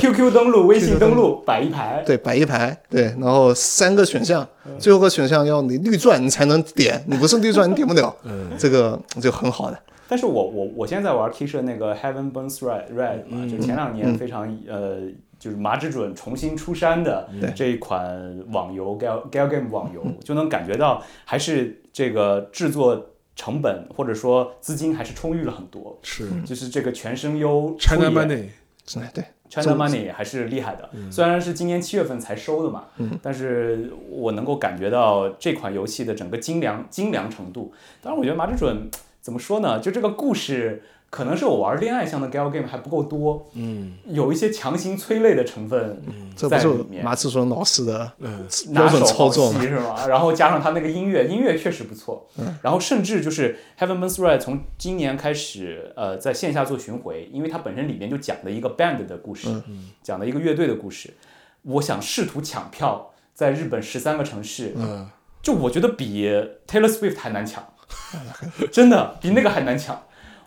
[SPEAKER 5] QQ 登录、微信登录，摆一排。
[SPEAKER 6] 对，摆一排，对，然后三个选项，最后个选项要你绿钻你才能点，你不是绿钻你点不了，这个就很好的，
[SPEAKER 5] 但是我我我现在在玩 K 社那个 Heaven Burns Red Red 嘛，就前两年非常、呃，就是麻之准重新出山的这一款网游 Gal Gal Game 网游，就能感觉到还是这个制作成本或者说资金还是充裕了很多，
[SPEAKER 4] 是
[SPEAKER 5] 就是这个全声优出
[SPEAKER 4] China
[SPEAKER 5] 演
[SPEAKER 4] Money。
[SPEAKER 6] 真的对，
[SPEAKER 5] China Money 还是厉害的，虽然是今年七月份才收的嘛，但是我能够感觉到这款游戏的整个精良精良程度。当然，我觉得马之准怎么说呢？就这个故事，可能是我玩恋爱向的 gal game 还不够多，嗯，有一些强行催泪的成分
[SPEAKER 6] 这不
[SPEAKER 5] 在
[SPEAKER 6] 是
[SPEAKER 5] 里面。
[SPEAKER 6] 马志纯老师的标
[SPEAKER 5] 拿手
[SPEAKER 6] 准操
[SPEAKER 5] 好
[SPEAKER 6] 作
[SPEAKER 5] 戏
[SPEAKER 6] 嘛？
[SPEAKER 5] 是吗？然后加上他那个音乐，音乐确实不错。
[SPEAKER 6] 嗯
[SPEAKER 5] 然后甚至就是 Heaven Burns Red 从今年开始，呃，在线下做巡回，因为它本身里面就讲的一个 band 的故事，
[SPEAKER 6] 嗯
[SPEAKER 5] 讲的一个乐队的故事。我想试图抢票，在日本十三个城市，
[SPEAKER 6] 嗯
[SPEAKER 5] 就我觉得比 Taylor Swift 还难抢， 真的比那个还难抢。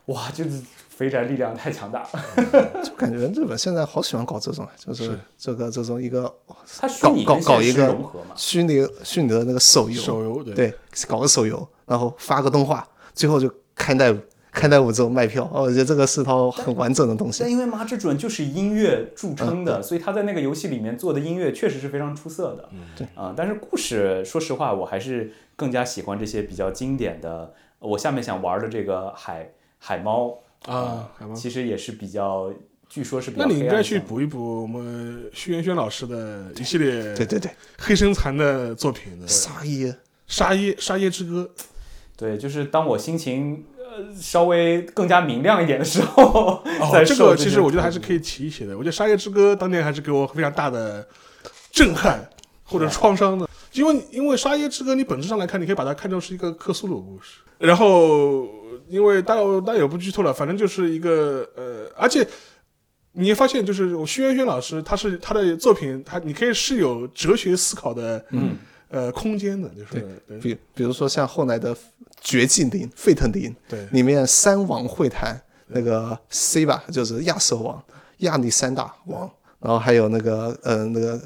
[SPEAKER 5] 哇，就是肥宅力量太强大了。
[SPEAKER 6] 就感觉日本现在好喜欢搞这种，就是这个这种一个
[SPEAKER 5] 它虚
[SPEAKER 6] 搞
[SPEAKER 5] 拟
[SPEAKER 6] 搞
[SPEAKER 5] 跟
[SPEAKER 6] 搞
[SPEAKER 5] 现
[SPEAKER 6] 一
[SPEAKER 5] 实
[SPEAKER 6] 个
[SPEAKER 5] 融合嘛，
[SPEAKER 6] 虚拟虚拟的那个手游，
[SPEAKER 4] 手游对
[SPEAKER 6] 对，搞个手游，然后发个动画，最后就看待开袋五之后卖票，哦我觉得这个是套很完整的东西
[SPEAKER 5] 但。因为麻之准就是音乐著称
[SPEAKER 4] 嗯
[SPEAKER 5] 的，所以他在那个游戏里面做的音乐确实是非常出色的。
[SPEAKER 4] 嗯
[SPEAKER 5] 对啊、但是故事，说实话，我还是更加喜欢这些比较经典的。呃我下面想玩的这个海海猫
[SPEAKER 4] 啊海猫
[SPEAKER 5] 其实也是比较，据说是比较
[SPEAKER 4] 那
[SPEAKER 5] 黑暗
[SPEAKER 4] 你
[SPEAKER 5] 的。
[SPEAKER 4] 应该去补一补我们徐元轩老师的一系列
[SPEAKER 6] 对对对，
[SPEAKER 4] 黑生残的作品的《
[SPEAKER 6] 沙耶，
[SPEAKER 4] 沙耶沙耶之歌
[SPEAKER 5] 对，就是当我心情呃稍微更加明亮一点的时候，》
[SPEAKER 4] 哦，
[SPEAKER 5] 再
[SPEAKER 4] 这
[SPEAKER 5] 受
[SPEAKER 4] 个
[SPEAKER 5] 些
[SPEAKER 4] 其实我觉得
[SPEAKER 5] 苦
[SPEAKER 4] 还是可以提一些的。我觉得《沙耶之歌》当年还是给我非常大的震撼或者创伤的，因为因为《沙耶之歌》你本质上来看，你可以把它看成是一个克苏鲁故事，然后。因为大家大家也不剧透了，反正就是一个呃，而且你也发现，就是我徐元轩老师，他是他的作品，他你可以是有哲学思考的，嗯，呃，空间的，就是对
[SPEAKER 6] 比比如说像后来的《绝境林》《沸腾林》，
[SPEAKER 4] 对
[SPEAKER 6] 里面三王会谈，那个 C 吧，就是亚瑟王、亚历山大王，然后还有那个呃那个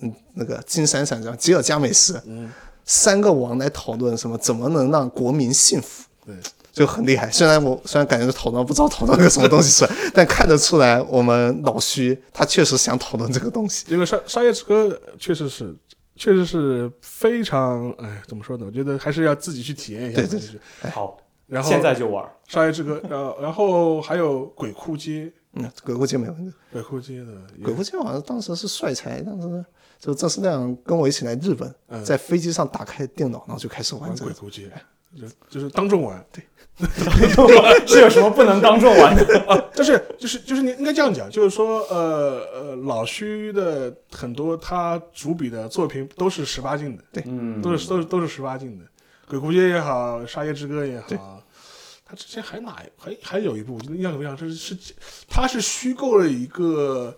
[SPEAKER 6] 嗯那个金闪闪叫吉尔加美什，
[SPEAKER 4] 嗯
[SPEAKER 6] 三个王来讨论什么怎么能让国民幸福。
[SPEAKER 4] 对
[SPEAKER 6] 就很厉害，虽然我虽然感觉讨论不知道讨论个什么东西出来， 但看得出来我们老徐他确实想讨论这个东西。
[SPEAKER 4] 因为沙沙耶之歌确实是，确实是非常，哎，怎么说呢？我觉得还是要自己去体验一下。
[SPEAKER 6] 对对
[SPEAKER 4] 对。
[SPEAKER 5] 好，
[SPEAKER 4] 然后
[SPEAKER 5] 现在就玩。
[SPEAKER 4] 沙耶之歌，然后然后还有鬼哭街，
[SPEAKER 6] 嗯，鬼屋街没问题。
[SPEAKER 4] 鬼哭街的也
[SPEAKER 6] 鬼哭街好像当时是帅才，当时就郑思亮跟我一起来日本，在飞机上打开电脑，然后就开始玩
[SPEAKER 4] 嗯玩
[SPEAKER 6] 这
[SPEAKER 4] 鬼
[SPEAKER 6] 个。
[SPEAKER 4] 哭街，就就是当众玩。对，
[SPEAKER 5] 是有什么不能当众玩的？
[SPEAKER 4] 就是就是就是你应该这样讲，就是说，呃呃，老徐的很多他主笔的作品都是十八禁的，对，
[SPEAKER 5] 嗯，
[SPEAKER 4] 都是都是都是十八禁的，《鬼哭街》也好，《沙耶之歌》也好，他之前还哪还还有一部，我觉得印象很深，是是他是虚构了一个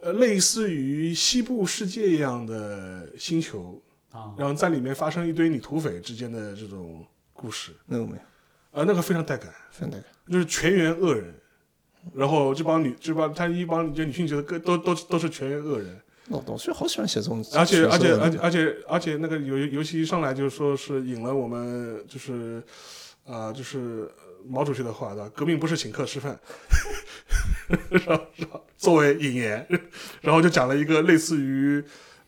[SPEAKER 4] 呃类似于西部世界一样的星球
[SPEAKER 5] 啊，
[SPEAKER 4] 然后在里面发生一堆女土匪之间的这种故事，
[SPEAKER 6] 那个没有，
[SPEAKER 4] 呃，那个非常带感，
[SPEAKER 6] 非常那个。
[SPEAKER 4] 就是全员恶人。然后这
[SPEAKER 5] 哦
[SPEAKER 4] 帮女，这帮他一帮这女性角色，各都都都是全员恶人，
[SPEAKER 6] 老老徐好喜欢写这种，
[SPEAKER 4] 而且而且而且
[SPEAKER 6] 且，
[SPEAKER 4] 而且而且那个游游戏一上来就说是引了我们就是啊、就是毛主席的话，对吧？革命不是请客吃饭， 然后然后作为引言，然后就讲了一个类似于。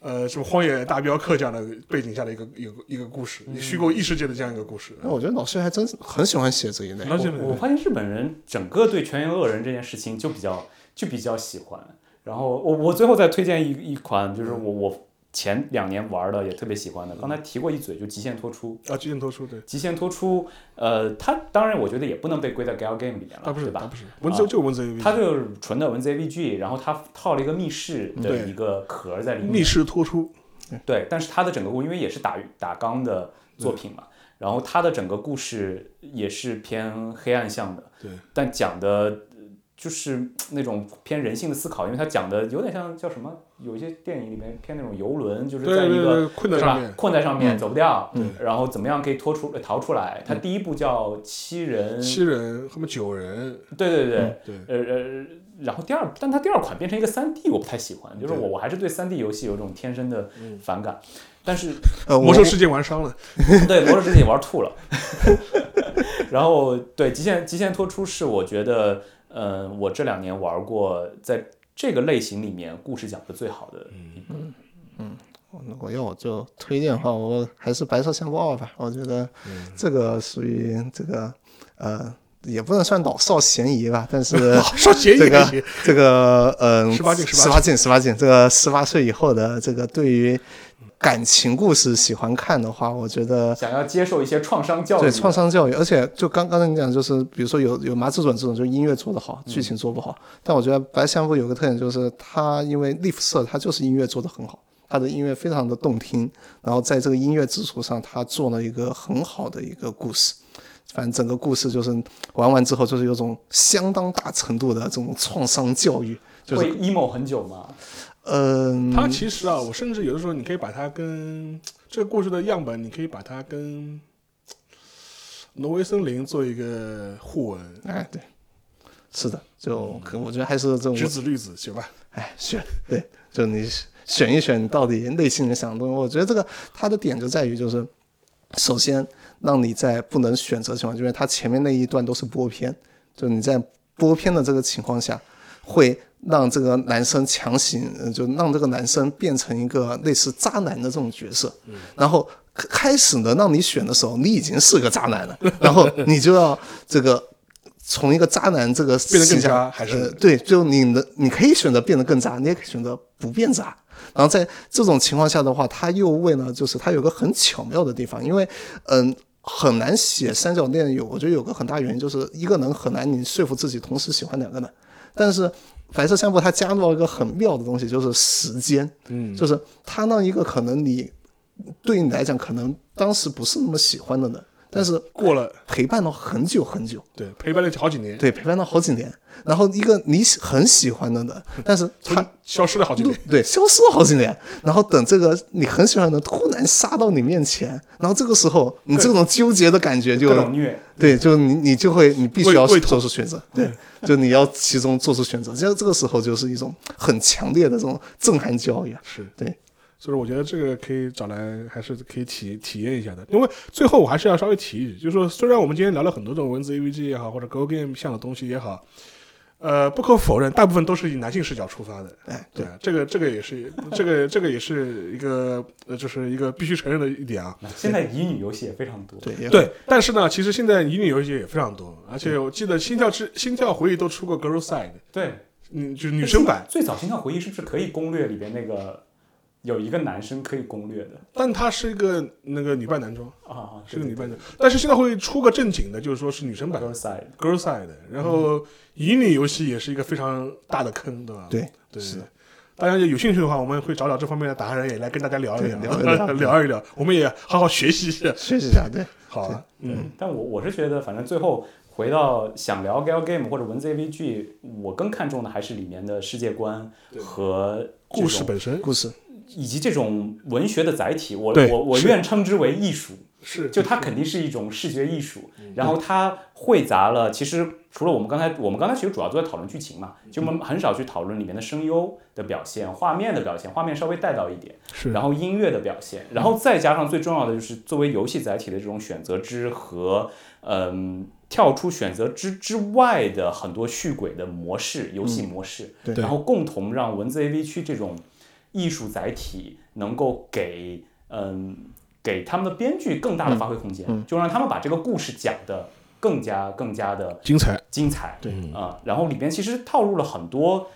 [SPEAKER 4] 呃，什么《荒野大镖客》这样的背景下的一个一个一个故
[SPEAKER 5] 嗯
[SPEAKER 4] 事，虚构异世界的这样一个故事，
[SPEAKER 6] 那我觉得老徐还真是很喜欢写这一类。
[SPEAKER 4] 而且
[SPEAKER 5] 我发现日本人整个对全员恶人这件事情就比较就比较喜欢。然后我我最后再推荐一一款，就是我我前两年玩的也特别喜欢的，刚才提过一嘴，就《极限脱出》。
[SPEAKER 4] 啊，极限脱书对，
[SPEAKER 5] 《极限脱出》呃，它当然我觉得也不能被归到 gal game 里面了，
[SPEAKER 4] 啊不是
[SPEAKER 5] 对
[SPEAKER 4] 啊
[SPEAKER 5] 吧
[SPEAKER 4] 不？是文字
[SPEAKER 5] 啊
[SPEAKER 4] 就文字游戏
[SPEAKER 5] 它就是纯的文字 AVG，然后它套了一个密室的
[SPEAKER 4] 对
[SPEAKER 5] 一个壳在里面。
[SPEAKER 4] 密室脱出，
[SPEAKER 5] 对，但是他的整个故因为也是打打钢的作品嘛，然后他的整个故事也是偏黑暗向的，
[SPEAKER 4] 对，
[SPEAKER 5] 但讲的呃就是嗯那种偏人性的思考，因为他讲的有点像叫什么，有一些电影里面偏那种游轮，就是
[SPEAKER 4] 对
[SPEAKER 5] 在一
[SPEAKER 4] 对
[SPEAKER 5] 个
[SPEAKER 4] 对困在
[SPEAKER 5] 对
[SPEAKER 4] 上
[SPEAKER 5] 吧
[SPEAKER 4] 面
[SPEAKER 5] 困在上面走不掉，然后怎么样可以脱出呃逃出来？他第一部叫七
[SPEAKER 4] 嗯
[SPEAKER 5] 人，
[SPEAKER 6] 嗯
[SPEAKER 4] 七人他们九人，
[SPEAKER 5] 对对对，
[SPEAKER 4] 对
[SPEAKER 5] 呃呃，然后第二，但它第二款变成一个三 D，我不太喜欢，就是我我还是对三 D 游戏有一种天生的
[SPEAKER 4] 嗯
[SPEAKER 5] 反感。但是
[SPEAKER 6] 呃，
[SPEAKER 4] 魔
[SPEAKER 6] 我
[SPEAKER 4] 兽世界玩伤了，
[SPEAKER 5] 对魔兽世界也玩吐了， 然后对极限极限脱出是我觉得，呃，我这两年玩过在这个类型里面故事讲的最好的
[SPEAKER 4] 嗯
[SPEAKER 5] 一个。
[SPEAKER 6] 如果要我就推荐的话，我还是《白色相簿二》吧。我觉得这个属于这个呃，也不能算老少咸宜吧，但是
[SPEAKER 4] 少咸宜
[SPEAKER 6] 这
[SPEAKER 4] 还行
[SPEAKER 6] 个这个嗯，
[SPEAKER 4] 18禁
[SPEAKER 6] 十八禁十八禁，这个十八岁以后的这个对于感情故事喜欢看的话，我觉得
[SPEAKER 5] 想要接受一些创伤教育
[SPEAKER 6] 对
[SPEAKER 5] 的，
[SPEAKER 6] 创伤教育，而且就刚刚才你讲，就是比如说有有麻志准这种，就音乐做得好，
[SPEAKER 5] 嗯
[SPEAKER 6] 剧情做不好。但我觉得白相部有个特点，就是它因为利 e 社，它就是音乐做得很好，它的音乐非常的动听，然后在这个音乐基础上，它做了一个很好的一个故事。反正整个故事就是玩完之后，就是有种相当大程度的这种创伤教育，就是
[SPEAKER 5] 会 emo 很久吗？
[SPEAKER 6] 嗯，
[SPEAKER 4] 它其实啊，我甚至有的时候你可以把它跟这个故事的样本，你可以把它跟挪威森林做一个互文，
[SPEAKER 6] 哎对，是的，就可我觉得还是这种
[SPEAKER 4] 栀子绿子，行吧？
[SPEAKER 6] 哎，选对，就你选一选，你到底内心里想的东西。我觉得这个它的点就在于，就是首先让你在不能选择的情况下，因为它前面那一段都是播片，就你在播片的这个情况下，会让这个男生强行，呃就让这个男生变成一个类似渣男的这种角色，
[SPEAKER 4] 嗯
[SPEAKER 6] 然后。开始呢，让你选的时候，你已经是个渣男了，然后你就要这个从一个渣男这个
[SPEAKER 4] 变得更
[SPEAKER 6] 形象
[SPEAKER 4] 渣还是
[SPEAKER 6] 呃对，就你能你可以选择变得更渣，你也可以选择不变渣。然后在这种情况下的话，他又为了就是他有个很巧妙的地方，因为嗯。很难写三角恋有，我觉得有个很大原因就是一个人很难你说服自己同时喜欢两个人，但是白色相簿它加入了一个很妙的东西，就是时间，嗯，就是它让一个可能你对你来讲可能当时不是那么喜欢的人，但是
[SPEAKER 4] 过了
[SPEAKER 6] 陪伴了很久很久，
[SPEAKER 4] 对，陪伴了好几年，
[SPEAKER 6] 对，陪伴了好几年，然后一个你喜很喜欢的人，但是他
[SPEAKER 4] 消失了好几年。
[SPEAKER 6] 对消失了好几年，然后等这个你很喜欢的人突然杀到你面前，然后这个时候你这种纠结的感觉就
[SPEAKER 5] 各种虐。
[SPEAKER 6] 对，就你你就会你必须
[SPEAKER 4] 胃
[SPEAKER 6] 要
[SPEAKER 4] 胃
[SPEAKER 6] 做出选择，对，就你要其中做出选择，这这个时候就是一种很强烈的这种震撼教育啊，
[SPEAKER 4] 是
[SPEAKER 6] 对，
[SPEAKER 4] 所以我觉得这个可以找来，还是可以体体验一下的。因为最后我还是要稍微提一句，就是说，虽然我们今天聊了很多这种文字 AVG 也好，或者 Go Game 项的东西也好，呃，不可否认，大部分都是以男性视角出发的。
[SPEAKER 6] 哎，
[SPEAKER 4] 对啊，这个这个也是，这个这个也是一个，呃，就是一个必须承认的一点啊。
[SPEAKER 5] 现在乙女游戏也非常多，
[SPEAKER 6] 对，也
[SPEAKER 4] 对，但是呢，其实现在乙女游戏也非常多，而且我记得《心跳之心跳回忆》都出过 Girl Side，
[SPEAKER 5] 对，
[SPEAKER 4] 嗯，就是女生 版，
[SPEAKER 5] 最早《心跳回忆》是不是可以攻略里边那个有一个男生可以攻略的
[SPEAKER 4] 但它是一个那个女扮男装，
[SPEAKER 5] 啊？
[SPEAKER 4] 是个女扮男装。但是现在会出个正经的，就是说是女生版
[SPEAKER 5] Girl Side，
[SPEAKER 4] Girl Side，然后乙女游戏也是一个非常大的坑，对吧？
[SPEAKER 6] 对
[SPEAKER 4] 对
[SPEAKER 6] 是的。
[SPEAKER 4] 大家有兴趣的话，我们会找找这方面的达人，也来跟大家聊一聊，
[SPEAKER 6] 对聊一聊
[SPEAKER 4] 聊一聊，我们也好好学习一下。
[SPEAKER 6] 学习一下，对，
[SPEAKER 4] 好啊，嗯，
[SPEAKER 5] 但我我是觉得，反正最后回到想聊 gal game 或者文字 AVG，我更看重的还是里面的世界观和这种
[SPEAKER 4] 故事本身
[SPEAKER 6] 故事
[SPEAKER 5] 以及这种文学的载体。我
[SPEAKER 4] 对
[SPEAKER 5] 我我
[SPEAKER 4] 是
[SPEAKER 5] 愿称之为艺术。
[SPEAKER 4] 是嗯
[SPEAKER 5] 就它肯定是一种视觉艺术，然后它汇杂了。其实除了我们刚才，我们刚才其实主要都在讨论剧情嘛，
[SPEAKER 4] 嗯
[SPEAKER 5] 就我们很少去讨论里面的声优的表现、画面的表现，画面稍微带到一点，
[SPEAKER 4] 是
[SPEAKER 5] 然后音乐的表现，然后再加上最重要的就是作为游戏载体的这种选择之和，嗯、跳出选择之之外的很多续轨的模式，游
[SPEAKER 4] 嗯
[SPEAKER 5] 戏模式，
[SPEAKER 6] 对
[SPEAKER 5] 然后共同让文字 AV 区这种艺术载体能够给嗯、给他们的编剧更大
[SPEAKER 4] 嗯
[SPEAKER 5] 的发挥空间，就让他们把这个故事讲的更加更加的
[SPEAKER 4] 精彩。
[SPEAKER 5] 精彩，
[SPEAKER 6] 对
[SPEAKER 5] 啊、然后里边其实套入了很多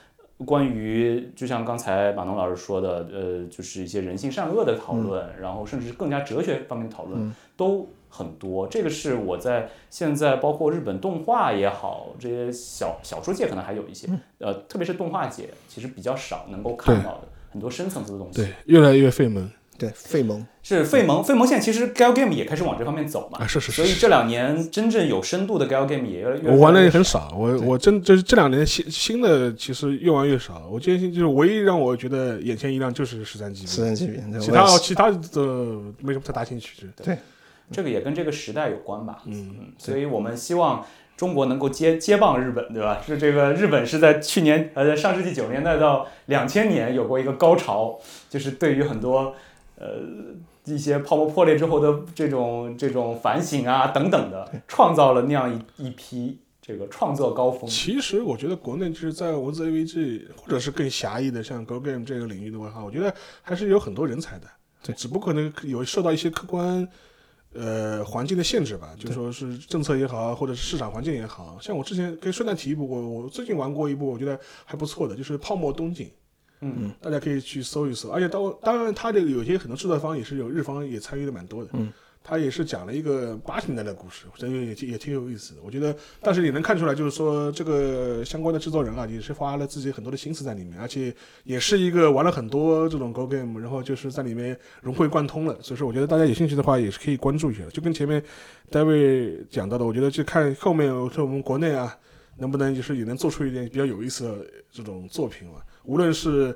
[SPEAKER 5] 关于，就像刚才马农老师说的，呃，就是一些人性善恶的讨论，
[SPEAKER 4] 嗯
[SPEAKER 5] 然后甚至更加哲学方面的讨论、都很多。这个是我在现在包括日本动画也好，这些小小说界可能还有一些，呃，特别是动画界其实比较少能够看
[SPEAKER 4] 嗯对
[SPEAKER 5] 到的很多深层次的东西。
[SPEAKER 4] 对，越来越费门。
[SPEAKER 6] 对，费蒙，
[SPEAKER 5] 是费蒙，费蒙现在其实 Gal Game 也开始往这方面走嘛，
[SPEAKER 4] 啊是是是
[SPEAKER 5] 所以这两年真正有深度的 Gal Game 也越来越
[SPEAKER 4] 我玩的也
[SPEAKER 5] 越
[SPEAKER 4] 很少，我我真就是这两年新新的其实越玩越少。我坚信就是唯一让我觉得眼前一亮就是十三级
[SPEAKER 6] 私人级别，对
[SPEAKER 4] 其
[SPEAKER 6] 我也
[SPEAKER 4] 他
[SPEAKER 6] 是
[SPEAKER 4] 其他的没什么太大兴趣。
[SPEAKER 6] 对
[SPEAKER 5] 这个也跟这个时代有关吧。嗯，所以我们希望中国能够接接棒日本，对吧？是这个日本是在去年呃上世纪九十年代到两千年有过一个高潮，就是对于很多呃一些泡沫破裂之后的这种这种反省啊等等的，创造了那样一一批这个创作 高峰。
[SPEAKER 4] 其实我觉得国内就是在文字 AVG 或者是更狭义的像 Go Game 这个领域的话，我觉得还是有很多人才的。
[SPEAKER 6] 对
[SPEAKER 4] 只不过可能有受到一些客观呃环境的限制吧，就是说是政策也好，或者是市场环境也好。像我之前可以顺带提一部，我我最近玩过一部，我觉得还不错的，就是《泡沫东京》。
[SPEAKER 5] 嗯，
[SPEAKER 4] 大家可以去搜一搜，而且当当然，它这个有些很多制作方也是有日方也参与的蛮多的，嗯，他也是讲了一个八十年代的故事，我觉得也挺也挺有意思的。我觉得，但是也能看出来，就是说这个相关的制作人啊，也是花了自己很多的心思在里面，而且也是一个玩了很多这种 Go Game，然后就是在里面融会贯通了。所以说，我觉得大家有兴趣的话，也是可以关注一下的。就跟前面 David 讲到的，我觉得就看后面说我们国内啊，能不能就是也能做出一点比较有意思的这种作品嘛？无论是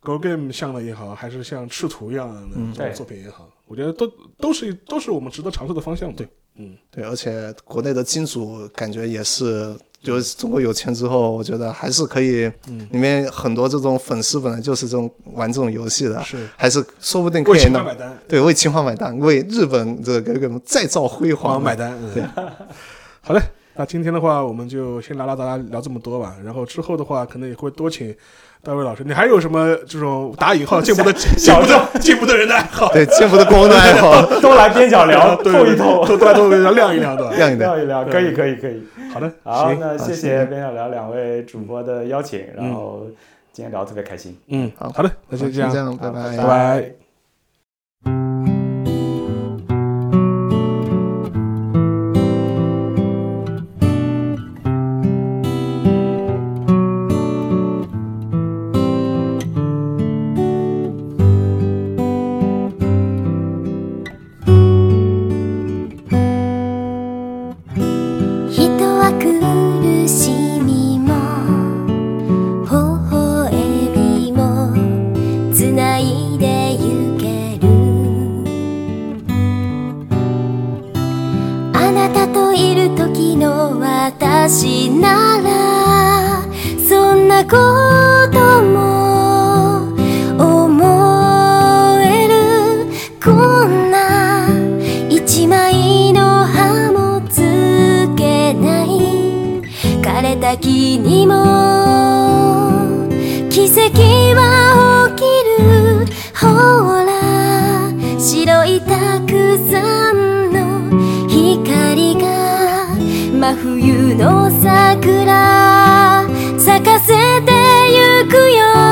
[SPEAKER 4] Go Game 像的也好，还是像赤图一样的这
[SPEAKER 5] 对
[SPEAKER 4] 种作品也好，我觉得都都是都是我们值得尝试的方向嘛。对，
[SPEAKER 6] 对，而且国内的金主感觉也是就是中国有钱之后，我觉得还是可以，
[SPEAKER 4] 嗯
[SPEAKER 6] 里面很多这种粉丝本来就是这种玩这种游戏的，
[SPEAKER 4] 是
[SPEAKER 6] 还是说不定可
[SPEAKER 4] 为
[SPEAKER 6] 以
[SPEAKER 4] 情怀
[SPEAKER 6] 呢
[SPEAKER 4] 买单，
[SPEAKER 6] 对，为情怀买单，为日本这个给我们再造辉
[SPEAKER 4] 好
[SPEAKER 6] 煌
[SPEAKER 4] 买。单。嗯， 好嘞，那今天的话我们就先拉拉杂杂聊这么多吧，然后之后的话可能也会多请大卫老师。你还有什么这种打引号见不得见不得见不得人的爱好？
[SPEAKER 6] 对，见不得光的爱好，
[SPEAKER 5] 都来边角聊，
[SPEAKER 4] 对
[SPEAKER 5] 透一透，
[SPEAKER 4] 都都都都亮一亮的。
[SPEAKER 6] 亮一亮。
[SPEAKER 5] 聊一聊，可以，可以，可以。
[SPEAKER 4] 好的，
[SPEAKER 5] 好，
[SPEAKER 4] 行，
[SPEAKER 5] 那谢谢嗯边角聊两位主播的邀请，然后今天聊得特别开心，
[SPEAKER 4] 嗯，
[SPEAKER 6] 好
[SPEAKER 4] 好的，那就
[SPEAKER 6] 先
[SPEAKER 4] 这样，
[SPEAKER 6] 这样，拜拜。
[SPEAKER 4] 拜拜。
[SPEAKER 2] 人は苦しみも微笑みもつないでゆけるあなたといる時の私ならそんなことも思えるこんな一枚の葉もつけない枯れた木にも奇跡は起きるほら白いたくさんの光が真冬の桜咲かせてゆくよ